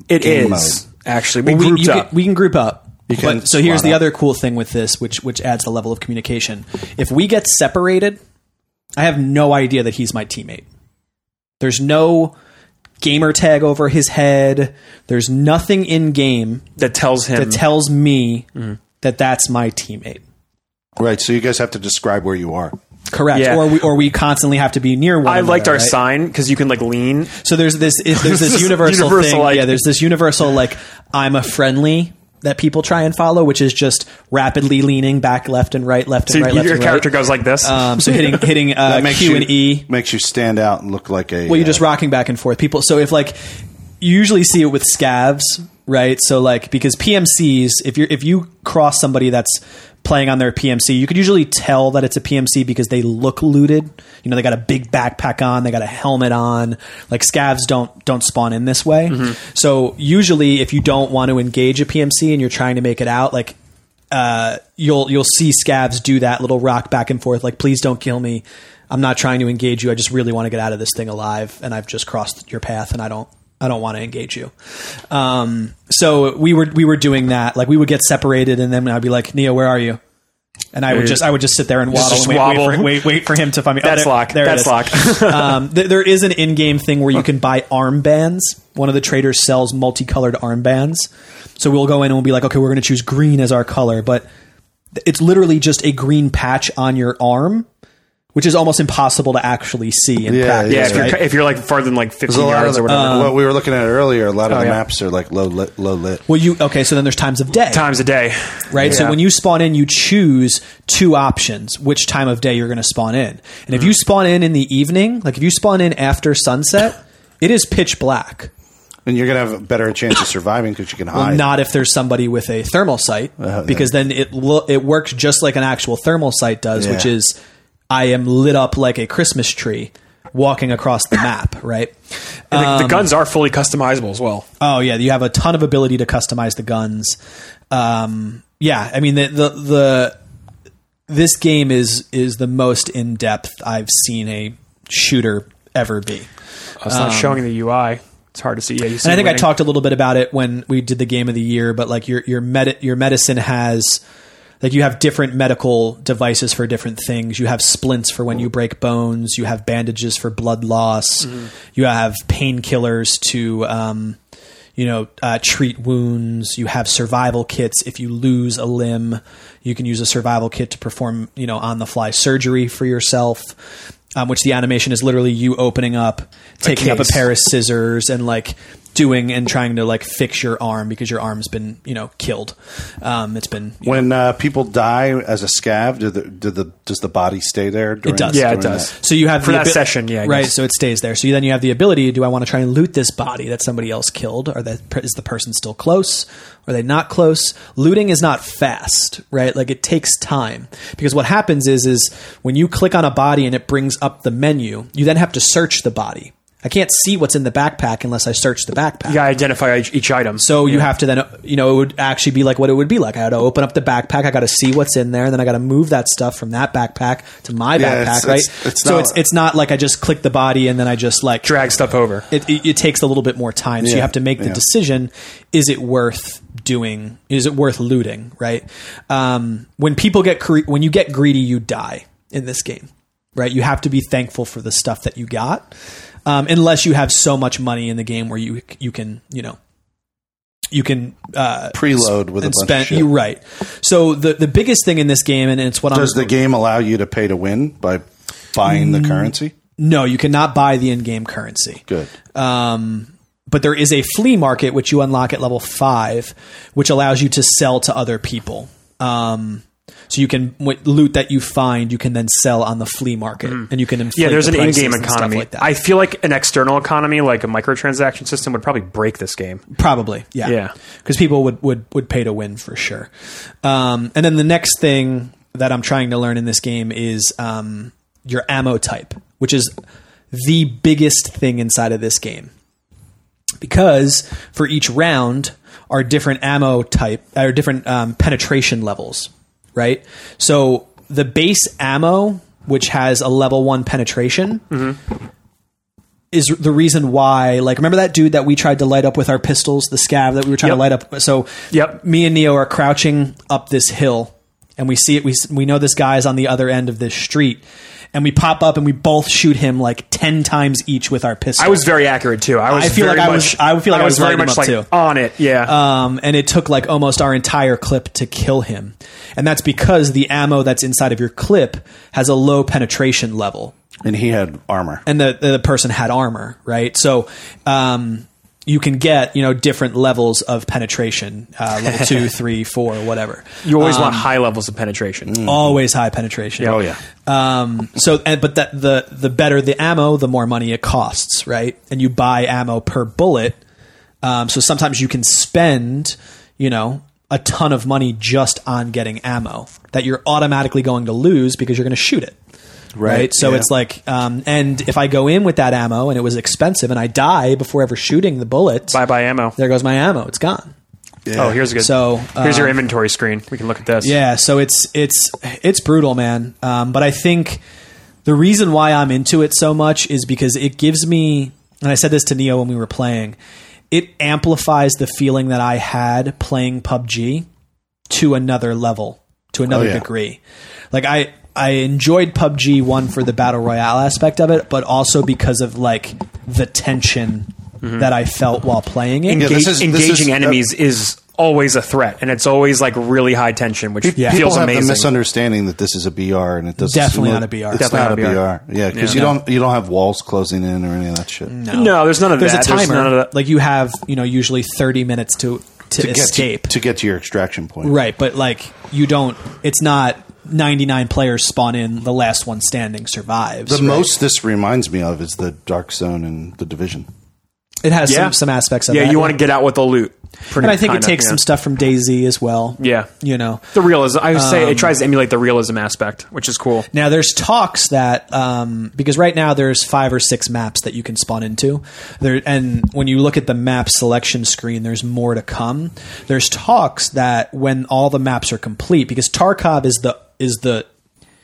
Speaker 2: it
Speaker 3: game
Speaker 2: is
Speaker 3: mode.
Speaker 2: actually we
Speaker 1: we,
Speaker 2: grouped
Speaker 1: you
Speaker 2: up.
Speaker 1: Can, we can group up.
Speaker 3: You can
Speaker 1: but, so here's
Speaker 3: squad
Speaker 1: the
Speaker 3: up.
Speaker 1: other cool thing with this, which which adds the level of communication. If we get separated, I have no idea that he's my teammate. There's no gamer tag over his head. There's nothing in game
Speaker 2: that tells him
Speaker 1: that tells me that that's my teammate.
Speaker 3: Right. So you guys have to describe where you are.
Speaker 1: Correct.
Speaker 2: Yeah.
Speaker 1: Or we or we constantly have to be near one.
Speaker 2: I liked
Speaker 1: another,
Speaker 2: our
Speaker 1: right?
Speaker 2: sign because you can
Speaker 1: [laughs]
Speaker 2: like lean.
Speaker 1: So there's this it-
Speaker 2: [laughs]
Speaker 1: there's this
Speaker 2: This
Speaker 1: universal,
Speaker 2: universal,
Speaker 1: thing.
Speaker 2: like-
Speaker 1: yeah, there's this universal like I'm a friendly that people try and follow, which is just rapidly leaning back left and right, left
Speaker 2: So
Speaker 1: and right, left
Speaker 2: your
Speaker 1: and
Speaker 2: character
Speaker 1: right.
Speaker 2: goes like this.
Speaker 1: um, so hitting
Speaker 2: [laughs]
Speaker 1: hitting uh, Q
Speaker 3: you,
Speaker 1: and E.
Speaker 3: makes you stand out and look like a. uh,
Speaker 1: Well, you're just rocking back and forth. People. So if like you usually see it with scavs, right? So like because PMCs, if you are if you cross somebody that's playing on their PMC, you could usually tell that it's a PMC because they look looted. You know, they got a big backpack on, they got a helmet on. Like scavs don't don't spawn in this way. So usually, if you don't want to engage a PMC and you're trying to make it out, like uh, you'll you'll see scabs do that little rock back and forth like please don't kill me i'm not trying to engage you i just really want to get out of this thing alive and i've just crossed your path and i don't i don't want to engage you um, so we were we were doing that like we would get separated and then i'd be like neo where are you And I would just I would just sit there and waddle,
Speaker 2: just
Speaker 1: and wait,
Speaker 2: wobble.
Speaker 1: Wait, for, wait, wait for him to find me. Oh,
Speaker 2: That's
Speaker 1: there- [laughs]
Speaker 2: lock.
Speaker 1: there it
Speaker 2: That's
Speaker 1: is.
Speaker 2: lock.
Speaker 1: um, th- there is an in-game thing where you can buy armbands. One of the traders sells multicolored armbands, so we'll go in and we'll be like, okay, we're going to choose green as our color, but th- it's literally just a green patch on your arm, which is almost impossible to actually see in
Speaker 3: Yeah,
Speaker 1: practice.
Speaker 2: yeah, if you're,
Speaker 1: right?
Speaker 2: if you're like farther than like 15
Speaker 3: a lot of
Speaker 2: yards
Speaker 3: the,
Speaker 2: or whatever.
Speaker 1: Um,
Speaker 3: what we were looking at earlier. A lot
Speaker 1: Oh,
Speaker 3: of the
Speaker 2: yeah.
Speaker 3: maps are like low lit, low lit.
Speaker 1: well, you okay? So then there's times of day,
Speaker 2: times a day.
Speaker 1: right? So
Speaker 2: Yeah.
Speaker 1: when you spawn in, you choose two options: which time of day you're going to spawn in. And if
Speaker 2: Mm.
Speaker 1: you spawn in in the evening, like if you spawn in after sunset, it is pitch black.
Speaker 3: And you're gonna have a better chance of surviving because you can
Speaker 1: Well,
Speaker 3: hide.
Speaker 1: not if there's somebody with a thermal sight, because then it lo- it works just like an actual thermal sight does, which
Speaker 3: Yeah.
Speaker 1: is I am lit up like a Christmas tree walking across the map, right?
Speaker 2: The-
Speaker 1: um,
Speaker 2: the guns are fully customizable as well.
Speaker 1: Oh yeah, you have a ton of ability to customize the guns. Um, yeah, I mean the, the the this game is is the most in depth I've seen a shooter ever be.
Speaker 2: It's not showing the UI. It's hard to see. Yeah, you see
Speaker 1: um, and I think I
Speaker 2: winning.
Speaker 1: talked a little bit about it when we did the game of the year, but like your your med- your medicine has like you have different medical devices for different things. You have splints for when you break bones. You have bandages for blood loss. You have painkillers to um, you know uh, treat wounds. You have survival kits if you lose a limb. You can use a survival kit to perform you know on the fly surgery for yourself. Um, which the animation is literally you opening up, taking up a
Speaker 2: case.
Speaker 1: pair of scissors and like doing and trying to like fix your arm because your arm's been you know killed. Um, it's been
Speaker 3: when uh, people die as a scav, do the, do the does the body stay there? During,
Speaker 1: It does.
Speaker 2: Yeah, it
Speaker 3: during
Speaker 2: does.
Speaker 3: that?
Speaker 1: So you have
Speaker 2: For
Speaker 1: the
Speaker 2: that session, yeah, I
Speaker 1: right.
Speaker 2: guess.
Speaker 1: So it stays there. So you, then you have the ability: Do I want to try and loot this body that somebody else killed, or that is the person still close? Are they not close? Looting is not fast, right? Like it takes time because what happens is is when you click on a body and it brings up the menu, you then have to search the body. I can't see what's in the backpack unless I search the backpack.
Speaker 2: You gotta identify each, each item.
Speaker 1: So you have to then, you know, it would actually be like what it would be like. I had to open up the backpack. I got to see what's in there, and then I got to move that stuff from that backpack to my
Speaker 3: Yeah,
Speaker 1: backpack,
Speaker 3: it's-
Speaker 1: right?
Speaker 3: it's- it's
Speaker 1: so
Speaker 3: not-
Speaker 1: it's it's not like I just click the body and then I just like
Speaker 2: drag stuff over.
Speaker 1: it, it, it takes a little bit more time. So you
Speaker 3: Yeah,
Speaker 1: have to make the
Speaker 3: yeah.
Speaker 1: decision: is it worth doing? Is it worth looting? Right? Um, when people get cre- when you get greedy, you die in this game. Right? You have to be thankful for the stuff that you got, um, unless you have so much money in the game where you you can you know you can uh,
Speaker 3: Preload with a bunch of
Speaker 1: spend.
Speaker 3: shit.
Speaker 1: You're right. So the the biggest thing in this game, and it's what
Speaker 3: Does
Speaker 1: I'm
Speaker 3: the game allow you to pay to win by buying
Speaker 1: Mm.
Speaker 3: the currency?
Speaker 1: no, you cannot buy the in-game currency.
Speaker 3: Good.
Speaker 1: but there is a flea market which you unlock at level five, which allows you to sell to other people. Um, so you can with loot that you find, you can then sell on the flea market, and you can inflate
Speaker 2: Mm. Yeah, there's
Speaker 1: the
Speaker 2: an
Speaker 1: prices
Speaker 2: in-game
Speaker 1: and stuff
Speaker 2: economy.
Speaker 1: like that.
Speaker 2: I feel like an external economy, like a microtransaction system, would probably break this game.
Speaker 1: Probably, yeah,
Speaker 2: Yeah.
Speaker 1: because people would, would would pay to win for sure. Um, and then the next thing that I'm trying to learn in this game is um, your ammo type, which is the biggest thing inside of this game, because for each round are different ammo type are different um, penetration levels, right? So the base ammo, which has a level one penetration,
Speaker 2: Mm-hmm.
Speaker 1: is the reason why like remember that dude that we tried to light up with our pistols the scav that we were trying to
Speaker 2: Yep.
Speaker 1: light up so
Speaker 2: Yep.
Speaker 1: me and neo are crouching up this hill and we see it we, s- we know this guy's on the other end of this street and we pop up and we both shoot him like 10 times each with our pistol
Speaker 2: I was very accurate too. I was.
Speaker 1: I feel
Speaker 2: very
Speaker 1: like I
Speaker 2: much-
Speaker 1: was- I feel like I was
Speaker 2: very
Speaker 1: lighting him
Speaker 2: much
Speaker 1: up,
Speaker 2: like
Speaker 1: too.
Speaker 2: on it. Yeah.
Speaker 1: um, and it took like almost our entire clip to kill him and that's because the ammo that's inside of your clip has a low penetration level
Speaker 3: And he had armor.
Speaker 1: and the the person had armor, right? So, um, you can get you know different levels of penetration, uh, level
Speaker 3: [laughs]
Speaker 1: two, three, four, whatever.
Speaker 2: you always
Speaker 1: um,
Speaker 2: want high levels of penetration.
Speaker 1: Always high penetration.
Speaker 3: oh yeah.
Speaker 1: Um, so, and, but that the the better the ammo, the more money it costs, right? And you buy ammo per bullet. Um, so sometimes you can spend, you know, a ton of money just on getting ammo that you're automatically going to lose because you're going to shoot it. Right. So
Speaker 3: yeah.
Speaker 1: it's like, um, and if I go in with that ammo and it was expensive and I die before ever shooting the bullet,
Speaker 2: Bye bye ammo.
Speaker 1: there goes my ammo. It's gone.
Speaker 2: Oh, here's a good.
Speaker 1: So, um,
Speaker 2: here's your inventory screen. We can look at this.
Speaker 1: Yeah, so it's it's it's brutal, man. Um, but I think the reason why I'm into it so much is because it gives me, and I said this to Neo when we were playing, it amplifies the feeling that I had playing PUBG to another level to another
Speaker 3: Oh, yeah.
Speaker 1: degree. Like I I enjoyed PUBG one for the battle royale aspect of it, but also because of like the tension
Speaker 3: Mm-hmm.
Speaker 1: that I felt while playing it.
Speaker 3: Yeah, this
Speaker 2: Engage-
Speaker 3: is- this
Speaker 2: engaging
Speaker 3: is-
Speaker 2: enemies is always a threat, and it's always like really high tension, which
Speaker 3: People
Speaker 2: feels
Speaker 3: have the
Speaker 2: amazing.
Speaker 3: misunderstanding that this is a BR and it doesn't
Speaker 1: Definitely
Speaker 3: seem
Speaker 1: not a BR.
Speaker 3: It's
Speaker 2: Definitely
Speaker 3: not,
Speaker 2: not a
Speaker 3: a BR. Yeah, because
Speaker 2: Yeah.
Speaker 3: you don't you don't have walls closing in or any of that shit.
Speaker 2: no, there's none of
Speaker 1: There's
Speaker 2: that.
Speaker 1: a timer.
Speaker 2: none of that.
Speaker 1: Like you have, you know, usually 30 minutes to to,
Speaker 3: To get to,
Speaker 1: escape.
Speaker 3: to get to your extraction point.
Speaker 1: Right, but like you don't. It's not ninety nine players spawn in. The last one standing survives.
Speaker 3: The
Speaker 1: right?
Speaker 3: most this reminds me of is the Dark Zone and the Division.
Speaker 1: it has
Speaker 2: Yeah.
Speaker 1: some, some aspects of
Speaker 2: yeah,
Speaker 1: that,
Speaker 2: you want to get out with the loot. Pretty,
Speaker 1: And I think
Speaker 2: kinda,
Speaker 1: it takes
Speaker 2: yeah.
Speaker 1: some stuff from Daisy as well.
Speaker 2: Yeah.
Speaker 1: you know.
Speaker 2: The realism. I would say
Speaker 1: Um,
Speaker 2: it tries to emulate the realism aspect, which is cool.
Speaker 1: Now there's talks that um, because right now there's five or six maps that you can spawn into. There and when you look at the map selection screen, there's more to come. There's talks that when all the maps are complete, because Tarkov is the is the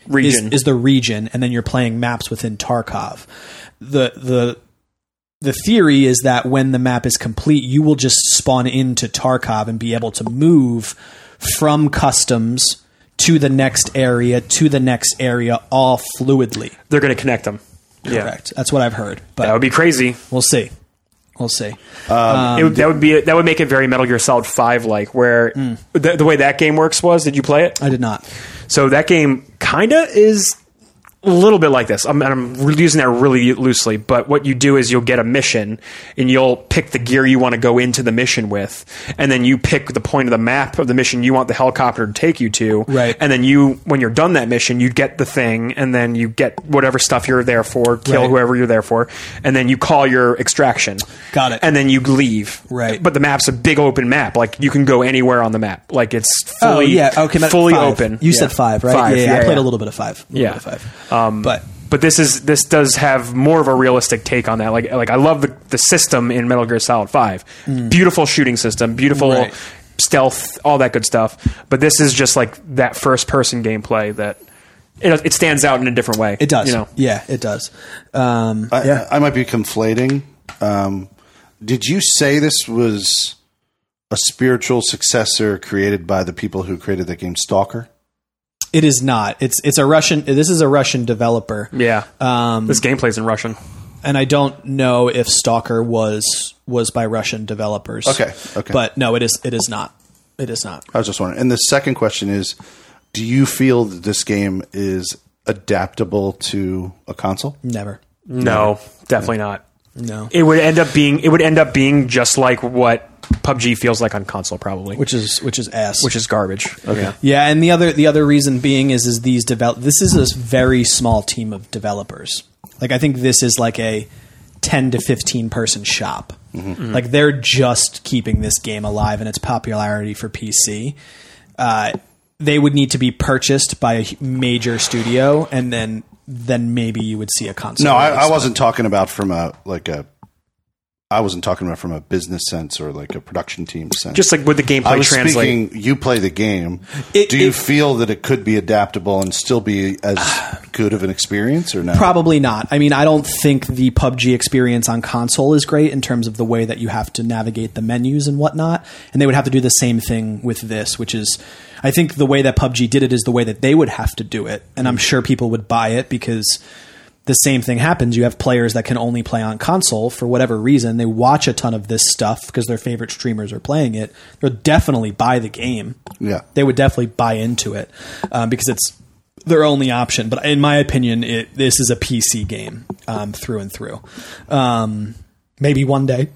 Speaker 2: Region.
Speaker 1: is, is the region, and then you're playing maps within Tarkov. The the the theory is that when the map is complete, you will just spawn into Tarkov and be able to move from customs to the next area to the next area all fluidly.
Speaker 2: They're going to connect them. Yeah.
Speaker 1: Correct. That's what I've heard, but
Speaker 2: That would be crazy.
Speaker 1: we'll see. We'll see.
Speaker 2: it would, that would be that would make it very Metal Gear Solid Five like, where the, the way that game works was. Did you play it?
Speaker 1: I did not.
Speaker 2: So that game kinda is a little bit like this. I'm, and I'm re- using that really loosely, but what you do is you'll get a mission and you'll pick the gear you want to go into the mission with, and then you pick the point of the map of the mission you want the helicopter to take you to.
Speaker 1: Right.
Speaker 2: And then you, when you're done that mission, you get the thing, and then you get whatever stuff you're there for, kill
Speaker 1: Right.
Speaker 2: whoever you're there for, and then you call your extraction.
Speaker 1: Got it.
Speaker 2: And then you leave.
Speaker 1: Right.
Speaker 2: But the map's a big open map. Like you can go anywhere on the map. Like it's
Speaker 1: Oh,
Speaker 2: fully,
Speaker 1: Metal-
Speaker 2: fully
Speaker 1: five.
Speaker 2: open.
Speaker 1: You
Speaker 2: Yeah.
Speaker 1: said five, right?
Speaker 2: Five,
Speaker 1: yeah, yeah, I played
Speaker 2: yeah.
Speaker 1: a little bit of five. A little
Speaker 2: Yeah. Um,
Speaker 1: bit of five. but
Speaker 2: But this is this does have more of a realistic take on that. Like like I love the the system in Metal Gear Solid Five. Beautiful shooting system, beautiful
Speaker 1: Mm. Right.
Speaker 2: stealth, all that good stuff. But this is just like that first person gameplay that it, it stands out in a different way.
Speaker 1: it does.
Speaker 2: You know,
Speaker 1: Yeah, it does. Um,
Speaker 3: I, I might be conflating. Um, did you say this was a spiritual successor created by the people who created the game Stalker?
Speaker 1: It is not. It's it's a Russian. This is a Russian developer.
Speaker 2: yeah.
Speaker 1: Um,
Speaker 2: this gameplay's in Russian.
Speaker 1: and I don't know if Stalker was was by Russian developers.
Speaker 3: Okay, okay.
Speaker 1: But no, it is it is not. It is not.
Speaker 3: I was just wondering. And the second question is, do you feel that this game is adaptable to a console?
Speaker 1: Never.
Speaker 2: No, definitely not.
Speaker 1: No.
Speaker 2: It would end up being it would end up being just like what PUBG feels like on console, probably,
Speaker 1: Which is which is ass.
Speaker 2: which is garbage. Okay.
Speaker 1: yeah, and the other the other reason being is is these develop. This is a very small team of developers. Like I think this is like a ten to fifteen person shop.
Speaker 3: Mm-hmm.
Speaker 1: Like they're just keeping this game alive and its popularity for PC. Uh, they would need to be purchased by a hu- major studio, and then then maybe you would see a console.
Speaker 3: No, I,
Speaker 1: release.
Speaker 3: I wasn't talking about from a like a. I wasn't talking about from a business sense or like a production team sense.
Speaker 2: Just like would the gameplay
Speaker 3: I was
Speaker 2: translate?
Speaker 3: speaking. You play the game.
Speaker 1: It-
Speaker 3: Do you
Speaker 1: it-
Speaker 3: feel that it could be adaptable and still be as
Speaker 2: Ah.
Speaker 3: good of an experience, or no?
Speaker 1: Probably not. I mean, I don't think the PUBG experience on console is great in terms of the way that you have to navigate the menus and whatnot. And they would have to do the same thing with this, which is, I think the way that PUBG did it is the way that they would have to do it. And I'm sure people would buy it because the same thing happens. You have players that can only play on console for whatever reason. They watch a ton of this stuff because their favorite streamers are playing it. They'll definitely buy the game
Speaker 3: Yeah.
Speaker 1: they would definitely buy into it um, because it's their only option. But in my opinion, it, this is a PC game um, through and through. Um, maybe one day.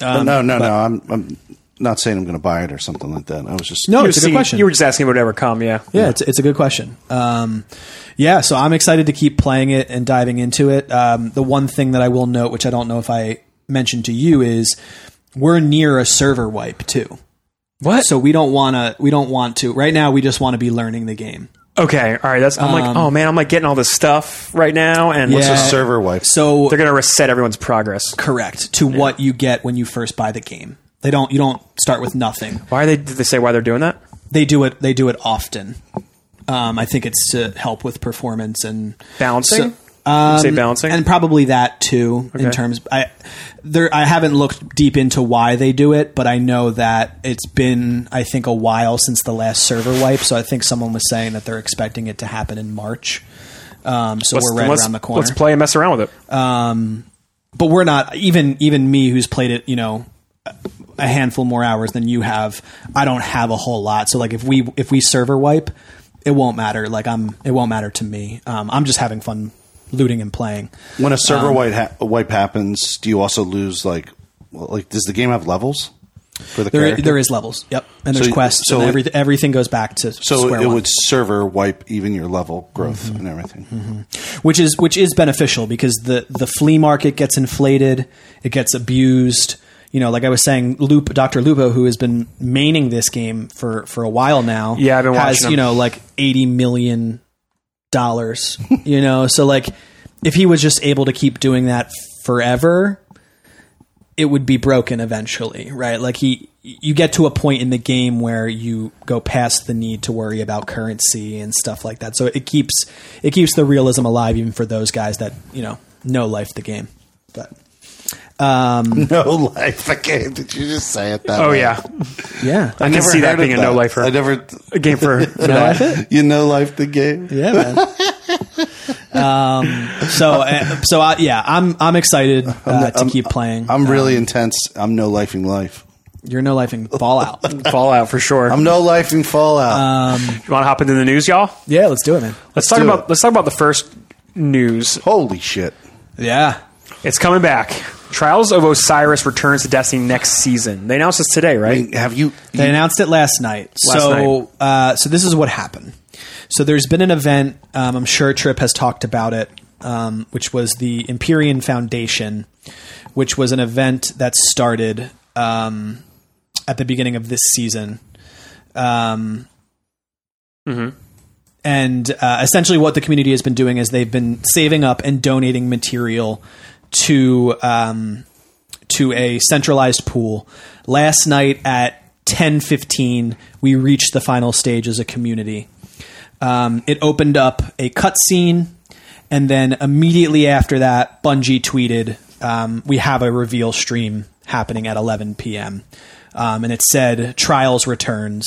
Speaker 3: Uh, no, no, no. I'm, I'm not saying I'm going to buy it or something like that. I was just
Speaker 1: No,
Speaker 2: You
Speaker 1: Oh, it's a
Speaker 2: were
Speaker 1: good
Speaker 2: seeing-
Speaker 1: question.
Speaker 2: You were just asking whatever come, yeah.
Speaker 1: yeah, it's, it's a good question. Um, yeah, so I'm excited to keep playing it and diving into it. Um, the one thing that I will note, which I don't know if I mentioned to you, is we're near a server wipe too.
Speaker 2: What?
Speaker 1: So we don't want to. We don't want to. Right now, we just want to be learning the game.
Speaker 2: Okay, all right. That's I'm like, oh man, I'm like getting all this stuff right now,
Speaker 1: Um,
Speaker 2: and
Speaker 1: Yeah.
Speaker 3: It's a server wipe.
Speaker 1: So
Speaker 2: they're gonna reset everyone's progress.
Speaker 1: correct to what you get when you first buy the game. They don't you don't start with nothing.
Speaker 2: Why are they? Did they say why they're doing that?
Speaker 1: They do it they do it often. Um, I think it's to help with performance and
Speaker 2: Balancing? say balancing.
Speaker 1: um, and probably that too in
Speaker 2: Okay.
Speaker 1: terms I there I haven't looked deep into why they do it, but I know that it's been I think a while since the last server wipe, so I think someone was saying that they're expecting it to happen in March. Um, so we're right
Speaker 2: let's,
Speaker 1: around the corner.
Speaker 2: Let's play and mess around with it.
Speaker 1: but we're not even even me who's played it, you know, a handful more hours than you have. I don't have a whole lot. So like if we if we server wipe, it won't matter. Like I'm it won't matter to me. Um, I'm just having fun looting and playing.
Speaker 3: When a server
Speaker 2: Um,
Speaker 3: wipe, ha- wipe happens, do you also lose like well, like does the game have levels for the
Speaker 1: There,
Speaker 3: character?
Speaker 1: there is levels. Yep, and there's
Speaker 3: So-
Speaker 1: quests.
Speaker 3: so
Speaker 1: and
Speaker 3: it-
Speaker 1: every, everything goes back to
Speaker 3: so
Speaker 1: square
Speaker 3: it
Speaker 1: one,
Speaker 3: would server wipe even your level growth
Speaker 2: Mm-hmm.
Speaker 3: and everything.
Speaker 1: which is which is beneficial because the the flea market gets inflated, it gets abused. You know, like I was saying, Loop Doctor Lupo, who has been maining this game for for a while now,
Speaker 2: Yeah, I've been
Speaker 1: has
Speaker 2: watching him.
Speaker 1: you know like eighty million dollars. you know, so like if he was just able to keep doing that forever, it would be broken eventually, right? Like he you get to a point in the game where you go past the need to worry about currency and stuff like that. So it keeps it keeps the realism alive even for those guys that, you know, know life the game. But
Speaker 3: [laughs] No life again. Did you just say it that
Speaker 2: Oh
Speaker 3: way?
Speaker 2: yeah,
Speaker 1: yeah.
Speaker 2: I can see that
Speaker 3: heard of
Speaker 2: being a no lifer.
Speaker 3: I never
Speaker 2: a game
Speaker 3: [laughs]
Speaker 2: for, [laughs] for that.
Speaker 3: you know life the game.
Speaker 1: Yeah, [laughs] man. um, so uh, so I, yeah, I'm I'm excited uh, to keep playing. Uh,
Speaker 3: I'm really intense. I'm no lifing life.
Speaker 1: You're no lifing Fallout.
Speaker 2: Fallout for sure.
Speaker 3: I'm no lifing Fallout.
Speaker 2: you want to hop into the news, y'all?
Speaker 1: [laughs] yeah, let's do it, man.
Speaker 2: Let's, talk
Speaker 3: do
Speaker 2: about
Speaker 3: it.
Speaker 2: let's talk about the first news.
Speaker 3: Holy shit.
Speaker 1: Yeah.
Speaker 2: It's coming back. Trials of Osiris returns to Destiny next season. They announced this today, right?
Speaker 3: Have you?
Speaker 1: They announced it last night.
Speaker 2: Last
Speaker 1: so, Uh, so this is what happened. So there's been an event. Um, I'm sure Trip has talked about it, um, which was the Empyrean Foundation, which was an event that started um, at the beginning of this season. Um, And uh, essentially, what the community has been doing is they've been saving up and donating material to um, to a centralized pool. Last night at 10:15, we reached the final stage as a community. Um, it opened up a cutscene, and then immediately after that, Bungie tweeted, um, "We have a reveal stream happening at 11 p.m." Um, and it said, "Trials returns."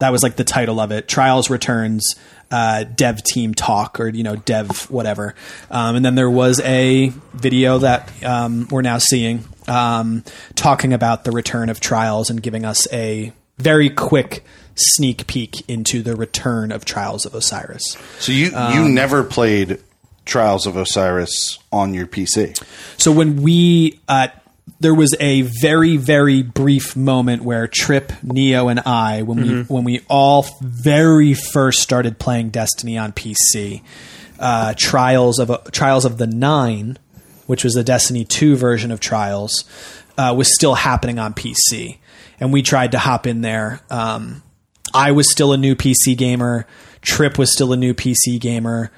Speaker 1: That was like the title of it. Trials returns. Uh, dev team talk or you know dev whatever um, and then there was a video that um, we're now seeing um, talking about the return of trials and giving us a very quick sneak peek into the return of trials of osiris
Speaker 3: So you you never played Trials of Osiris on your PC.
Speaker 1: So when we uh, there was a very very brief moment where Trip, Neo, and I when we when we all very first started playing Destiny on PC, uh, Trials of Trials of the Nine, which was the Destiny two version of Trials, uh, was still happening on PC, and we tried to hop in there. Um, I was still a new PC gamer. Trip was still a new PC gamer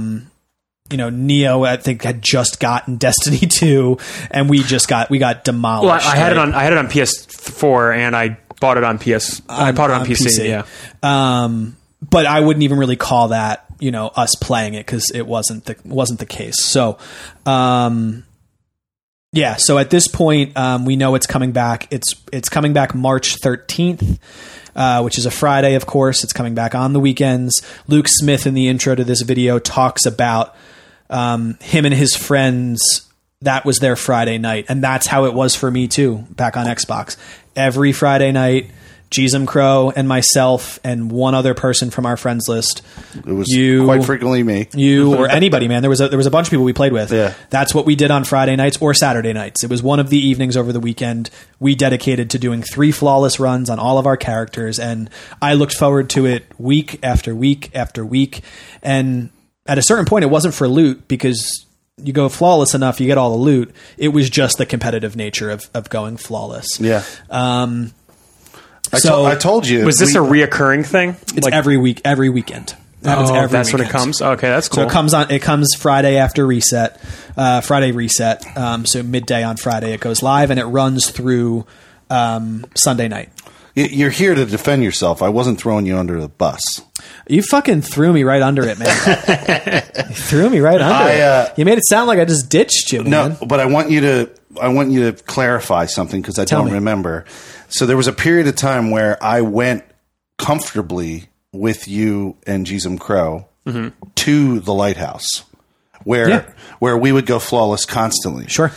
Speaker 1: you know, Neo, I think had just gotten Destiny [laughs] two, and we just got we got demolished.
Speaker 2: Well, I, I had it
Speaker 1: right?
Speaker 2: on I had it on PS4 and I bought it on PS. I bought it on,
Speaker 1: on
Speaker 2: PC,
Speaker 1: PC.
Speaker 2: Yeah,
Speaker 1: Um, but I wouldn't even really call that you know us playing it because it wasn't the wasn't the case. So, um, yeah. So at this point, um, we know it's coming back. It's it's coming back March thirteenth. Uh, which is a Friday, of course. It's coming back on the weekends. Luke Smith, in the intro to this video, talks about um, him and his friends. That was their Friday night, and that's how it was for me too. Back on Xbox, every Friday night, Jeezum Crow and myself and one other person from our friends list.
Speaker 3: It was
Speaker 1: You-
Speaker 3: quite frequently me.
Speaker 1: You or anybody, man. There was a, there was a bunch of people we played with.
Speaker 3: Yeah.
Speaker 1: That's what we did on Friday nights or Saturday nights. It was one of the evenings over the weekend we dedicated to doing three flawless runs on all of our characters, and I looked forward to it week after week after week. And at a certain point, it wasn't for loot because you go flawless enough, you get all the loot. It was just the competitive nature of of going flawless.
Speaker 3: yeah.
Speaker 1: Um,
Speaker 3: I,
Speaker 1: so
Speaker 3: to- I told you.
Speaker 2: was this
Speaker 3: we-
Speaker 2: a reoccurring thing?
Speaker 1: it's every week, every weekend. It happens
Speaker 2: oh,
Speaker 1: every
Speaker 2: that's when it
Speaker 1: weekend.
Speaker 2: comes. Okay, that's cool.
Speaker 1: So it comes on. It comes Friday after reset, uh, Friday reset. Um, so midday on Friday it goes live and it runs through um, Sunday night.
Speaker 3: Y- You're here to defend yourself. I wasn't throwing you under the bus.
Speaker 1: You fucking threw me right under it, man.
Speaker 3: [laughs]
Speaker 1: you threw me right under
Speaker 3: I, uh,
Speaker 1: it. You made it sound like I just ditched you,
Speaker 3: No,
Speaker 1: man.
Speaker 3: but I want you to I want you to clarify something because I don't
Speaker 1: me.
Speaker 3: remember. So there was a period of time where I went comfortably with you and Jeezum Crow to the lighthouse, where
Speaker 1: Mm-hmm. Yeah.
Speaker 3: where we would go flawless constantly.
Speaker 1: Sure.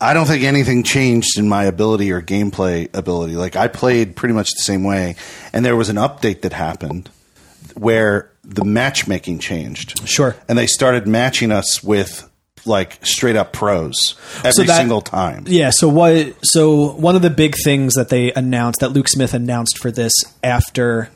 Speaker 3: I don't think anything changed in my ability or gameplay ability. Like I played pretty much the same way, and there was an update that happened where the matchmaking changed.
Speaker 1: Sure.
Speaker 3: And they started matching us with like straight up pros every
Speaker 1: that-
Speaker 3: single time.
Speaker 1: Yeah, so what so one of the big things that they announced that Luke Smith announced for this after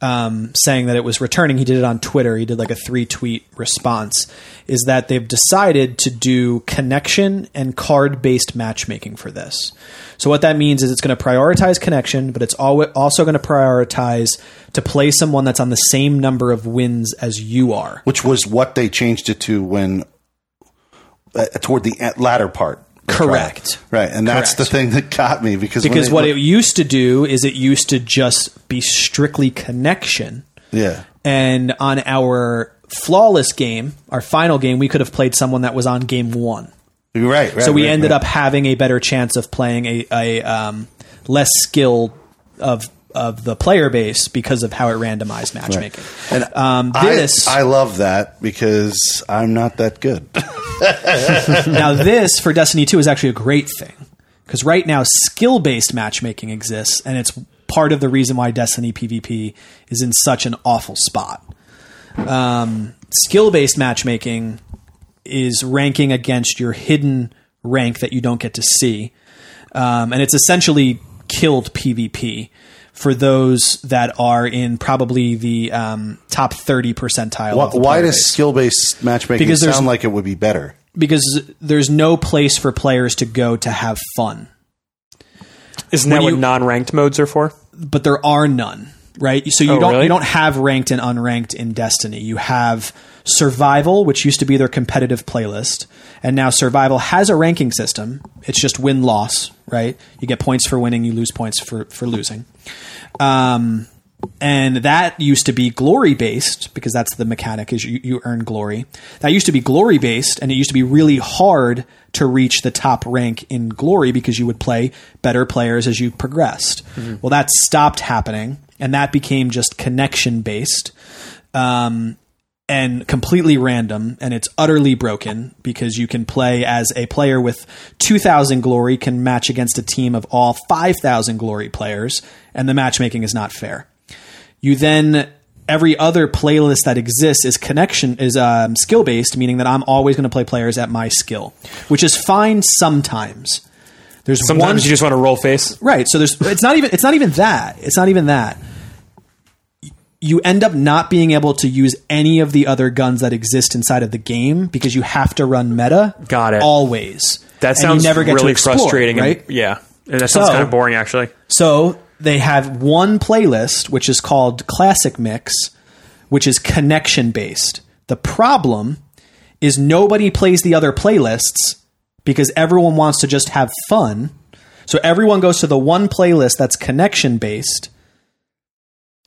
Speaker 1: um, saying that it was returning, he did it on Twitter. He did like a three tweet response. Is that they've decided to do connection and card based matchmaking for this. So, what that means is it's going to prioritize connection, but it's alwa- also going to prioritize to play someone that's on the same number of wins as you are.
Speaker 3: Which was what they changed it to when uh, toward the a- latter part. of the trial.
Speaker 1: Correct.
Speaker 3: Right. And that's the
Speaker 1: Correct.
Speaker 3: thing that got me because when
Speaker 1: Because
Speaker 3: they-
Speaker 1: what it used to do is it used to just be strictly connection.
Speaker 3: yeah.
Speaker 1: And on our flawless game, our final game, we could have played someone that was on game one.
Speaker 3: You're Right, right.
Speaker 1: So we
Speaker 3: right,
Speaker 1: ended
Speaker 3: right.
Speaker 1: up having a better chance of playing a, a um, less skill of of the player base because of how it randomized matchmaking.
Speaker 3: And
Speaker 1: Um,
Speaker 3: I-
Speaker 1: this
Speaker 3: I love that because I'm not
Speaker 1: [laughs]
Speaker 3: that good.
Speaker 1: now this for Destiny Two is actually a great thing because right now skill based matchmaking exists, and it's part of the reason why Destiny PvP is in such an awful spot. Um, skill based matchmaking is ranking against your hidden rank that you don't get to see. Um, and it's essentially killed PvP for those that are in probably the um, top 30 percentile.
Speaker 3: Why,
Speaker 1: of the
Speaker 3: why
Speaker 1: player
Speaker 3: does
Speaker 1: base.
Speaker 3: skill based matchmaking
Speaker 1: Because there's-
Speaker 3: sound like it would be better?
Speaker 1: Because there's no place for players to go to have fun.
Speaker 2: Isn't that
Speaker 1: When
Speaker 2: what
Speaker 1: you-
Speaker 2: non-ranked modes are for?
Speaker 1: but there are none, right? So you
Speaker 2: Oh,
Speaker 1: don't
Speaker 2: really?
Speaker 1: you don't have ranked and unranked in Destiny. You have survival, which used to be their competitive playlist, and now survival has a ranking system. It's just win loss, right? You get points for winning, you lose points for for losing. Um, and that used to be glory based because that's the mechanic is you, you earn glory. That used to be glory based, and it used to be really hard to reach the top rank in glory because you would play better players as you progressed. Well, that stopped happening, and that became just connection based. Um, and completely random and it's utterly broken because you can play as a player with 2000 glory can match against a team of all 5000 glory players and the matchmaking is not fair you then every other playlist that exists is connection is um, skill based meaning that i'm always going to play players at my skill which is fine sometimes there's one
Speaker 2: Sometimes you just want to roll face.
Speaker 1: Right. So there's it's not even it's not even that. It's not even that. You end up not being able to use any of the other guns that exist inside of the game because you have to run meta.
Speaker 2: Got it.
Speaker 1: Always.
Speaker 2: That
Speaker 1: And you
Speaker 2: sounds
Speaker 1: never get to
Speaker 2: really
Speaker 1: explore,
Speaker 2: frustrating. and-
Speaker 1: right?
Speaker 2: yeah, And that sounds
Speaker 1: So-
Speaker 2: kind of boring actually.
Speaker 1: So they have one playlist which is called Classic Mix, which is connection based. The problem is nobody plays the other playlists because everyone wants to just have fun. So everyone goes to the one playlist that's connection based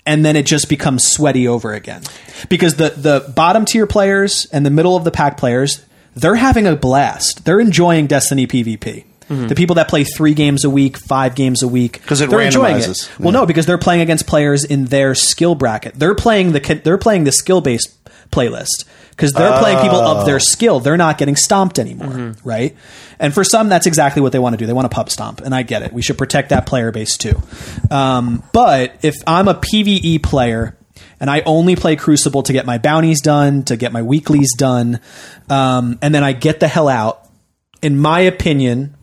Speaker 1: and then it just becomes sweaty over again. Because the the bottom tier players and the middle of the pack players, they're having a blast. They're enjoying Destiny PvP. The people that play three games a week, five games a week,
Speaker 3: Mm-hmm. 'Cause it
Speaker 1: they're enjoying
Speaker 3: randomizes.
Speaker 1: it. Well, no, because they're playing against players in their skill bracket. They're playing the they're playing the skill based playlist because they're playing people of
Speaker 3: Oh.
Speaker 1: their skill. They're not getting stomped anymore,
Speaker 3: Mm-hmm.
Speaker 1: right? And for some, that's exactly what they want to do. They want to pub stomp, and I get it. We should protect that player base too. Um, but if I'm a PVE player and I only play Crucible to get my bounties done, to get my weeklies done, um, and then I get the hell out. In my opinion,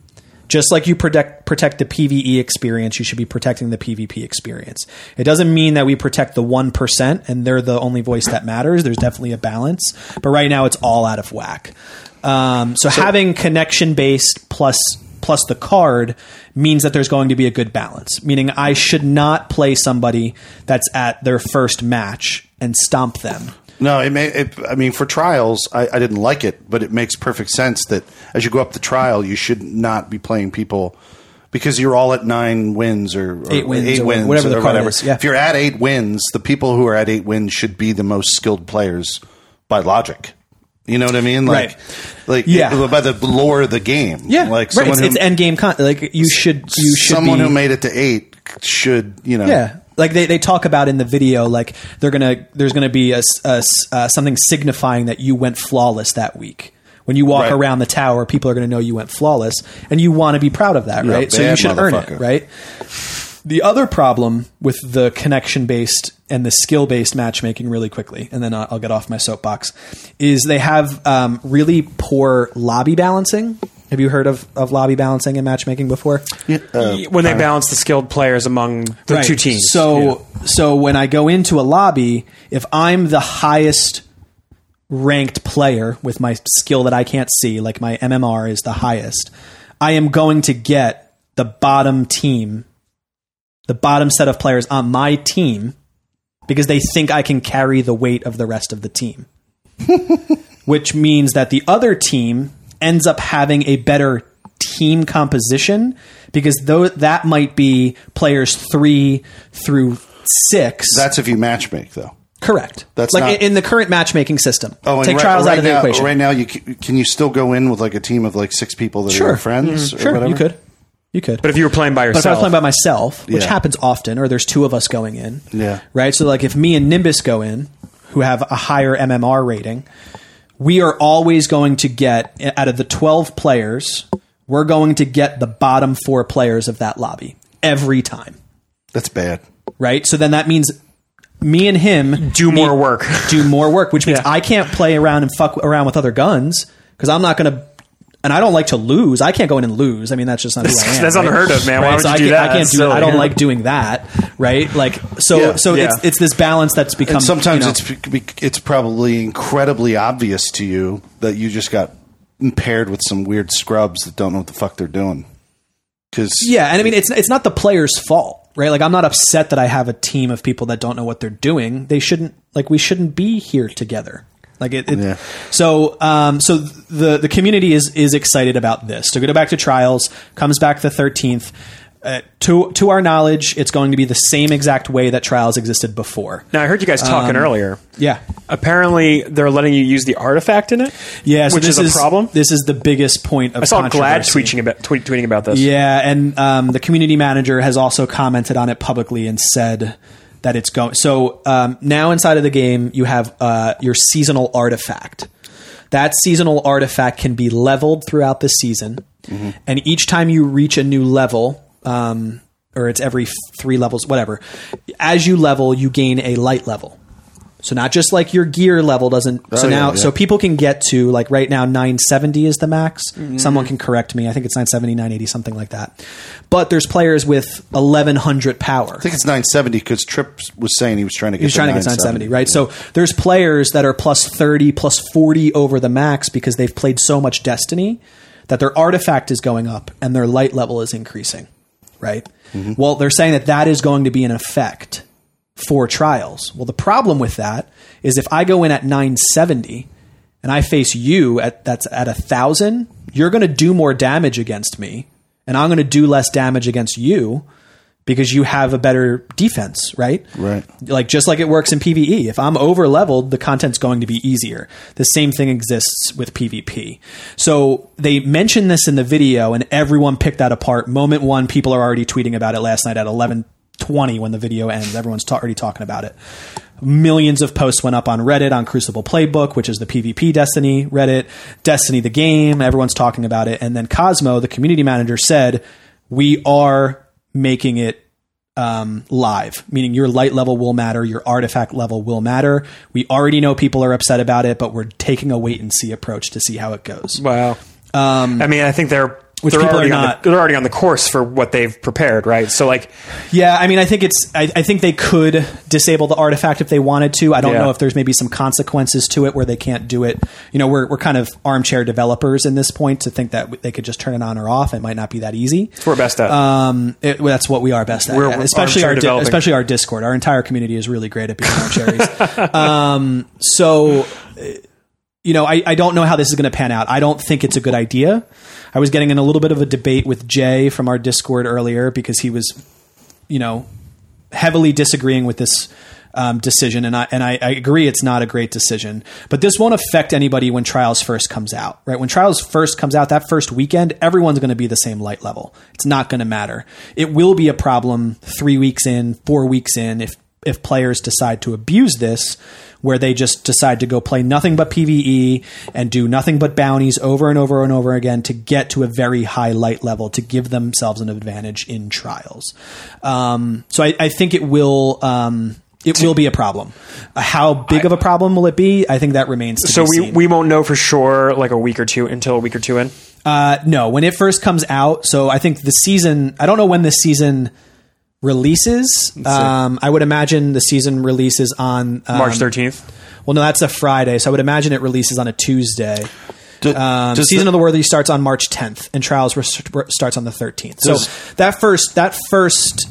Speaker 1: just like you protect protect the PVE experience, you should be protecting the PvP experience. It doesn't mean that we protect the one percent and they're the only voice that matters. There's definitely a balance, but right now it's all out of whack. Um, so, having connection based plus plus the card means that there's going to be a good balance. Meaning I should not play somebody that's at their first match and stomp them.
Speaker 3: No, it may. It, I mean, for trials, I, I didn't like it, but it makes perfect sense that as you go up the trial, you should not be playing people because you're all at nine wins or, or
Speaker 1: Eight wins or whatever the quote is, yeah.
Speaker 3: If you're at eight wins, the people who are at eight wins should be the most skilled players by logic. You know what I mean? Like,
Speaker 1: Right.
Speaker 3: like
Speaker 1: Yeah.
Speaker 3: by the lore of the game.
Speaker 1: Yeah,
Speaker 3: like
Speaker 1: right.
Speaker 3: someone
Speaker 1: It's,
Speaker 3: who,
Speaker 1: it's end game con- like you should you should
Speaker 3: someone
Speaker 1: be,
Speaker 3: who made it to eight should you know
Speaker 1: Yeah. Like they, they talk about in the video, like they're gonna there's gonna be a, s- a s- uh, something signifying that you went flawless that week. When you walk
Speaker 3: Right.
Speaker 1: around the tower, people are gonna know you went flawless, and you want to be proud of that,
Speaker 3: You're a
Speaker 1: right? So you
Speaker 3: bad
Speaker 1: should earn it,
Speaker 3: motherfucker.
Speaker 1: right? The other problem with the connection based and the skill based matchmaking, really quickly, and then I'll, I'll get off my soapbox, is they have um, really poor lobby balancing. Have you heard of, of lobby balancing and matchmaking before?
Speaker 3: uh,
Speaker 2: when they balance the skilled players among the
Speaker 1: Right.
Speaker 2: two teams.
Speaker 1: So so when I go into a lobby, if I'm the highest ranked player with my skill that I can't see, like my MMR is the highest, I am going to get the bottom team, the bottom set of players on my team because they think I can carry the weight of the rest of the team. [laughs] Which means that the other team ends up having a better team composition because though that might be players 3 through 6
Speaker 3: that's if you matchmake though
Speaker 1: correct
Speaker 3: That's
Speaker 1: like
Speaker 3: not- Oh,
Speaker 1: in- in the current matchmaking system
Speaker 3: and
Speaker 1: take
Speaker 3: right-
Speaker 1: trials
Speaker 3: right
Speaker 1: out of the
Speaker 3: now-
Speaker 1: equation
Speaker 3: right now you c- can you still go in with like a team of like six people that
Speaker 1: Sure. Mm-hmm.
Speaker 3: are friends or
Speaker 1: sure
Speaker 3: whatever
Speaker 1: you could you could
Speaker 2: but if you were playing by
Speaker 1: But if I was
Speaker 2: yourself,
Speaker 1: playing by myself, which
Speaker 3: Yeah.
Speaker 1: happens often, or there's two of us going in,
Speaker 3: Yeah.
Speaker 1: right? So like if me and Nimbus go in, who have a higher MMR rating, we are always going to get out of the twelve players, we're going to get the bottom four players of that lobby every time,
Speaker 3: that's bad
Speaker 1: right? So then that means me and him
Speaker 2: do more work.
Speaker 1: do more work, which means
Speaker 2: Yeah.
Speaker 1: I can't play around and fuck around with other guns because I'm not going to. And I don't like to lose. I can't go in and lose. I mean, that's just not who I am.
Speaker 2: [laughs] [laughs] That's
Speaker 1: right?
Speaker 2: unheard of, man. Why would
Speaker 1: so
Speaker 2: you
Speaker 1: I
Speaker 2: do
Speaker 1: can't,
Speaker 2: that?
Speaker 1: I can't
Speaker 2: That's
Speaker 1: do. that. I
Speaker 2: silly.
Speaker 1: don't like doing that. Right? Like so.
Speaker 3: Yeah.
Speaker 1: So
Speaker 2: Yeah.
Speaker 1: it's it's this balance that's become.
Speaker 3: and sometimes
Speaker 1: Um, you know-
Speaker 3: it's p- p- it's probably incredibly obvious to you that you just got impaired with some weird scrubs that don't know what the fuck they're doing because
Speaker 1: yeah, and I mean it's it's not the player's fault, right? Like I'm not upset that I have a team of people that don't know what they're doing. They shouldn't like we shouldn't be here together. Like it, it
Speaker 3: Yeah.
Speaker 1: so um so the the community is is excited about this. To go back to trials comes back the 13th. Uh, to to our knowledge, it's going to be the same exact way that trials existed before.
Speaker 2: now I heard you guys talking
Speaker 1: Um,
Speaker 2: earlier.
Speaker 1: Yeah.
Speaker 2: Apparently, they're letting you use the artifact in it.
Speaker 1: Yeah, so
Speaker 2: which
Speaker 1: this
Speaker 2: is a problem.
Speaker 1: This is the biggest point of
Speaker 2: I saw Glad
Speaker 1: controversy.
Speaker 2: tweeting about tweet, tweeting about this.
Speaker 1: Yeah, and um, the community manager has also commented on it publicly and said that it's going. So um, now inside of the game, you have uh, your seasonal artifact. That seasonal artifact can be leveled throughout the season,
Speaker 2: Mm-hmm.
Speaker 1: and each time you reach a new level, um, or it's every f- three levels, whatever. As you level, you gain a light level. So not just like your gear level doesn't. so
Speaker 2: Oh,
Speaker 3: yeah,
Speaker 1: now,
Speaker 3: yeah.
Speaker 1: so people can get to like right now 970 is the max. Someone can correct me. I think it's 970, 980, something like that. But there's players with 1100 power.
Speaker 3: I think it's 970 because Tripp was saying he was trying to get
Speaker 1: He's trying to get 970, right? So there's players that are plus 30, plus 40 over the max because they've played so much Destiny that their artifact is going up and their light level is increasing, right?
Speaker 3: Mm-hmm.
Speaker 1: Well, they're saying that that is going to be an effect for trials. Well, the problem with that is if I go in at 970 and I face you at that's at a thousand, you're going to do more damage against me, and I'm going to do less damage against you because you have a better defense, right?
Speaker 3: Right.
Speaker 1: Like just like it works in PVE. If I'm over leveled, the content's going to be easier. The same thing exists with PvP. So they mentioned this in the video and everyone picked that apart. Moment one, people are already tweeting about it last night at eleven twenty when the video ends. Everyone's ta- already talking about it. Millions of posts went up on Reddit on Crucible Playbook, which is the PvP Destiny Reddit, Destiny the game. Everyone's talking about it. And then Cosmo, the community manager, said, We are making it um, live, meaning your light level will matter, your artifact level will matter. We already know people are upset about it, but we're taking a wait and see approach to see how it goes.
Speaker 2: Wow. I mean, I think
Speaker 1: Um,
Speaker 2: they're
Speaker 1: Which
Speaker 2: they're
Speaker 1: people are
Speaker 2: already on
Speaker 1: not-
Speaker 2: the, they're already on the course for what they've prepared, right? So like,
Speaker 1: Yeah, I mean, I think it's. I, I think they could disable the artifact if they wanted to. I don't
Speaker 2: Yeah.
Speaker 1: know if there's maybe some consequences to it where they can't do it. You know, we're we're kind of armchair developers in this point to think that they could just turn it on or off. It might not be that easy.
Speaker 2: we're best at.
Speaker 1: Um, It, well, that's what we are best at,
Speaker 2: We're-
Speaker 1: yeah.
Speaker 2: we're
Speaker 1: especially
Speaker 2: armchair
Speaker 1: our di-
Speaker 2: developing.
Speaker 1: especially our Discord. [laughs] Our entire community is really great at being armchairies. um, so, uh, you know, I, I don't know how this is going to pan out. I don't think it's a good idea. I was getting in a little bit of a debate with Jay from our Discord earlier because he was, you know, heavily disagreeing with this um, decision, and I and I, I agree it's not a great decision. But this won't affect anybody when Trials first comes out, right? When Trials first comes out, that first weekend, everyone's going to be the same light level. It's not going to matter. It will be a problem three weeks in, four weeks in, if if players decide to abuse this, where they just decide to go play nothing but PVE and do nothing but bounties over and over and over again to get to a very high light level to give themselves an advantage in trials. Um, so I, I think it will. Um, it will be a problem. Uh, How big of a problem will it be? I think that remains to
Speaker 2: So
Speaker 1: be
Speaker 2: we,
Speaker 1: seen.
Speaker 2: we won't know for sure like a week or two until a week or two in.
Speaker 1: Uh, no, when it first comes out. So I think the season. I don't know when the season releases. Um, I would imagine the season releases on um,
Speaker 2: March 13th.
Speaker 1: Well, no, that's a Friday, so I would imagine it releases on a Tuesday.
Speaker 3: Do-
Speaker 1: Um,
Speaker 3: does
Speaker 1: season
Speaker 3: the-
Speaker 1: of the Worthy starts on March 10th, and Trials res- starts on the 13th. So
Speaker 3: Does-
Speaker 1: that first that first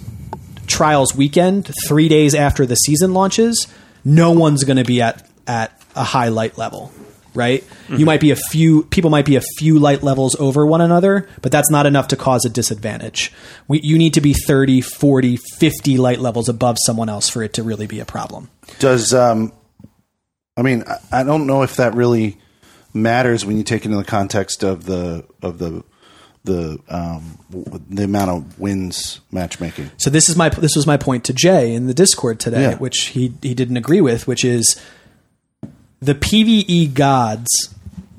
Speaker 1: Trials weekend, three days after the season launches, no one's going to be at at a high light level, right?
Speaker 3: Mm-hmm.
Speaker 1: You might be a few people might be a few light levels over one another, but that's not enough to cause a disadvantage. We, you need to be 30, 40, 50 light levels above someone else for it to really be a problem.
Speaker 3: Does um, I mean, I- I don't know if that really matters when you take it in the context of the of the the um w- the amount of wins matchmaking.
Speaker 1: So this is my this was my point to Jay in the Discord today,
Speaker 3: Yeah.
Speaker 1: which he he didn't agree with, which is the PVE gods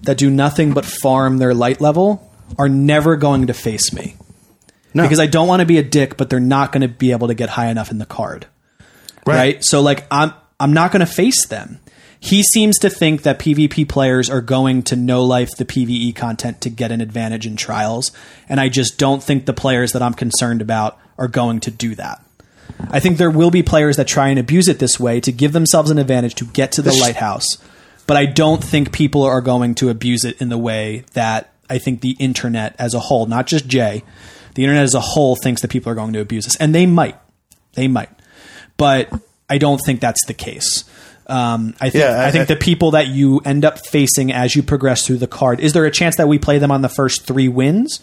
Speaker 1: that do nothing but farm their light level are never going to face me
Speaker 3: No,
Speaker 1: because I don't want to be a dick, but they're not going to be able to get high enough in the card, right? So like I'm I'm not going to face them. He seems to think that PvP players are going to no life the PvE content to get an advantage in trials, and I just don't think the players that I'm concerned about are going to do that. I think there will be players that try and abuse it this way to give themselves an advantage to get to the lighthouse, but I don't think people are going to abuse it in the way that I think the internet as a whole, not just Jay, the internet as a whole thinks that people are going to abuse this, and they might, they might, but I don't think that's the case. Um, I think
Speaker 3: Yeah, I-
Speaker 1: I think
Speaker 3: I-
Speaker 1: the people that you end up facing as you progress through the card is there a chance that we play them on the first three wins?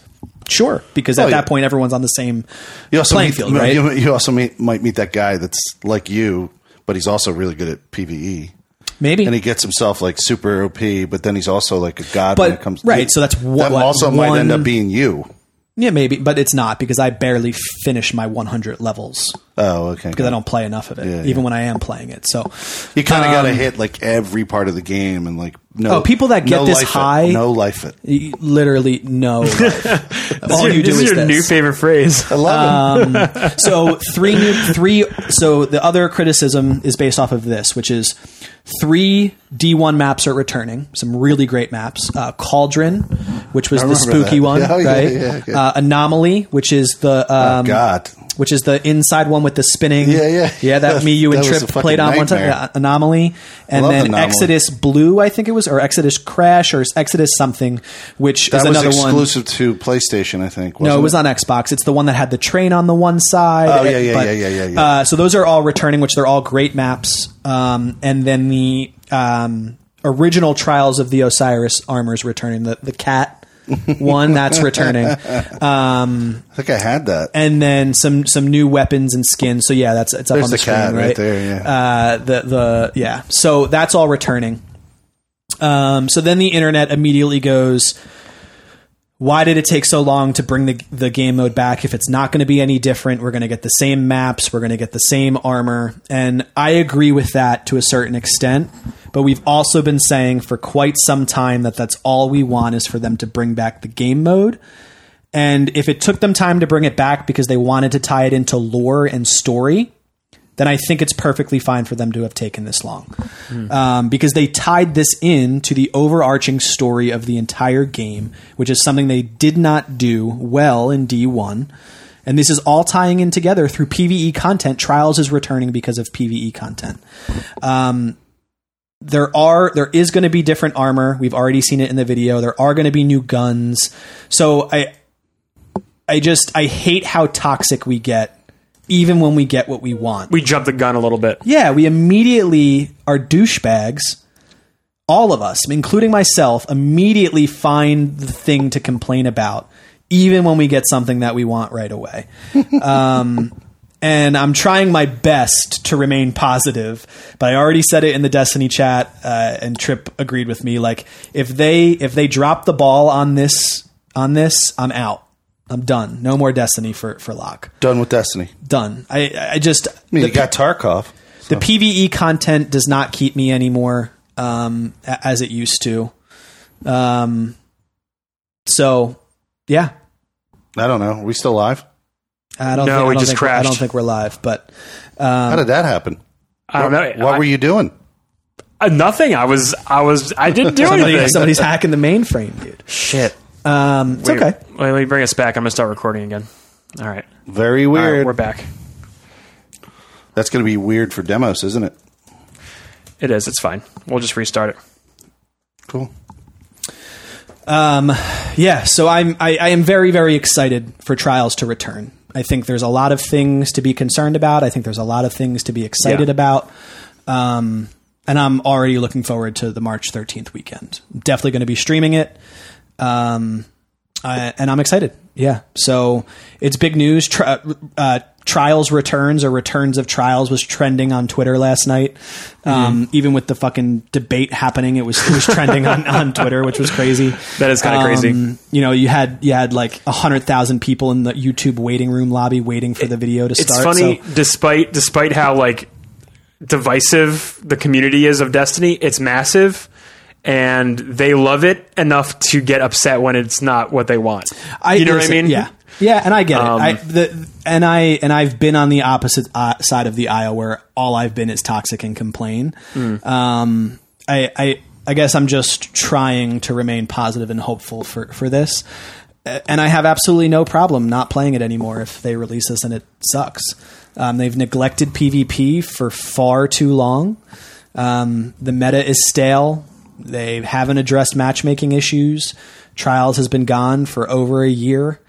Speaker 1: Sure, because at
Speaker 3: Oh, yeah.
Speaker 1: that point everyone's on the same
Speaker 3: you also
Speaker 1: playing
Speaker 3: meet,
Speaker 1: field, right?
Speaker 3: You, you also meet, might meet that guy that's like you, but he's also really good at PVE.
Speaker 1: Maybe
Speaker 3: And he gets himself like super OP, but then he's also like a god when
Speaker 1: But-
Speaker 3: it comes.
Speaker 1: right, so that's
Speaker 3: that
Speaker 1: what-
Speaker 3: also might end
Speaker 1: one-
Speaker 3: up being you.
Speaker 1: Yeah, maybe, but it's not because I barely finish my 100 levels
Speaker 3: Oh, okay.
Speaker 1: because I don't play enough of it,
Speaker 3: Yeah,
Speaker 1: even
Speaker 3: yeah.
Speaker 1: when I am playing it. So, um,
Speaker 3: You kind of got to hit like every part of the game, and like no
Speaker 1: Oh, people that get
Speaker 3: no
Speaker 1: this
Speaker 3: life it.
Speaker 1: high-
Speaker 3: no life it.
Speaker 1: y- literally,
Speaker 3: [laughs]
Speaker 1: no. life. All you do
Speaker 2: this
Speaker 1: is
Speaker 2: is your
Speaker 1: this.
Speaker 2: new favorite phrase. [laughs]
Speaker 3: I love
Speaker 1: so three new three. So the other criticism is based off of this, which is three D one maps are returning. Some really great maps. Uh, Cauldron, which was the
Speaker 3: remember
Speaker 1: spooky
Speaker 3: that.
Speaker 1: one,
Speaker 3: [laughs] Yeah, yeah,
Speaker 1: right?
Speaker 3: yeah, Oh, yeah.
Speaker 1: Uh, Anomaly, which is the um,
Speaker 3: God.
Speaker 1: which is the inside one with the spinning.
Speaker 3: Yeah, yeah.
Speaker 1: [laughs] yeah. That,
Speaker 3: That-
Speaker 1: me, you, and
Speaker 3: that was
Speaker 1: Trip
Speaker 3: a fucking
Speaker 1: played on one time.
Speaker 3: nightmare.
Speaker 1: Yeah, Anomaly, and
Speaker 3: love
Speaker 1: then
Speaker 3: Anomaly.
Speaker 1: Exodus Blue, I think it was, or Exodus Crash, or Exodus something, which is
Speaker 3: that was
Speaker 1: another one.
Speaker 3: exclusive to PlayStation, I think.
Speaker 1: No,
Speaker 3: wasn't
Speaker 1: it was on Xbox. It's the one that had the train on the one side.
Speaker 3: Oh, yeah, yeah,
Speaker 1: But,
Speaker 3: yeah, yeah, yeah, yeah.
Speaker 1: Uh, so those are all returning, which they're all great maps. Um, and then the um, original Trials of the Osiris armor is returning. The the
Speaker 3: [laughs]
Speaker 1: cat one that's returning,
Speaker 3: I think I had that.
Speaker 1: and then some some new weapons and skins. So yeah, that's it's up
Speaker 3: There's
Speaker 1: on the,
Speaker 3: the
Speaker 1: screen,
Speaker 3: cat right
Speaker 1: right
Speaker 3: there, yeah.
Speaker 1: Uh, the the yeah. So that's all returning. Um, so then the internet immediately goes, why did it take so long to bring the, the game mode back if it's not going to be any different we're going to get the same maps we're going to get the same armor and i agree with that to a certain extent but we've also been saying for quite some time that that's all we want is for them to bring back the game mode and if it took them time to bring it back because they wanted to tie it into lore and story then I think it's perfectly fine for them to have taken this long. Um, because they tied this in to the overarching story of the entire game, which is something they did not do well in D1. And this is all tying in together through PvE content. Trials is returning because of PvE content. Um, there are there is going to be different armor. We've already seen it in the video. There are going to be new guns. So I I just I hate how toxic we get even when we get what we want
Speaker 2: We jumped the gun a little bit.
Speaker 1: yeah, we immediately are douchebags all of us, including myself, immediately find the thing to complain about, even when we get something that we want right away. um, and I'm trying my best to remain positive, but I already said it in the Destiny chat, uh, and Trip agreed with me. Like if they if they drop the ball on this on this, I'm out. I'm done. No more Destiny for for Locke.
Speaker 3: Done with Destiny.
Speaker 1: Done. I I just
Speaker 3: I mean,
Speaker 1: the
Speaker 3: you got Tarkov.
Speaker 1: the PVE content does not keep me anymore um, a- as it used to. Um, so yeah,
Speaker 3: I don't know. Are we still live?
Speaker 1: I don't.
Speaker 2: No,
Speaker 1: think, I
Speaker 2: we
Speaker 1: don't
Speaker 2: just
Speaker 1: think, I
Speaker 2: crashed.
Speaker 1: don't think we're live, but Um,
Speaker 3: How did that happen?
Speaker 2: I don't know.
Speaker 3: What
Speaker 2: I-
Speaker 3: were you doing?
Speaker 2: Uh, nothing. I was. I was. I didn't do
Speaker 1: somebody,
Speaker 2: anything.
Speaker 1: somebody's hacking the mainframe, dude.
Speaker 2: Shit.
Speaker 1: Um, it's
Speaker 2: Wait,
Speaker 1: okay.
Speaker 2: Wait, let me bring us back. I'm gonna start recording again. All right.
Speaker 3: Very
Speaker 2: All right,
Speaker 3: weird.
Speaker 2: we're back.
Speaker 3: That's going to be weird for demos, isn't it?
Speaker 2: It is. It's fine. We'll just restart it.
Speaker 3: Cool.
Speaker 1: Yeah, so I'm I, I am very very excited for trials to return. I think there's a lot of things to be concerned about. I think there's a lot of things to be excited
Speaker 2: Yeah.
Speaker 1: about. Um, and I'm already looking forward to the March 13th weekend. I'm definitely going to be streaming it. Um, I, and I'm excited. Yeah. So it's big news. Tri- uh, trials returns or returns of trials was trending on Twitter last night. Um, Even with the fucking debate happening, it was it was trending on, on Twitter, which was crazy.
Speaker 2: That is
Speaker 1: Um,
Speaker 2: kinda crazy.
Speaker 1: You know, you had you had like hundred thousand people in the YouTube waiting room lobby waiting for the video to
Speaker 2: It's
Speaker 1: start.
Speaker 2: funny,
Speaker 1: so-
Speaker 2: despite despite how like divisive the community is of Destiny, it's massive, and they love it enough to get upset when it's not what they want. you know
Speaker 1: listen,
Speaker 2: what I mean? Um,
Speaker 1: Yeah, yeah, and I get it. I, the, and I and I've been on the opposite uh, side of the aisle where all I've been is toxic and complain.
Speaker 2: Mm.
Speaker 1: Um, I, I I guess I'm just trying to remain positive and hopeful for for this. Uh, And I have absolutely no problem not playing it anymore if they release this and it sucks. Um, they've neglected PvP for far too long. Um, the meta is stale. They haven't addressed matchmaking issues. Trials has been gone for over a year.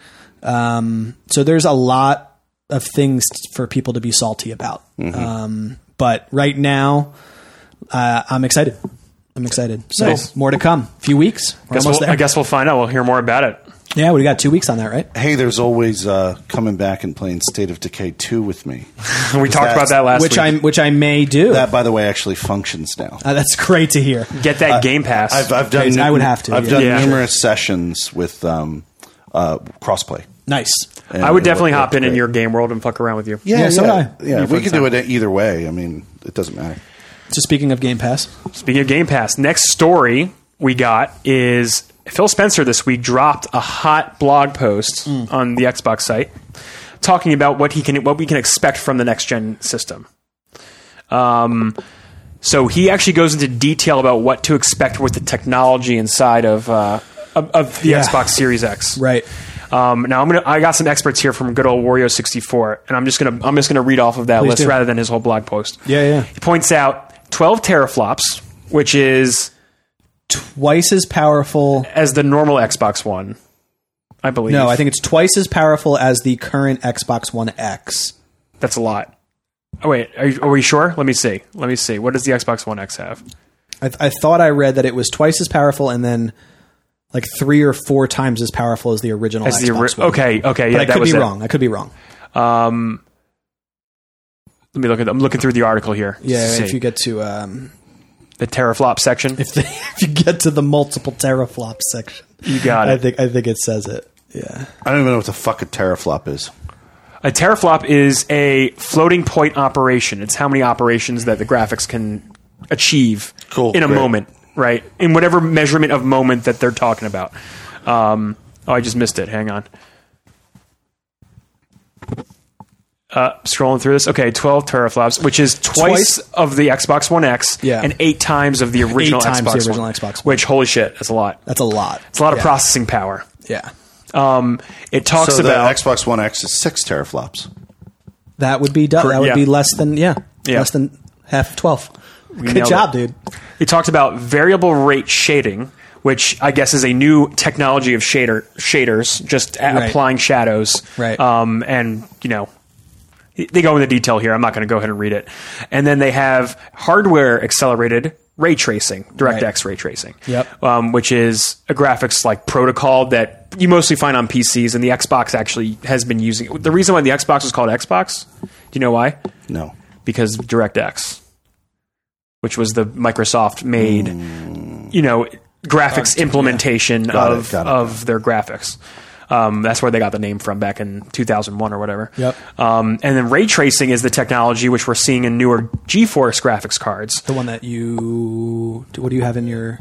Speaker 1: Um, so there's a lot of things for people to be salty about.
Speaker 2: Mm-hmm.
Speaker 1: Um, but right now, uh, I'm excited. I'm excited. So
Speaker 2: Nice.
Speaker 1: more to come. A few weeks. We're
Speaker 2: Guess
Speaker 1: almost
Speaker 2: we'll,
Speaker 1: there.
Speaker 2: I guess we'll find out. We'll hear more about it. [laughs]
Speaker 1: Yeah, we got two weeks on that, right?
Speaker 3: Hey, there's always uh, coming back and playing State of Decay 2 with me.
Speaker 2: We talked about
Speaker 3: that's-
Speaker 2: that last
Speaker 1: Which
Speaker 2: week.
Speaker 1: I which I may do.
Speaker 3: That, by the way, actually functions now.
Speaker 1: Uh, that's great to hear.
Speaker 2: get that Game Pass.
Speaker 3: I've, I've done.
Speaker 1: I would have to,
Speaker 3: I've
Speaker 1: yeah.
Speaker 3: done
Speaker 2: Yeah.
Speaker 3: numerous sessions with um, uh, crossplay.
Speaker 1: Nice.
Speaker 3: And
Speaker 2: I would
Speaker 3: it
Speaker 2: definitely
Speaker 3: worked
Speaker 2: hop in in
Speaker 3: great.
Speaker 2: your game world and fuck around with you.
Speaker 3: Yeah,
Speaker 1: Yeah,
Speaker 3: yeah,
Speaker 1: so
Speaker 3: yeah.
Speaker 1: would I.
Speaker 3: we could do it e-, either way. I mean, it doesn't matter.
Speaker 1: So speaking of Game Pass,
Speaker 2: Speaking of Game Pass, next story we got is Phil Spencer this week dropped a hot blog post
Speaker 1: Mm.
Speaker 2: on the Xbox site talking about what he can what we can expect from the next gen system. Um, so he actually goes into detail about what to expect with the technology inside of uh, of, of the
Speaker 1: Yeah.
Speaker 2: Xbox Series X.
Speaker 1: right?
Speaker 2: Um, now I'm gonna. I got some experts here from good old Wario 64, and I'm just gonna. I'm just gonna read off of that
Speaker 1: Please
Speaker 2: list
Speaker 1: do.
Speaker 2: rather than his whole blog post.
Speaker 1: Yeah, yeah.
Speaker 2: He points out 12 teraflops, which is
Speaker 1: Twice as powerful.
Speaker 2: as the normal Xbox One, I believe.
Speaker 1: No, I think it's twice as powerful as the current Xbox One X.
Speaker 2: that's a lot. Oh wait, are, you, are we sure? Let me see. Let me see. What does the Xbox One X have?
Speaker 1: I, th- I thought I read that it was twice as powerful, and then like three or four times as powerful as the original
Speaker 2: As
Speaker 1: Xbox
Speaker 2: the ori-
Speaker 1: One.
Speaker 2: okay, okay,
Speaker 1: but
Speaker 2: yeah,
Speaker 1: I
Speaker 2: that
Speaker 1: could
Speaker 2: was
Speaker 1: be
Speaker 2: it.
Speaker 1: wrong. I could be wrong.
Speaker 2: Um, let me look at. I'm looking through the article here.
Speaker 1: Yeah,
Speaker 2: to
Speaker 1: if
Speaker 2: see.
Speaker 1: you get to um, [laughs]
Speaker 2: the teraflop section,
Speaker 1: if, the, if you get to the multiple teraflop section,
Speaker 2: you got
Speaker 1: I
Speaker 2: it.
Speaker 1: think I think it says it. Yeah,
Speaker 3: I don't even know what the fuck a teraflop is.
Speaker 2: A teraflop is a floating point operation. It's how many operations that the graphics can achieve
Speaker 3: Cool,
Speaker 2: in a
Speaker 3: great.
Speaker 2: moment, right? In whatever measurement of moment that they're talking about. Um, oh, I just missed it. Hang on. Uh, scrolling through this. Okay, 12 teraflops, which is twice,
Speaker 1: Twice.
Speaker 2: of the Xbox One X
Speaker 1: Yeah.
Speaker 2: and eight times of the original
Speaker 1: times the
Speaker 2: Xbox
Speaker 1: original
Speaker 2: One.
Speaker 1: Xbox One.
Speaker 2: Which, holy shit, that's a lot.
Speaker 1: that's a lot.
Speaker 2: It's a lot of
Speaker 1: yeah.
Speaker 2: processing power.
Speaker 1: Yeah,
Speaker 2: Um, it talks
Speaker 3: So the
Speaker 2: about
Speaker 3: Xbox One X is six teraflops.
Speaker 1: that would be du- that would
Speaker 2: yeah.
Speaker 1: be less than yeah,
Speaker 2: Yeah.
Speaker 1: less than half twelve. Good
Speaker 2: nailed
Speaker 1: job,
Speaker 2: it.
Speaker 1: dude.
Speaker 2: He talked about variable rate shading, which I guess is a new technology of shader shaders, just a-
Speaker 1: Right.
Speaker 2: applying shadows.
Speaker 1: Right.
Speaker 2: Um, and you know, they go into detail here. I'm not going to go ahead and read it. And then they have hardware accelerated ray tracing, DirectX
Speaker 1: Right.
Speaker 2: ray tracing.
Speaker 1: Yep.
Speaker 2: Um, which is a graphics like protocol that you mostly find on PCs, and the Xbox actually has been using. The reason why the Xbox was called Xbox, do you know why?
Speaker 3: No.
Speaker 2: because DirectX, which was the Microsoft made, you know, graphics implementation
Speaker 3: Got it,
Speaker 2: of
Speaker 3: got it.
Speaker 2: of their graphics. Um, that's where they got the name from back in 2001 or whatever.
Speaker 1: Yep.
Speaker 2: Um, and then ray tracing is the technology which we're seeing in newer GeForce graphics cards,
Speaker 1: The one that you what do you have in your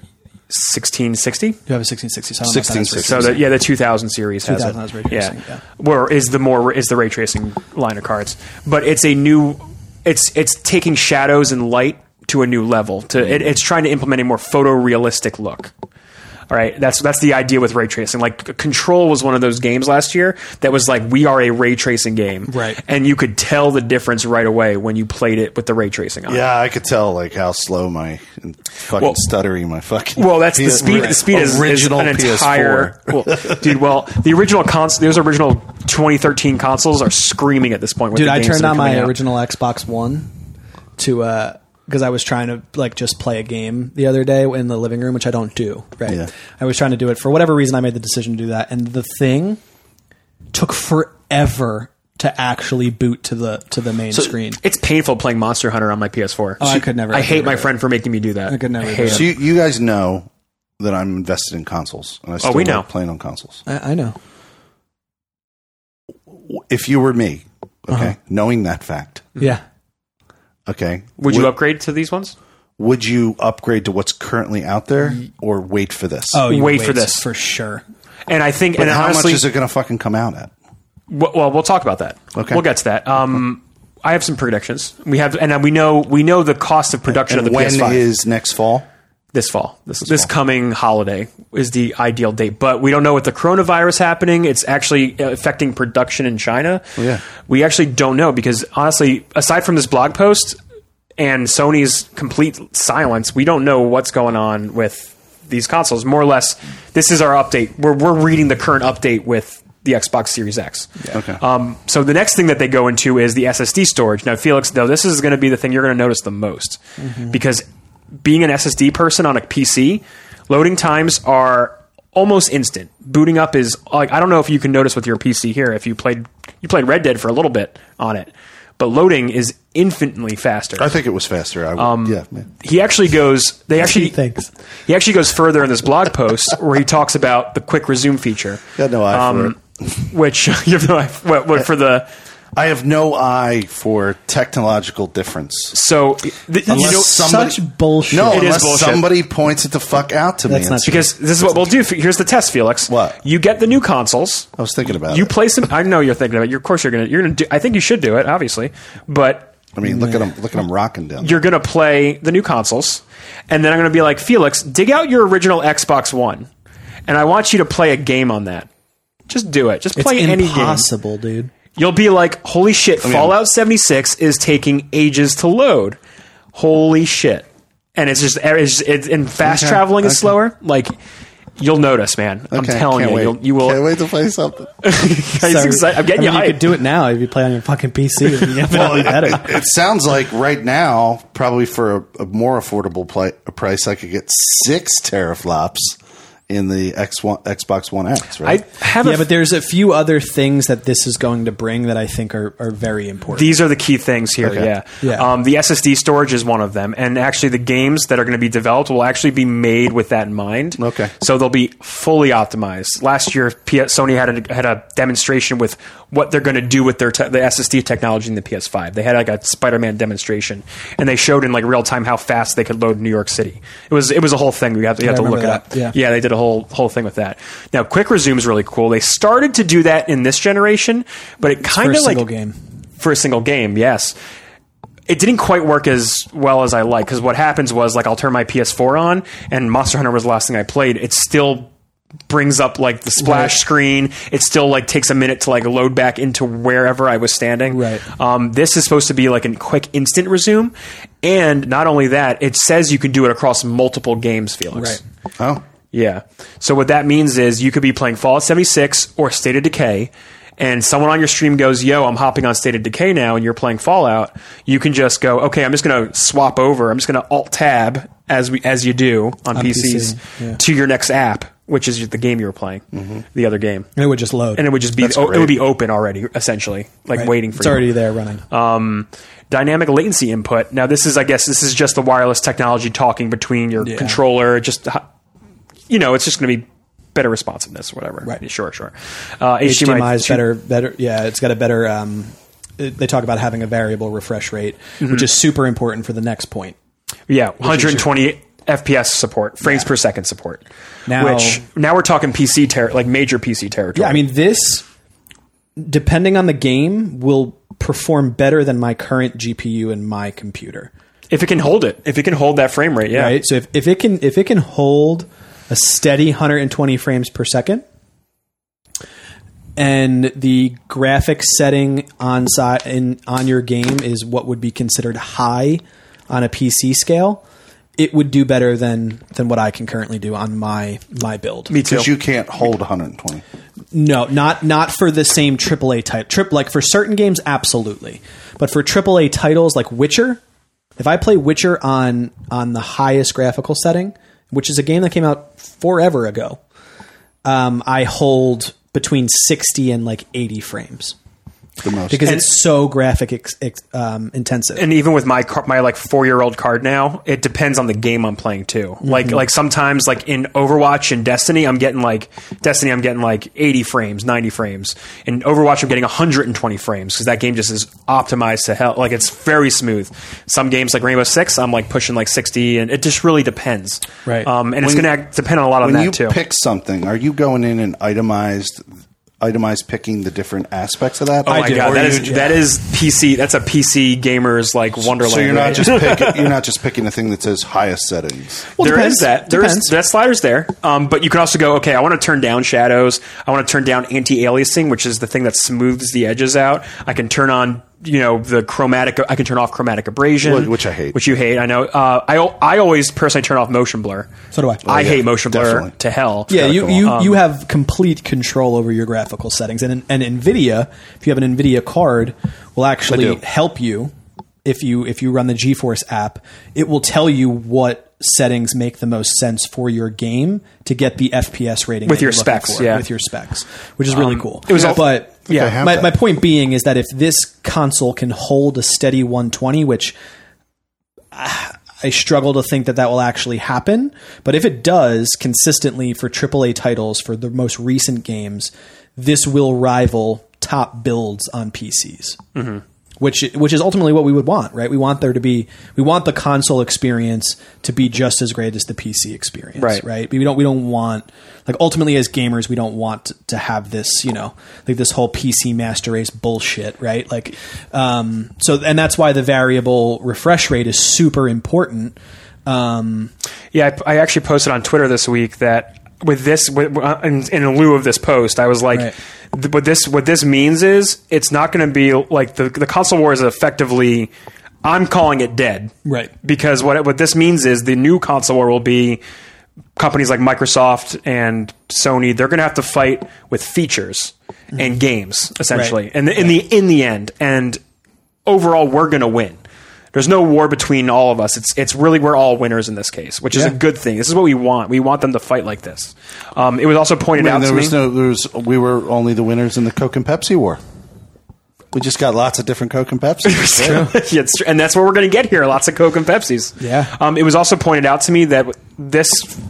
Speaker 2: 1660.
Speaker 1: you have a 1660 so I don't know if that is
Speaker 3: 1660.
Speaker 2: So the, yeah, the 2000 series has
Speaker 1: 2000
Speaker 2: it.
Speaker 1: has ray tracing, yeah.
Speaker 2: where is the more is the ray tracing line of cards, but it's a new, it's it's taking shadows and light to a new level. To it, it's trying to implement a more photorealistic look. All right, that's that's the idea with ray tracing. Like Control was one of those games last year that was like we are a ray tracing game,
Speaker 1: Right.
Speaker 2: And you could tell the difference right away when you played it with the ray tracing on.
Speaker 3: Yeah, I could tell like how slow my and fucking
Speaker 2: Well-
Speaker 3: stuttering my fucking.
Speaker 2: Well, that's the
Speaker 3: PS
Speaker 2: speed. The speed is, is
Speaker 3: original
Speaker 2: an entire. [laughs] Well, dude, well, the original cons- those original 2013 consoles are screaming at this point. With
Speaker 1: Dude,
Speaker 2: the
Speaker 1: I
Speaker 2: games
Speaker 1: turned
Speaker 2: that are
Speaker 1: on
Speaker 2: coming
Speaker 1: my
Speaker 2: out.
Speaker 1: original Xbox One to uh because I was trying to like just play a game the other day in the living room, which I don't do. Right.
Speaker 3: Yeah.
Speaker 1: I was trying to do it for whatever reason. I made the decision to do that, and the thing took forever to actually boot to the to the main screen. Oh,
Speaker 2: It's painful playing Monster Hunter on my PS4.
Speaker 1: I could never-
Speaker 2: I
Speaker 1: I
Speaker 2: hate
Speaker 1: could
Speaker 2: my
Speaker 1: never.
Speaker 2: friend for making me do that. I
Speaker 1: could never
Speaker 2: hate
Speaker 1: do
Speaker 3: So
Speaker 2: him.
Speaker 3: you, you guys know that I'm invested in consoles, and I still
Speaker 2: Oh, we
Speaker 3: like
Speaker 2: know.
Speaker 3: playing on consoles.
Speaker 1: I, I know.
Speaker 3: If you were me, okay, knowing that fact,
Speaker 1: Yeah.
Speaker 3: okay,
Speaker 2: Would you upgrade to these ones?
Speaker 3: would you upgrade to what's currently out there, or wait for this?
Speaker 1: Oh, you
Speaker 2: Wait
Speaker 1: would
Speaker 2: for this.
Speaker 1: for
Speaker 2: [laughs]
Speaker 1: sure.
Speaker 2: And I think, and
Speaker 3: how
Speaker 2: honestly,
Speaker 3: much is it going to fucking come out at?
Speaker 2: w- well, we'll talk about that.
Speaker 3: Okay.
Speaker 2: we'll get to that. Um, I have some predictions. We have, and uh, we know we know the cost of production
Speaker 3: And
Speaker 2: of the
Speaker 3: when
Speaker 2: PS5.
Speaker 3: is next fall?
Speaker 2: this fall. This this, coming holiday is the ideal date, but we don't know what the coronavirus happening. It's actually uh, affecting production in China.
Speaker 3: yeah.
Speaker 2: we actually don't know because honestly, aside from this blog post and Sony's complete silence, we don't know what's going on with these consoles. More or less, this is our update. We're we're reading the current update with the Xbox Series X.
Speaker 3: Okay.
Speaker 2: Um, so the next thing that they go into is the SSD storage. Now, Felix, though, this is going to be the thing you're going to notice the most
Speaker 3: Mm-hmm.
Speaker 2: because being an SSD person on a PC, loading times are almost instant. Booting up is like I don't know if you can notice with your PC here if you played you played Red Dead for a little bit on it, but loading is infinitely faster
Speaker 3: I think it was faster. I would,
Speaker 2: Um,
Speaker 3: yeah, man.
Speaker 2: he actually goes they actually
Speaker 1: thinks.
Speaker 2: he actually goes further in this blog
Speaker 3: [laughs]
Speaker 2: post where he talks about the quick resume feature Um,
Speaker 3: Got no eye for
Speaker 2: which [laughs] you have no idea what, what for the
Speaker 3: I have no eye for technological difference.
Speaker 2: so the, you
Speaker 3: Unless
Speaker 2: know,
Speaker 3: some-
Speaker 1: Such bullshit.
Speaker 3: No,
Speaker 2: It is
Speaker 3: unless
Speaker 2: bullshit.
Speaker 3: somebody points it the fuck out to me.
Speaker 1: That's
Speaker 3: and
Speaker 1: not
Speaker 3: says-
Speaker 1: true.
Speaker 2: because this is what we'll do here's the test Felix
Speaker 3: What?
Speaker 2: you get the new consoles
Speaker 3: I was thinking about
Speaker 2: you
Speaker 3: it.
Speaker 2: play some I know you're thinking about it. of course you're gonna you're gonna do I think you should do it obviously but
Speaker 3: I mean, look at them. Look at them rocking down. there.
Speaker 2: you're gonna play the new consoles and then I'm gonna be like Felix dig out your original Xbox One and I want you to play a game on that just do it just
Speaker 1: it's
Speaker 2: play any game
Speaker 1: impossible, dude.
Speaker 2: You'll be like, holy shit, Fallout 76 is taking ages to load. Holy shit. And it's just, it's just it's, and fast
Speaker 3: Okay,
Speaker 2: traveling is
Speaker 3: okay.
Speaker 2: slower. Like, you'll notice, man. I'm
Speaker 3: Okay,
Speaker 2: telling
Speaker 3: can't
Speaker 2: you.
Speaker 3: Wait.
Speaker 2: You'll, you will. [laughs]
Speaker 3: Can't wait to play something.
Speaker 2: Guys,
Speaker 1: Sorry.
Speaker 2: excited. I'm
Speaker 1: I
Speaker 2: getting
Speaker 1: mean,
Speaker 2: you
Speaker 1: could
Speaker 2: hyped.
Speaker 1: do it now if you play on your fucking
Speaker 2: [laughs]
Speaker 1: PC. It'd be infinitely better.
Speaker 3: it sounds like right now, probably for a, a more affordable pli a price, I could get six teraflops in the X one, Xbox One X. Right?
Speaker 2: I have
Speaker 1: Yeah,
Speaker 2: a,
Speaker 1: but there's a few other things that this is going to bring that I think are, are very important.
Speaker 2: these are the key things here.
Speaker 3: Okay.
Speaker 2: Yeah.
Speaker 1: Yeah.
Speaker 2: Um, the SSD storage is one of them. And actually, the games that are going to be developed will actually be made with that in mind.
Speaker 3: Okay.
Speaker 2: So they'll be fully optimized. Last year, P- Sony had a, had a demonstration with what they're going to do with their te- the SSD technology in the PS5. They had like a Spider Man demonstration, and they showed in like real time how fast they could load New York City. It was it was a whole thing. You have to, you have
Speaker 1: I
Speaker 2: to look
Speaker 1: remember
Speaker 2: it up.
Speaker 1: that. Yeah.
Speaker 2: yeah, they did a whole whole thing with that. Now, quick resume is really cool. They started to do that in this generation, but it
Speaker 1: for
Speaker 2: kind
Speaker 1: a
Speaker 2: of like
Speaker 1: single game.
Speaker 2: for a single game. Yes, it didn't quite work as well as I like because what happens was like I'll turn my PS4 on and Monster Hunter was the last thing I played. It still brings up like the splash
Speaker 1: Right.
Speaker 2: screen. It still like takes a minute to like load back into wherever I was standing.
Speaker 1: Right.
Speaker 2: Um, this is supposed to be like a quick instant resume, and not only that, it says you can do it across multiple games, Felix.
Speaker 1: Right.
Speaker 3: oh,
Speaker 2: Yeah. So what that means is you could be playing Fallout 76 or State of Decay, and someone on your stream goes, "Yo, I'm hopping on State of Decay now," and you're playing Fallout. You can just go, "Okay, I'm just going to swap over. I'm just going to Alt Tab as we as you do on, PCs
Speaker 1: PC, yeah. Mm-hmm.
Speaker 2: to your next app, which is the game you were playing, the other game,
Speaker 1: and it would just load.
Speaker 2: and it would just be
Speaker 3: That's
Speaker 2: oh, it
Speaker 3: great.
Speaker 2: would be open already, essentially, like
Speaker 1: Right?
Speaker 2: waiting for
Speaker 1: It's
Speaker 2: you.
Speaker 1: already there running.
Speaker 2: um, dynamic latency input. Now, this is, I guess, this is just the wireless technology talking between your
Speaker 1: Yeah.
Speaker 2: controller. Just h- you know, it's just going to be better responsiveness, whatever.
Speaker 1: Right.
Speaker 2: Sure. Sure. Uh, HDMI,
Speaker 1: HDMI is
Speaker 2: two-
Speaker 1: better, better. Yeah, it's got a better. Um, it- they talk about having a variable refresh rate,
Speaker 2: Mm-hmm.
Speaker 1: which is super important for the next point.
Speaker 2: Yeah, 120 FPS support, frames per second support.
Speaker 1: Now-
Speaker 2: which now we're talking PC ter- like major PC territory.
Speaker 1: Yeah, I mean this, depending on the game, will perform better than my current GPU in my computer.
Speaker 2: if it can hold it, if it can hold that frame rate, yeah.
Speaker 1: Right. So if, if it can if it can hold a steady 120 frames per second, and the graphic setting on si- in on your game is what would be considered high on a PC scale, it would do better than than what I can currently do on my my build.
Speaker 2: Me too.
Speaker 3: Because you can't hold 120.
Speaker 1: No, not not for the same AAA type. Trip like for certain games, absolutely, but for AAA titles like Witcher, if I play Witcher on on the highest graphical setting, which is a game that came out forever ago, um, I hold between sixty and like eighty frames
Speaker 3: The most.
Speaker 1: because it's so graphic ex, ex, um, intensive.
Speaker 2: and even with my car, my like four year old card now, it depends on the game I'm playing too.
Speaker 3: Mm-hmm.
Speaker 2: Like like sometimes like in Overwatch and Destiny, I'm getting like Destiny, I'm getting like 80 frames, 90 frames. In Overwatch, I'm getting 120 frames because that game just is optimized to hell. Like it's very smooth. Some games like Rainbow Six, I'm like pushing like 60, and it just really depends.
Speaker 1: Right.
Speaker 2: Um, and it's
Speaker 3: When-
Speaker 2: gonna act, depend on a lot on
Speaker 3: when
Speaker 2: that
Speaker 3: you
Speaker 2: too.
Speaker 3: pick something, are you going in and itemized, itemized picking the different aspects of that?
Speaker 2: Oh my
Speaker 1: do.
Speaker 2: god,
Speaker 1: Or
Speaker 2: that
Speaker 1: you-
Speaker 2: is
Speaker 1: yeah.
Speaker 2: that is PC. That's a PC gamers like wonderland.
Speaker 3: so you're
Speaker 2: right?
Speaker 3: not just picking, [laughs] you're not just picking the thing that says highest settings.
Speaker 1: Well,
Speaker 2: There is
Speaker 1: depends.
Speaker 2: that. There is
Speaker 1: Depends.
Speaker 2: that slider's there. Um, but you can also go, okay, I want to turn down shadows. I want to turn down anti-aliasing, which is the thing that smooths the edges out. I can turn on, you know, the chromatic. I can turn off chromatic abrasion,
Speaker 3: Which I hate.
Speaker 2: Which you hate. I know. Uh, I al- I always personally turn off motion blur.
Speaker 1: So do I.
Speaker 2: I
Speaker 3: Oh, yeah,
Speaker 2: hate motion blur
Speaker 3: definitely.
Speaker 2: to hell.
Speaker 1: yeah, you
Speaker 3: gotta
Speaker 1: you, you have complete control over your graphical settings, and and Nvidia, if you have an Nvidia card, will
Speaker 3: I
Speaker 1: actually
Speaker 3: do.
Speaker 1: help you if you if you run the GeForce app. It will tell you what settings make the most sense for your game to get the FPS rating
Speaker 2: With
Speaker 1: that you're looking
Speaker 2: your specs,
Speaker 1: for,
Speaker 2: yeah.
Speaker 1: with your specs, which is really cool.
Speaker 2: it was all-
Speaker 1: but
Speaker 2: Yeah. I
Speaker 3: have
Speaker 1: my
Speaker 3: that.
Speaker 1: my point being is that if this console can hold a steady 120, which ah, I struggle to think that that will actually happen. But if it does consistently for AAA titles for the most recent games, this will rival top builds on PCs, mm-hmm. which which is ultimately what we would want, right? We want there to be we want the console experience to be just as great as the PC experience,
Speaker 2: Right.
Speaker 1: Right? We don't we don't want like ultimately as gamers we don't want to have this you know like this whole PC master race bullshit, right? Like um, so, and that's why the variable refresh rate is super important.
Speaker 2: Yeah, I, I actually posted on Twitter this week that with this, with, uh, in, in lieu of this post, I was like,
Speaker 1: Right.
Speaker 2: th- "What this what this means is it's not going to be like the the console war is effectively." I'm calling it dead,
Speaker 1: Right.
Speaker 2: Because what it, what this means is the new console war will be companies like Microsoft and Sony. They're going to have to fight with features and games essentially,
Speaker 1: Mm-hmm. Right.
Speaker 2: and in the in the end, and overall we're going to win. There's no war between all of us. It's it's really we're all winners in this case, which is
Speaker 1: Yeah.
Speaker 2: a good thing. This is what we want. We want them to fight like this. Um, it was also pointed
Speaker 3: I mean,
Speaker 2: out
Speaker 3: there
Speaker 2: to me.
Speaker 3: was no, there was, we were only the winners in the Coke and Pepsi war. We just got lots of different Coke and Pepsi.
Speaker 2: [laughs] Yeah, it's true. and that's what we're going to get here. Lots of Coke and Pepsis.
Speaker 1: Yeah.
Speaker 2: Um, it was also pointed out to me that this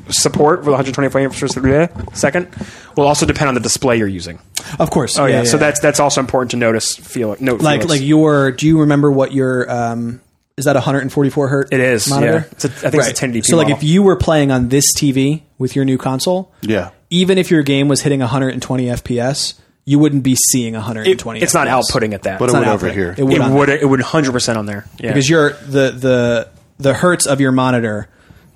Speaker 2: support for the 120 frames per second will also depend on the display you're using.
Speaker 1: Of course.
Speaker 2: Oh yeah. so that's that's also important to notice. Feel note
Speaker 1: like
Speaker 2: Felix.
Speaker 1: like your. Do you remember what your um, is that 144 hertz?
Speaker 2: It is, yeah.
Speaker 1: monitor.
Speaker 2: It's a- I think it's a 1080p
Speaker 1: So like
Speaker 2: model.
Speaker 1: if you were playing on this TV with your new console,
Speaker 3: Yeah.
Speaker 1: even if your game was hitting 120 FPS, you wouldn't be seeing 120.
Speaker 2: it's not
Speaker 1: FPS.
Speaker 2: outputting at that.
Speaker 3: But
Speaker 2: It's
Speaker 3: it
Speaker 2: not
Speaker 3: would
Speaker 1: not
Speaker 3: over
Speaker 1: outputting.
Speaker 3: here.
Speaker 1: It would
Speaker 2: it
Speaker 1: on
Speaker 2: would it would 100% on there. Yeah.
Speaker 1: because your the the the hertz of your monitor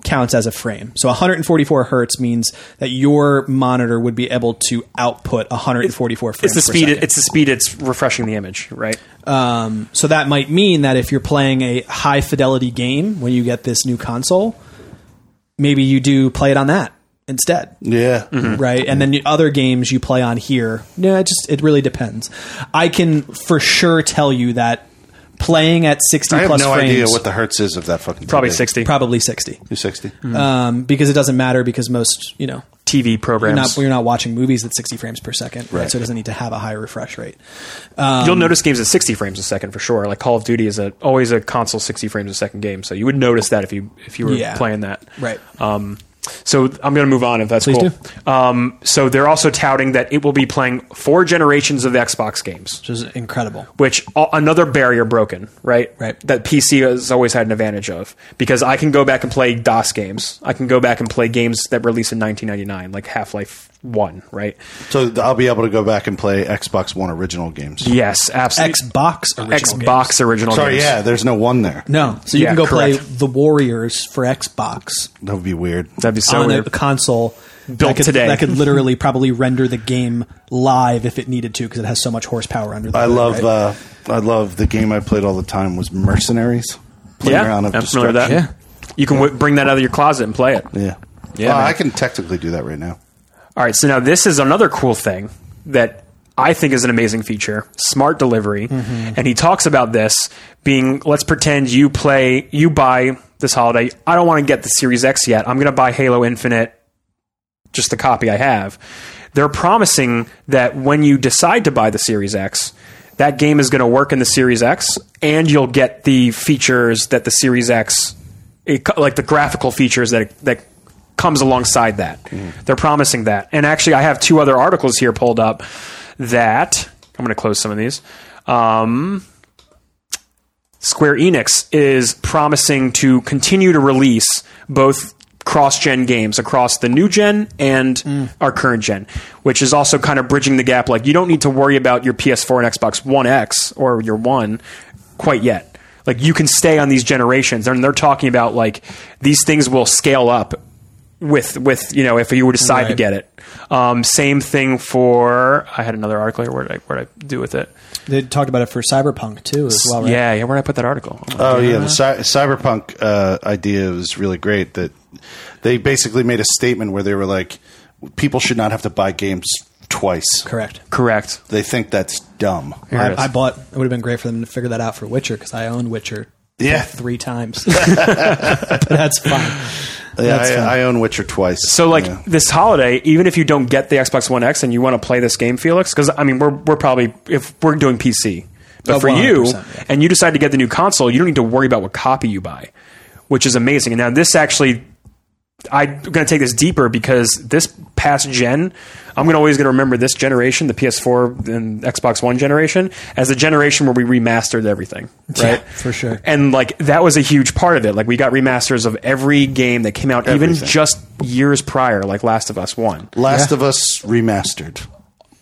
Speaker 1: counts as a frame. So 144 hertz means that your monitor would be able to output 144
Speaker 2: it's
Speaker 1: frames
Speaker 2: the
Speaker 1: per
Speaker 2: speed
Speaker 1: second.
Speaker 2: it's the speed it's refreshing the image, right?
Speaker 1: So that might mean that if you're playing a high fidelity game when you get this new console, maybe you do play it on that instead,
Speaker 3: Yeah.
Speaker 2: Mm-hmm.
Speaker 1: right? And then the other games you play on here, no, it just it really depends. I can for sure tell you that playing at 60
Speaker 3: I have
Speaker 1: plus
Speaker 3: no
Speaker 1: frames.
Speaker 3: idea what the hertz is of that fucking.
Speaker 2: Probably
Speaker 3: TV.
Speaker 2: 60
Speaker 1: probably 60.
Speaker 3: Two sixty.
Speaker 1: Um, because it doesn't matter because most, you know,
Speaker 2: TV
Speaker 1: you're
Speaker 2: programs.
Speaker 1: not, you're not watching movies at 60 frames per second, right?
Speaker 3: Right.
Speaker 1: So it doesn't need to have a high refresh rate.
Speaker 2: You'll notice games at 60 frames a second for sure. Like Call of Duty is a, always a console 60 frames a second game, so you would notice that if you if you were
Speaker 1: Yeah.
Speaker 2: playing that.
Speaker 1: Right.
Speaker 2: Um, so I'm going to move on if that's
Speaker 1: Please
Speaker 2: cool.
Speaker 1: do.
Speaker 2: Um, so they're also touting that it will be playing four generations of the Xbox games,
Speaker 1: Which is incredible.
Speaker 2: which a- another barrier broken, right?
Speaker 1: Right.
Speaker 2: That PC has always had an advantage of because I can go back and play DOS games. I can go back and play games that released in 1999, like Half Life One, right?
Speaker 3: So th- I'll be able to go back and play Xbox One original games.
Speaker 2: Yes, absolutely.
Speaker 1: Xbox original
Speaker 2: Xbox
Speaker 1: games.
Speaker 2: original
Speaker 3: Sorry,
Speaker 2: games.
Speaker 3: yeah, there's no one there.
Speaker 1: No, so you
Speaker 2: Yeah,
Speaker 1: can go play
Speaker 2: correct.
Speaker 1: The Warriors for Xbox
Speaker 3: That would be weird.
Speaker 2: That'd be so
Speaker 1: on
Speaker 2: weird.
Speaker 1: a console
Speaker 2: Built
Speaker 1: that could,
Speaker 2: today.
Speaker 1: that
Speaker 2: [laughs]
Speaker 1: could literally probably render the game live if it needed to because it has so much horsepower under. The
Speaker 3: I
Speaker 1: hood,
Speaker 3: love.
Speaker 1: right?
Speaker 3: Uh, I love the game I played all the time was Mercenaries. Playground of
Speaker 2: I'm familiar with that.
Speaker 3: Destruction.
Speaker 2: You can w- bring that out of your closet and play it.
Speaker 3: Yeah.
Speaker 2: Yeah,
Speaker 3: Well,
Speaker 2: man.
Speaker 3: I can technically do that right now.
Speaker 2: All right, so now this is another cool thing that I think is an amazing feature, smart delivery. And he talks about this being let's pretend you play you buy this holiday. I don't want to get the Series X yet. I'm going to buy Halo Infinite just the copy I have. They're promising that when you decide to buy the Series X, that game is going to work in the Series X, and you'll get the features that the Series X, it, co- like the graphical features that that comes alongside that. They're promising that. And actually, I have two other articles here pulled up that I'm going to close some of these. Um, Square Enix is promising to continue to release both cross-gen games across the new gen and our current gen, which is also kind of bridging the gap. Like you don't need to worry about your PS4 and Xbox One X or your One quite yet. Like you can stay on these generations, and they're talking about like these things will scale up with with you know if you were to decide to
Speaker 1: Right.
Speaker 2: get it. Um, same thing for I had another article here. Where did I, where did I do with it?
Speaker 1: They talked about it for Cyberpunk too, as well. Right? Uh,
Speaker 2: Yeah, yeah. Where did I put that article? Oh, my
Speaker 3: Oh yeah, the cy- cyberpunk uh, idea was really great. That they basically made a statement where they were like, people should not have to buy games twice.
Speaker 1: correct.
Speaker 2: Correct.
Speaker 3: They think that's dumb.
Speaker 2: Here it is.
Speaker 1: I bought. It would have been great for them to figure that out for Witcher because I own Witcher.
Speaker 3: Yeah.
Speaker 1: three
Speaker 2: [laughs]
Speaker 1: times. [laughs] but that's fine.
Speaker 3: Yeah,
Speaker 1: That's fine.
Speaker 3: I, I own Witcher twice.
Speaker 2: so like
Speaker 3: Yeah.
Speaker 2: this holiday, even if you don't get the Xbox One X and you want to play this game, Felix, because I mean we're we're probably if we're doing PC, but
Speaker 1: Oh,
Speaker 2: for you
Speaker 1: 100%, yeah.
Speaker 2: and you decide to get the new console, you don't need to worry about what copy you buy, which is amazing. And now this actually. I'm going to take this deeper because this past gen, I'm going to always going to remember this generation, the PS4 and Xbox One generation, as the generation where we remastered everything,
Speaker 1: Yeah,
Speaker 2: right?
Speaker 1: for sure.
Speaker 2: and like that was a huge part of it. Like we got remasters of every game that came out, even
Speaker 3: Everything.
Speaker 2: just years prior, like Last of Us One,
Speaker 3: Last of Us remastered.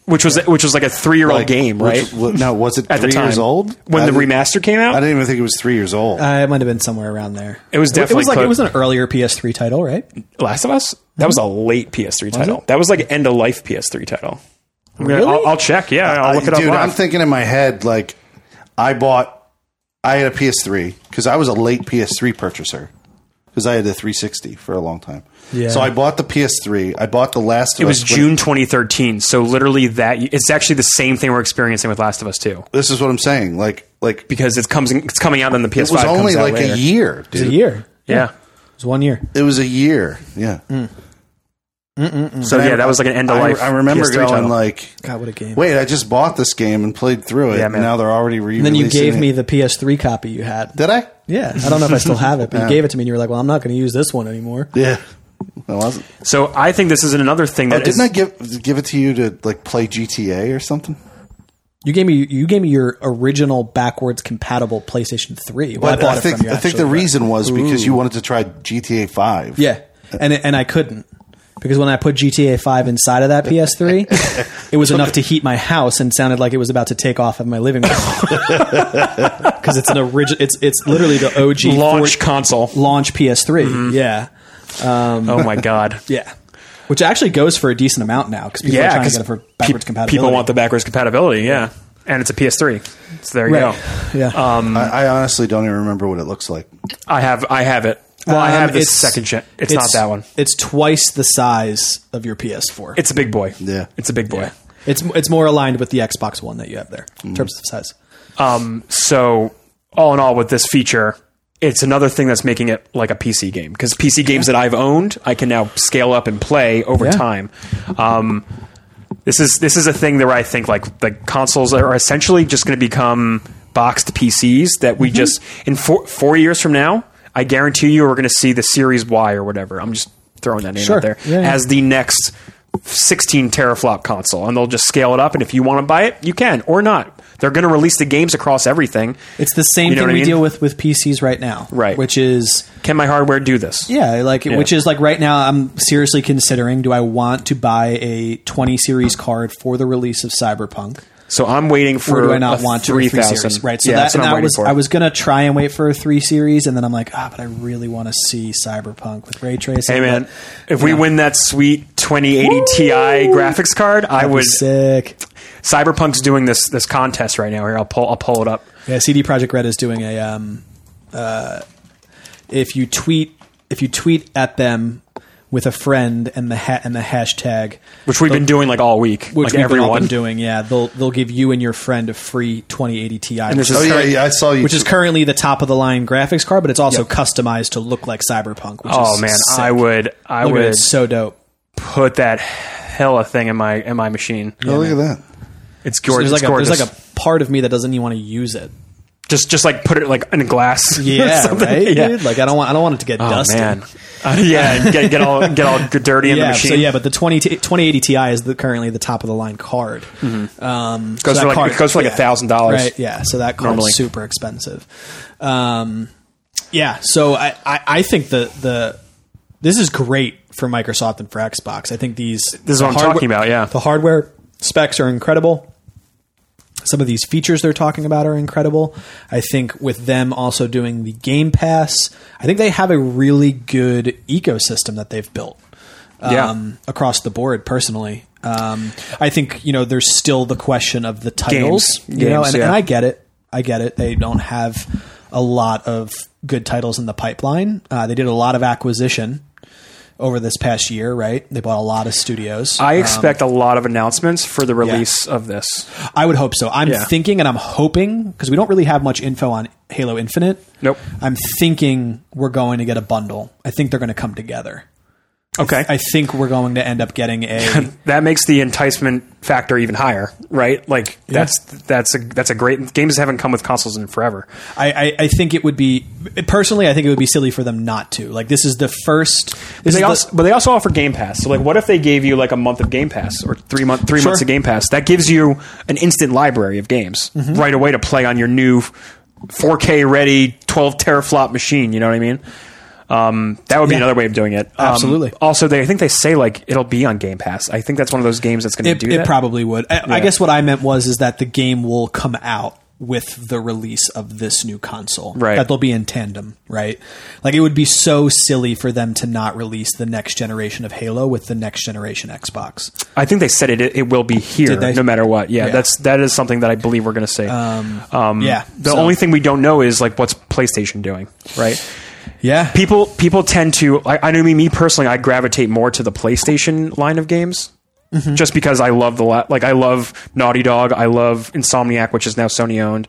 Speaker 2: which was which was like a three year old
Speaker 3: Like,
Speaker 2: game, right?
Speaker 3: Which, wa- no, was
Speaker 2: [laughs]
Speaker 3: it
Speaker 2: At the
Speaker 3: three
Speaker 2: time.
Speaker 3: years old
Speaker 2: When
Speaker 3: I
Speaker 2: the
Speaker 3: didn't-
Speaker 2: remaster came out?
Speaker 3: I didn't even think it was three years old.
Speaker 1: Uh, it might have been somewhere around there.
Speaker 2: It was
Speaker 1: It
Speaker 2: definitely
Speaker 1: was like
Speaker 2: clo-
Speaker 1: it was an earlier PS3 title, right?
Speaker 2: Last of Us that was a late PS3 title.
Speaker 1: it?
Speaker 2: That was like end of life PS3 title. I'm gonna-
Speaker 1: Really?
Speaker 2: I'll, I'll check. Yeah, I'll look
Speaker 3: I-
Speaker 2: it up.
Speaker 3: Dude,
Speaker 2: live.
Speaker 3: I'm thinking in my head like I bought. I had a PS3 because I was a late PS3 purchaser because I had the 360 for a long time.
Speaker 1: Yeah.
Speaker 3: So I bought the PS3. I bought the Last of
Speaker 2: it was
Speaker 3: Us. when-
Speaker 2: June 2013, so literally that it's actually the same thing we're experiencing with Last of Us 2
Speaker 3: This is what I'm saying. Like, like
Speaker 2: because it's comes it's coming out on the PS5.
Speaker 3: it was only
Speaker 2: comes out
Speaker 3: like
Speaker 2: later.
Speaker 3: a year, Mm-hmm.
Speaker 1: It was
Speaker 3: dude.
Speaker 1: a year.
Speaker 2: Yeah.
Speaker 1: It was one year.
Speaker 3: It was a year. Yeah.
Speaker 2: Mm. So yeah, that was like an end of
Speaker 3: I,
Speaker 2: life.
Speaker 3: I remember
Speaker 2: PS3
Speaker 3: going
Speaker 2: title.
Speaker 3: like,
Speaker 1: God, what a game!
Speaker 3: "Wait, I just bought this game and played through it.
Speaker 2: Yeah,
Speaker 3: Yeah,
Speaker 2: man.
Speaker 3: man. Now they're already re."
Speaker 1: and then you gave me the PS3 copy you had.
Speaker 3: Did I?
Speaker 1: yeah, I don't know if I still have it, but you gave it to me, and you were like, "Well, I'm not going to use this one anymore."
Speaker 3: Yeah. I wasn't.
Speaker 2: So I think this is another thing
Speaker 3: Oh,
Speaker 2: that is-
Speaker 3: didn't I give give it to you to like play GTA or something?
Speaker 1: You gave me you gave me your original backwards compatible PlayStation 3. Well, I
Speaker 3: But
Speaker 1: bought it
Speaker 3: think
Speaker 1: from you.
Speaker 3: I think
Speaker 1: actually,
Speaker 3: the
Speaker 1: but-
Speaker 3: reason was because you wanted to try GTA Five.
Speaker 1: yeah, and and I couldn't because when I put GTA 5 inside of that PS3, it was enough to heat my house and sounded like it was about to take off of my living room because it's an original. It's it's literally the OG
Speaker 2: launch
Speaker 1: four-
Speaker 3: [laughs]
Speaker 2: console.
Speaker 1: launch PS3. Yeah,
Speaker 2: Oh my
Speaker 3: [laughs]
Speaker 2: god.
Speaker 1: yeah. Which actually goes for a decent amount now because people are
Speaker 2: yeah,
Speaker 1: trying to
Speaker 2: because
Speaker 1: get it for backwards compatibility.
Speaker 2: people want the backwards compatibility. Yeah, and it's a PS3. So there you
Speaker 1: right.
Speaker 2: go.
Speaker 1: Yeah.
Speaker 3: I, I honestly don't even remember what it looks like.
Speaker 2: I have I have it. Well, I
Speaker 1: Um,
Speaker 2: have the
Speaker 1: it's-
Speaker 2: second gen. It's, not that one.
Speaker 1: It's twice the size of your PS4.
Speaker 2: It's a big boy.
Speaker 3: Yeah.
Speaker 2: it's a big boy.
Speaker 1: It's it's more aligned with the Xbox One that you have there in terms of size.
Speaker 2: Um, so all in all, with this feature, it's another thing that's making it like a PC game because PC games that I've owned, I can now scale up and play over
Speaker 1: Yeah.
Speaker 2: time. Um, this is this is a thing where I think like the consoles are essentially just going to become boxed PCs that we
Speaker 1: Mm-hmm.
Speaker 2: just in four, four years from now, I guarantee you we're going to see the Series Y or whatever. I'm just throwing that name
Speaker 1: Sure.
Speaker 2: out there
Speaker 1: Yeah, yeah.
Speaker 2: as the next 16 teraflop console, and they'll just scale it up. And if you want to buy it, you can or not. They're going to release the games across everything.
Speaker 1: It's the same
Speaker 2: You know
Speaker 1: thing
Speaker 2: what I
Speaker 1: we
Speaker 2: mean?
Speaker 1: deal with with PCs right now,
Speaker 2: Right.
Speaker 1: Which is
Speaker 2: Can my hardware do this?
Speaker 1: yeah, like which is like right now I'm seriously considering: do I want to buy a 20 series card for the release of Cyberpunk,
Speaker 2: So I'm waiting for
Speaker 1: or do I not
Speaker 2: a
Speaker 1: want to? or
Speaker 2: 3000.
Speaker 1: series, right? So
Speaker 2: yeah,
Speaker 1: that,
Speaker 2: that's
Speaker 1: and
Speaker 2: what I'm
Speaker 1: that
Speaker 2: waiting
Speaker 1: was
Speaker 2: for.
Speaker 1: I was gonna try and wait for a three series, and then I'm like, ah, but I really want to see Cyberpunk with ray tracing.
Speaker 2: Hey man,
Speaker 1: but
Speaker 2: if we win that sweet 2080 Ti graphics card, I
Speaker 1: that'd be
Speaker 2: would.
Speaker 1: sick.
Speaker 2: Cyberpunk's doing this this contest right now. Here, I'll pull I'll pull it up.
Speaker 1: Yeah, CD Project Red is doing a um, uh, if you tweet if you tweet at them with a friend and the ha- and the hashtag,
Speaker 2: Which we've been doing like all week,
Speaker 1: which we've
Speaker 2: like
Speaker 1: been all
Speaker 2: everyone.
Speaker 1: been doing, yeah, they'll they'll give you and your friend a free 2080 Ti,
Speaker 2: And this
Speaker 1: which
Speaker 2: is
Speaker 3: Oh yeah, yeah, I saw you.
Speaker 1: which is
Speaker 3: too.
Speaker 1: currently the top of the line graphics card, but it's also
Speaker 2: Yep.
Speaker 1: customized to look like Cyberpunk. Which
Speaker 2: oh
Speaker 1: is
Speaker 2: man,
Speaker 1: sick.
Speaker 2: I would I
Speaker 1: Look at it,
Speaker 2: would
Speaker 1: it's so dope.
Speaker 2: put that hella thing in my in my machine.
Speaker 3: Oh, look at that.
Speaker 2: It's gorgeous.
Speaker 1: There's like,
Speaker 2: it's
Speaker 1: a,
Speaker 2: gorgeous.
Speaker 1: there's like a part of me that doesn't even want to use it.
Speaker 2: just just like put it like in a glass. [laughs] or
Speaker 1: Yeah,
Speaker 2: [laughs] something.
Speaker 1: right,
Speaker 2: Yeah.
Speaker 1: dude. Like I don't want I don't want it to get
Speaker 2: Oh
Speaker 1: dusty.
Speaker 2: man. [laughs] Uh, yeah, and get, get all
Speaker 1: [laughs]
Speaker 2: get all dirty in the
Speaker 1: Yeah,
Speaker 2: machine.
Speaker 1: so yeah, but the 20 t- 2080 Ti is the, currently the top of the line card. Um,
Speaker 2: Hmm. Goes
Speaker 1: so
Speaker 2: for
Speaker 1: that
Speaker 2: like- it goes for like $1,000
Speaker 1: right? Yeah, so that card's
Speaker 2: normally.
Speaker 1: super expensive. Um, yeah, so I, I, I think the the this is great for Microsoft and for Xbox. I think these this
Speaker 2: is what I'm talking about, yeah.
Speaker 1: the hardware specs are incredible. Some of these features they're talking about are incredible. I think with them also doing the Game Pass, I think they have a really good ecosystem that they've built
Speaker 2: Yeah.
Speaker 1: um, across the board personally. Um, I think you know there's still the question of the titles,
Speaker 2: Games.
Speaker 1: you know,
Speaker 2: Games,
Speaker 1: and,
Speaker 2: yeah.
Speaker 1: and I get it. I get it. They don't have a lot of good titles in the pipeline. Uh, they did a lot of acquisition over this past year, right? They bought a lot of studios.
Speaker 2: I expect a lot of announcements for the release of this.
Speaker 1: I would hope so. I'm
Speaker 2: Yeah.
Speaker 1: thinking and I'm hoping because we don't really have much info on Halo Infinite.
Speaker 2: Nope.
Speaker 1: I'm thinking we're going to get a bundle. I think they're going to come together.
Speaker 2: Okay.
Speaker 1: I think we're going to end up getting
Speaker 2: [laughs]
Speaker 1: a
Speaker 2: that makes the enticement factor even higher, right? Like that's that's a that's a great games haven't come with consoles in forever.
Speaker 1: I, I, I think it would be personally. I think it would be silly for them not to. Like this is the first. This
Speaker 2: They
Speaker 1: is
Speaker 2: also,
Speaker 1: the,
Speaker 2: but they also offer Game Pass. So like, what if they gave you like a month of Game Pass or three month three months
Speaker 1: Sure.
Speaker 2: of Game Pass? That gives you an instant library of games
Speaker 1: Mm-hmm.
Speaker 2: right away to play on your new 4K ready 12 teraflop machine. You know what I mean? Um, that would be
Speaker 1: Yeah.
Speaker 2: another way of doing it. Um,
Speaker 1: Absolutely.
Speaker 2: Also, they I think they say like it'll be on Game Pass. I think that's one of those games that's going to
Speaker 1: it,
Speaker 2: do
Speaker 1: it
Speaker 2: that.
Speaker 1: probably would. I, I
Speaker 2: Yeah.
Speaker 1: guess what I meant was is that the game will come out with the release of this new console.
Speaker 2: Right.
Speaker 1: That they'll be in tandem. Right. Like it would be so silly for them to not release the next generation of Halo with the next generation Xbox.
Speaker 2: I think they said it. It will be here,
Speaker 1: Did they?
Speaker 2: no matter what. Yeah,
Speaker 1: Yeah.
Speaker 2: that's that is something that I believe we're going to see. Um,
Speaker 1: yeah,
Speaker 2: The
Speaker 1: so-
Speaker 2: only thing we don't know is like what's PlayStation doing, right?
Speaker 1: Yeah.
Speaker 2: people people tend to I, I know me, me personally I gravitate more to the PlayStation line of games just because I love the la- like I love Naughty Dog I love Insomniac which is now Sony owned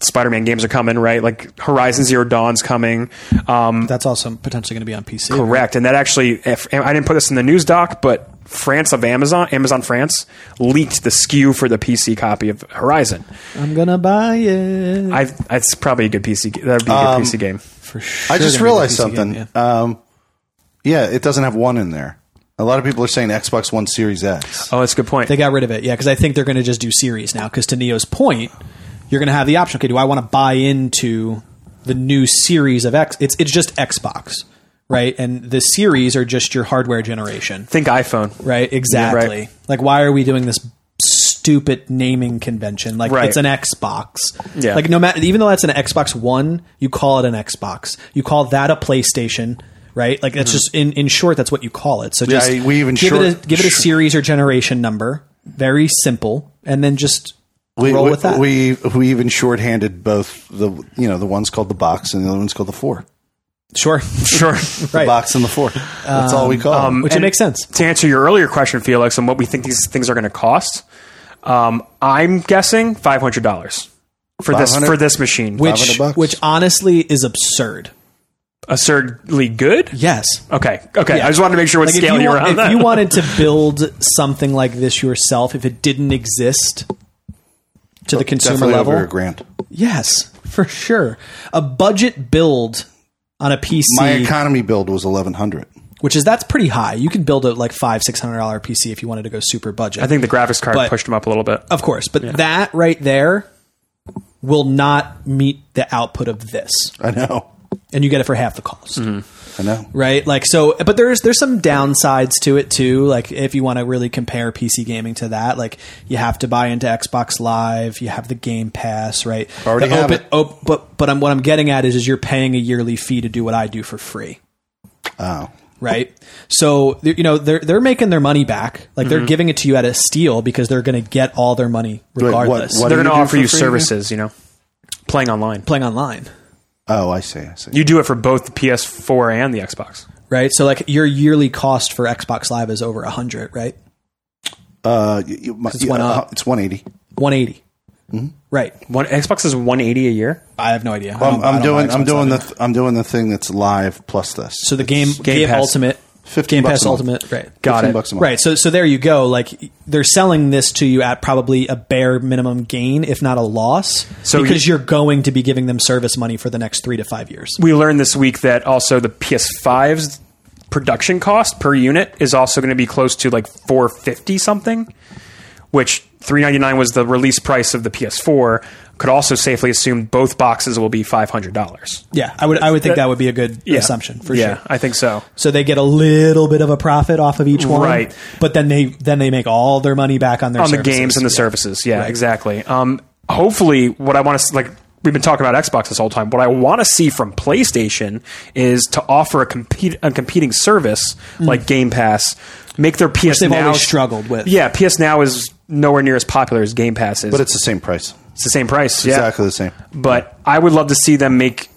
Speaker 2: Spider-Man games are coming right like Horizon Zero Dawn's coming um
Speaker 1: That's also potentially going to be on PC.
Speaker 2: correct and that actually if, I didn't put this in the news doc but France of Amazon Amazon France leaked the SKU for the PC copy of Horizon
Speaker 1: I'm gonna buy it.
Speaker 2: I that's probably a good PC that would be a good PC game
Speaker 1: For sure
Speaker 3: I
Speaker 1: gonna be
Speaker 3: just
Speaker 1: a
Speaker 3: realized
Speaker 1: PC game,
Speaker 3: something.
Speaker 1: yeah.
Speaker 3: Um, yeah, it doesn't have one in there. A lot of people are saying Xbox One Series X.
Speaker 2: oh that's a good point
Speaker 1: They got rid of it, yeah, because I think they're going to just do series now. Because to Neo's point, you're going to have the option. Okay, do I want to buy into the new series of X? It's it's just Xbox, right? And the series are just your hardware generation,
Speaker 2: think iPhone
Speaker 1: right? Exactly. Like, why are we doing this stupid naming convention? Like,
Speaker 2: Right.
Speaker 1: it's an Xbox.
Speaker 2: Yeah.
Speaker 1: Like, no matter even though that's an Xbox One, you call it an Xbox. You call that a PlayStation. Right, like that's just in, in short, that's what you call it. So just
Speaker 3: I- we even
Speaker 1: give it
Speaker 3: short-
Speaker 1: a, give it a
Speaker 3: sh-
Speaker 1: series or generation number. Very simple, and then just
Speaker 3: we,
Speaker 1: roll
Speaker 3: we,
Speaker 1: with that.
Speaker 3: we we even shorthanded both the you know the one's called the box and the other one's called the four.
Speaker 1: sure, [laughs]
Speaker 2: sure
Speaker 3: The
Speaker 1: right? Um,
Speaker 3: box and the four. That's all we call. them.
Speaker 1: Which it
Speaker 2: And
Speaker 1: makes sense.
Speaker 2: To answer your earlier question, Felix, on what we think these things are going to cost, um, I'm guessing five hundred dollars for this
Speaker 3: 500?
Speaker 2: for this machine,
Speaker 1: which
Speaker 3: 500 bucks?
Speaker 1: which honestly is absurd.
Speaker 2: absurdly good.
Speaker 1: Yes.
Speaker 2: Okay, okay.
Speaker 1: Yeah.
Speaker 2: I just wanted to make sure what
Speaker 1: Like, if
Speaker 2: scale
Speaker 1: you,
Speaker 2: you, are
Speaker 1: want-
Speaker 2: on. [laughs]
Speaker 1: if you wanted to build something like this yourself, if it didn't exist to the consumer
Speaker 3: Definitely
Speaker 1: level,
Speaker 3: over a grand.
Speaker 1: yes, for sure. A budget build on a PC,
Speaker 3: My economy build was eleven hundred.
Speaker 1: which is that's pretty high. You can build a like five six hundred dollar PC if you wanted to go super budget.
Speaker 2: I think the graphics card
Speaker 1: But- uh,
Speaker 2: pushed them up a little bit.
Speaker 1: Of course, but that right there will not meet the output of this,
Speaker 3: I know.
Speaker 1: and you get it for half the cost,
Speaker 3: I know.
Speaker 1: right? Like so, but there's there's some downsides to it too. Like if you want to really compare PC gaming to that, like you have to buy into Xbox Live, you have the Game Pass, right?
Speaker 3: Already
Speaker 1: the
Speaker 3: have
Speaker 1: open,
Speaker 3: it.
Speaker 1: op- but but I'm, what I'm getting at is, is you're paying a yearly fee to do what I do for free.
Speaker 3: Oh,
Speaker 1: right? So th- you know they're they're making their money back. Like they're giving it to you at a steal because they're going to get all their money
Speaker 3: Mm-hmm. what-
Speaker 1: regardless.
Speaker 3: what-
Speaker 2: They're
Speaker 3: do
Speaker 2: going to
Speaker 3: you do
Speaker 2: offer
Speaker 3: for
Speaker 2: you
Speaker 3: free
Speaker 2: services, you know, playing online.
Speaker 1: playing online,
Speaker 3: oh, I see. I see.
Speaker 2: You do it for both the PS4 and the Xbox.
Speaker 1: right? So like your yearly cost for Xbox Live is over a hundred, right?
Speaker 3: uh, you, you, my,
Speaker 1: It's one
Speaker 3: uh,
Speaker 1: up.
Speaker 3: It's one eighty.
Speaker 1: One
Speaker 3: Mm-hmm.
Speaker 1: Right.
Speaker 2: One Xbox is 180 a year.
Speaker 1: I have no idea. I
Speaker 3: I'm,
Speaker 1: don't- I
Speaker 3: I'm
Speaker 1: don't
Speaker 3: doing.
Speaker 1: buy
Speaker 3: I'm
Speaker 1: Xbox
Speaker 3: doing
Speaker 1: Live.
Speaker 3: the. I'm doing the thing that's live plus this.
Speaker 1: so the game
Speaker 2: Game
Speaker 1: Game,
Speaker 2: Pass.
Speaker 1: Ultimate,
Speaker 3: 15
Speaker 1: Game
Speaker 3: bucks
Speaker 1: Pass
Speaker 3: a month.
Speaker 1: Ultimate, right?
Speaker 2: Got
Speaker 3: 15
Speaker 2: it.
Speaker 3: bucks a month.
Speaker 1: Right. So so there you go. Like they're selling this to you at probably a bare minimum gain, if not a loss,
Speaker 2: So you-
Speaker 1: because you, are going to be giving them service money for the next three to five years.
Speaker 2: We learned this week that also the PS5's production cost per unit is also going to be close to like 450 something, which 399 was the release price of the PS4. Could also safely assume both boxes will be $500.
Speaker 1: Yeah, I would I would think that, would be a good
Speaker 2: Yeah.
Speaker 1: assumption for
Speaker 2: yeah,
Speaker 1: sure.
Speaker 2: I think so.
Speaker 1: So they get a little bit of a profit off of each one,
Speaker 2: Right.
Speaker 1: But then they then they make all their money back on their
Speaker 2: on the
Speaker 1: services.
Speaker 2: games and the
Speaker 1: Yeah.
Speaker 2: services. Yeah, exactly. Um, hopefully, what I want to like we've been talking about Xbox this whole time. What I want to see from PlayStation is to offer a compete a competing service like Game Pass, make their PS
Speaker 1: Mm. they've
Speaker 2: Now
Speaker 1: always struggled with.
Speaker 2: Yeah, PS Now is nowhere near as popular as Game Pass is,
Speaker 3: but it's the same price.
Speaker 2: it's the same price. yeah.
Speaker 3: Exactly the same.
Speaker 2: But I would love to see them make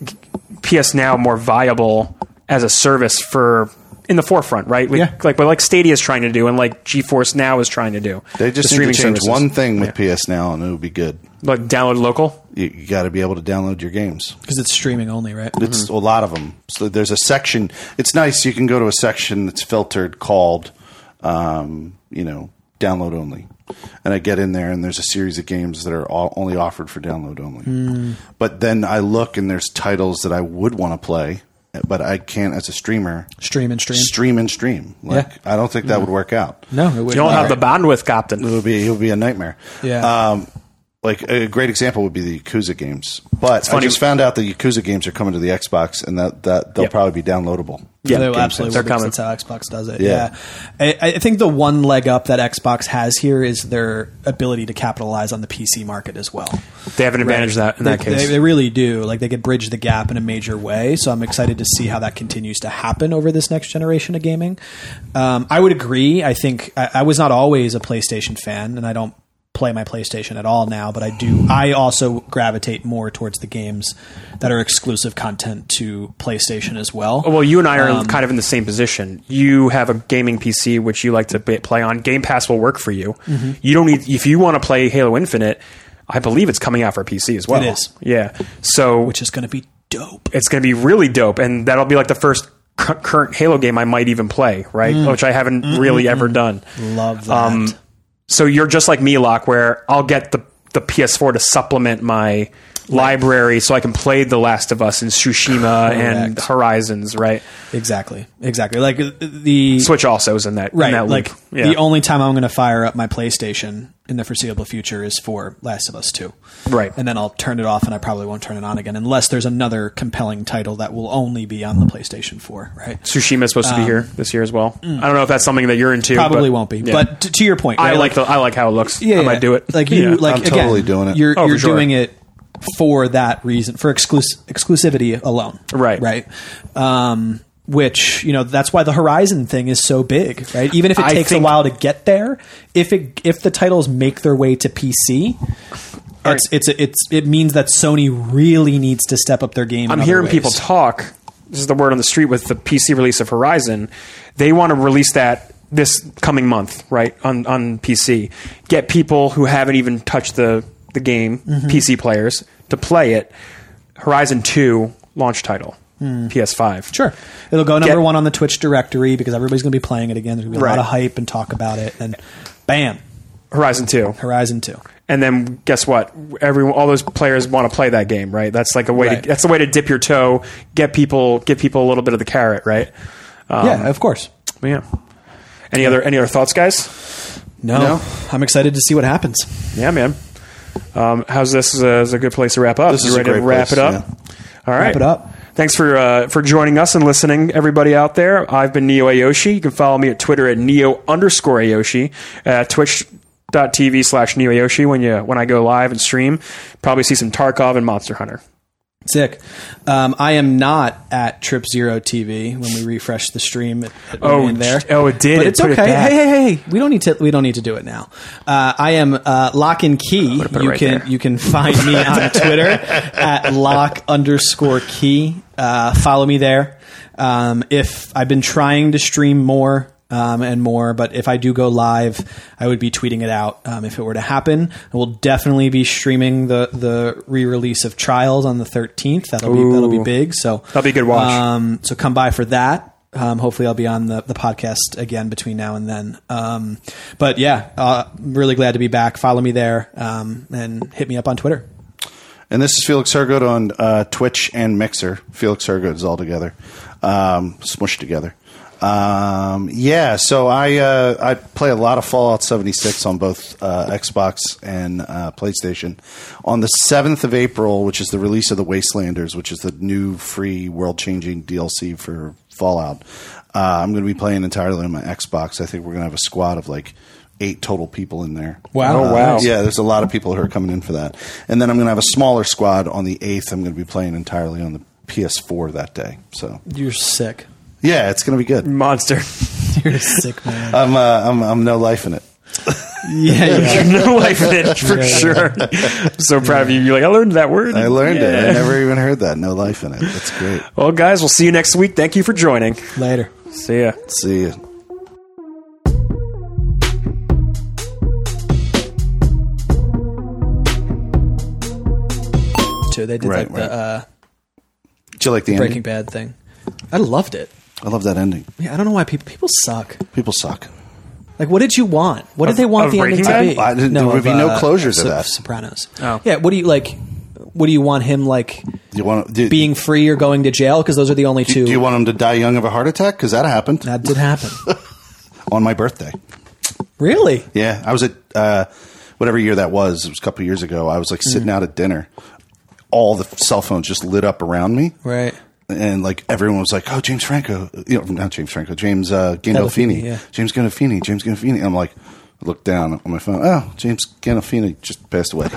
Speaker 2: PS Now more viable as a service for. In the forefront, right? Like,
Speaker 1: Yeah.
Speaker 2: like what like Stadia is trying to do, and like GeForce Now is trying to do.
Speaker 3: They just
Speaker 2: The
Speaker 3: need
Speaker 2: streaming
Speaker 3: to change
Speaker 2: services.
Speaker 3: one thing with PS Now, and it would be good.
Speaker 2: like download local.
Speaker 3: You, you got to be able to download your games.
Speaker 1: because it's streaming only, right?
Speaker 3: It's a lot of them. So there's a section. It's nice. You can go to a section that's filtered called, um, you know, download only. And I get in there, and there's a series of games that are all, only offered for download only.
Speaker 1: Hmm.
Speaker 3: But then I look, and there's titles that I would want to play, but I can't as a streamer
Speaker 1: Stream and stream.
Speaker 3: stream and stream. Like
Speaker 1: Yeah. Hmm.
Speaker 3: I don't think that would work out.
Speaker 1: No, it would
Speaker 2: You don't have uh, the
Speaker 1: Right.
Speaker 2: bandwidth, Captain.
Speaker 3: It would be it would be a nightmare.
Speaker 1: Yeah.
Speaker 3: Um, like a great example would be the Yakuza games, but I
Speaker 2: funny.
Speaker 3: just found out the Yakuza games are coming to the Xbox, and that, that they'll
Speaker 2: Yep.
Speaker 3: probably be downloadable.
Speaker 2: Yeah,
Speaker 1: they absolutely
Speaker 2: Game Pass.
Speaker 1: will because
Speaker 2: They're
Speaker 1: That's how Xbox does it.
Speaker 3: Yeah.
Speaker 1: Yeah, I, I think the one leg up that Xbox has here is their ability to capitalize on the PC market as well.
Speaker 2: They have an advantage that in that
Speaker 1: they,
Speaker 2: case.
Speaker 1: they, they really do. Like they could bridge the gap in a major way. So I'm excited to see how that continues to happen over this next generation of gaming. Um, I would agree. I think I, I was not always a PlayStation fan, and I don't play my PlayStation at all now. But I do. I also gravitate more towards the games that are exclusive content to PlayStation as well.
Speaker 2: Oh, well, you and I are
Speaker 1: um,
Speaker 2: kind of in the same position. You have a gaming PC which you like to ba- play on. Game Pass will work for you.
Speaker 1: Mm-hmm.
Speaker 2: You don't need if you want to play Halo Infinite. I believe it's coming out for PC as well.
Speaker 1: It is.
Speaker 2: yeah. So
Speaker 1: which is going to be dope.
Speaker 2: it's going to be really dope, and that'll be like the first cu- current Halo game I might even play, right?
Speaker 1: Mm.
Speaker 2: Which I haven't
Speaker 1: Mm-hmm,
Speaker 2: really ever done.
Speaker 1: Love that.
Speaker 2: Um, so you're just like me, Locke, where I'll get the, the PS4 to supplement my library so I can play The Last of Us and Tsushima and
Speaker 1: Correct.
Speaker 2: Horizons, right?
Speaker 1: exactly. Exactly. Like uh, the
Speaker 2: Switch also is in that
Speaker 1: right.
Speaker 2: in that
Speaker 1: like
Speaker 2: loop. Yeah.
Speaker 1: the only time I'm going to fire up my PlayStation in the foreseeable future is for Last of Us Two.
Speaker 2: Right.
Speaker 1: And then I'll turn it off, and I probably won't turn it on again unless there's another compelling title that will only be on the PlayStation Four. Right.
Speaker 2: Tsushima is supposed to be here this year as well. I don't know if that's something that you're into.
Speaker 1: Um, mm. Probably
Speaker 2: but-
Speaker 1: won't be.
Speaker 2: Yeah.
Speaker 1: But t- to your point,
Speaker 2: I
Speaker 1: right,
Speaker 2: like the I like how it looks. I might do it.
Speaker 1: Like you,
Speaker 2: [laughs] Yeah.
Speaker 1: like
Speaker 3: I'm
Speaker 1: again,
Speaker 3: totally doing it.
Speaker 1: You're
Speaker 2: Oh, for
Speaker 1: you're
Speaker 2: sure.
Speaker 1: doing it for that reason, for exclus- exclusivity alone.
Speaker 2: Right.
Speaker 1: Right. Um, which you know that's why the Horizon thing is so big, right? Even if it
Speaker 2: I
Speaker 1: takes a
Speaker 2: think-
Speaker 1: while to get there, if it if the titles make their way to PC. It's, it's it's it means that Sony really needs to step up their game. in
Speaker 2: I'm
Speaker 1: other
Speaker 2: hearing people
Speaker 1: ways.
Speaker 2: talk. This is the word on the street with the PC release of Horizon. They want to release that this coming month, right on
Speaker 1: Mm-hmm.
Speaker 2: on PC. Get people who haven't even touched the the game, PC players, to play it, Horizon Two launch title, PS5.
Speaker 1: Hmm. Sure. It'll go number
Speaker 2: Get-
Speaker 1: one on the Twitch directory because everybody's going to be playing it again. There's going to be a
Speaker 2: Right.
Speaker 1: lot of hype and talk about it. And bam,
Speaker 2: Horizon Two.
Speaker 1: Horizon 2.
Speaker 2: and then guess what? Everyone, all those players want to play that game, right? That's like a way.
Speaker 1: Right.
Speaker 2: To, that's a way to dip your toe, get people, give people a little bit of the carrot, right?
Speaker 1: yeah, of course.
Speaker 2: But yeah. Any other any other thoughts, guys?
Speaker 1: No,
Speaker 3: No.
Speaker 1: I'm excited to see what happens.
Speaker 2: Yeah, man. Um, how's this? Is a, is a good place to wrap up.
Speaker 3: This
Speaker 2: You
Speaker 3: is a
Speaker 2: ready
Speaker 3: great
Speaker 2: to wrap
Speaker 3: place,
Speaker 2: it up. All right,
Speaker 1: it up.
Speaker 2: Thanks for uh, for joining us and listening, everybody out there. I've been Neo Ayoshi. You can follow me at Twitter at Neo underscore Ayoshi, uh, twitch.tv slash Neo Ayoshi when you when I go live and stream. Probably see some Tarkov and Monster Hunter.
Speaker 1: Sick. Um, I am not at Trip Zero TV when we refresh the stream. It, it
Speaker 2: Oh,
Speaker 1: remained there.
Speaker 2: oh, it did.
Speaker 1: But
Speaker 2: It
Speaker 1: it's
Speaker 2: put it
Speaker 1: okay.
Speaker 2: back.
Speaker 1: hey, hey, hey, hey. We don't need to. We don't need to do it now. Uh, I am uh, Lock and Key.
Speaker 2: put it
Speaker 1: You
Speaker 2: right
Speaker 1: can
Speaker 2: there.
Speaker 1: you can find me on Twitter at Lock underscore Key. Uh, follow me there. Um, if I've been trying to stream more. Um, and more, but if I do go live, I would be tweeting it out um, if it were to happen. I will definitely be streaming the the re release of Trials on the thirteenth. That'll be that'll be
Speaker 2: Ooh.
Speaker 1: big. So
Speaker 2: That'll be a good watch.
Speaker 1: um, so come by for that. Um, hopefully, I'll be on the, the podcast again between now and then. Um, but yeah, uh, I'm really glad to be back. Follow me there um, and hit me up on Twitter.
Speaker 3: And this is Felix Hergood on uh, Twitch and Mixer. Felix Hergood is all together, um, smushed together. Um, yeah, so I uh, I play a lot of Fallout 76 on both uh, Xbox and uh, PlayStation. On the 7th of April, which is the release of The Wastelanders, which is the new free world changing DLC for Fallout, uh, I'm going to be playing entirely on my Xbox. I think we're going to have a squad of like eight total people in there.
Speaker 1: Wow.
Speaker 2: Oh, wow.
Speaker 3: Yeah, there's a lot of people who are coming in for that. And then I'm going to have a smaller squad on the 8th. I'm going to be playing entirely on the PS4 that day. So,
Speaker 1: You're sick.
Speaker 3: yeah, it's going to be good.
Speaker 2: Monster.
Speaker 1: [laughs]
Speaker 2: [laughs]
Speaker 1: You're sick, man.
Speaker 3: I'm, uh, I'm, I'm no life in it.
Speaker 1: yeah, yeah.
Speaker 2: no life in
Speaker 3: [laughs]
Speaker 2: it for sure. I'm so proud of you. You're like, I learned that word.
Speaker 3: I learned it.
Speaker 2: Yeah.
Speaker 3: I never even heard that. No life in it. That's great.
Speaker 2: Well, guys, we'll see you next week. Thank you for joining.
Speaker 1: Later.
Speaker 2: See ya.
Speaker 3: See you.
Speaker 1: Too. They did
Speaker 3: Right,
Speaker 1: like
Speaker 3: right.
Speaker 1: the uh,
Speaker 3: Did you like the
Speaker 1: Breaking
Speaker 3: ending?
Speaker 1: Bad thing. Mm-hmm. I loved it.
Speaker 3: I love that ending.
Speaker 1: Yeah, I don't know why people people suck.
Speaker 3: People suck.
Speaker 1: Like, what did you want? What did they want
Speaker 2: of
Speaker 1: the ending to
Speaker 2: Breaking Bad?
Speaker 1: be?
Speaker 3: I didn't- there would be no closure to
Speaker 1: Sop-
Speaker 3: that.
Speaker 1: uh, Sopranos.
Speaker 2: Oh.
Speaker 1: yeah. What do you like? What do you want him like?
Speaker 3: Do you want do,
Speaker 1: Being free or going to jail? Because those are the only
Speaker 3: do,
Speaker 1: two.
Speaker 3: do you want him to die young of a heart attack? Because that happened
Speaker 1: that did
Speaker 3: [laughs]
Speaker 1: happen.
Speaker 3: on my birthday.
Speaker 1: Really?
Speaker 3: Yeah, I was at uh, whatever year that was. It was a couple years ago. I was like
Speaker 1: Mm.
Speaker 3: sitting out at dinner. All the cell phones just lit up around me.
Speaker 1: Right.
Speaker 3: and like everyone was like, "Oh, James Franco," you know, not James Franco, James uh,
Speaker 1: Gandolfini,
Speaker 3: Gandolfini,
Speaker 1: yeah.
Speaker 3: James Gandolfini, James Gandolfini. I'm like, I look down on my phone. Oh, James Gandolfini just passed away.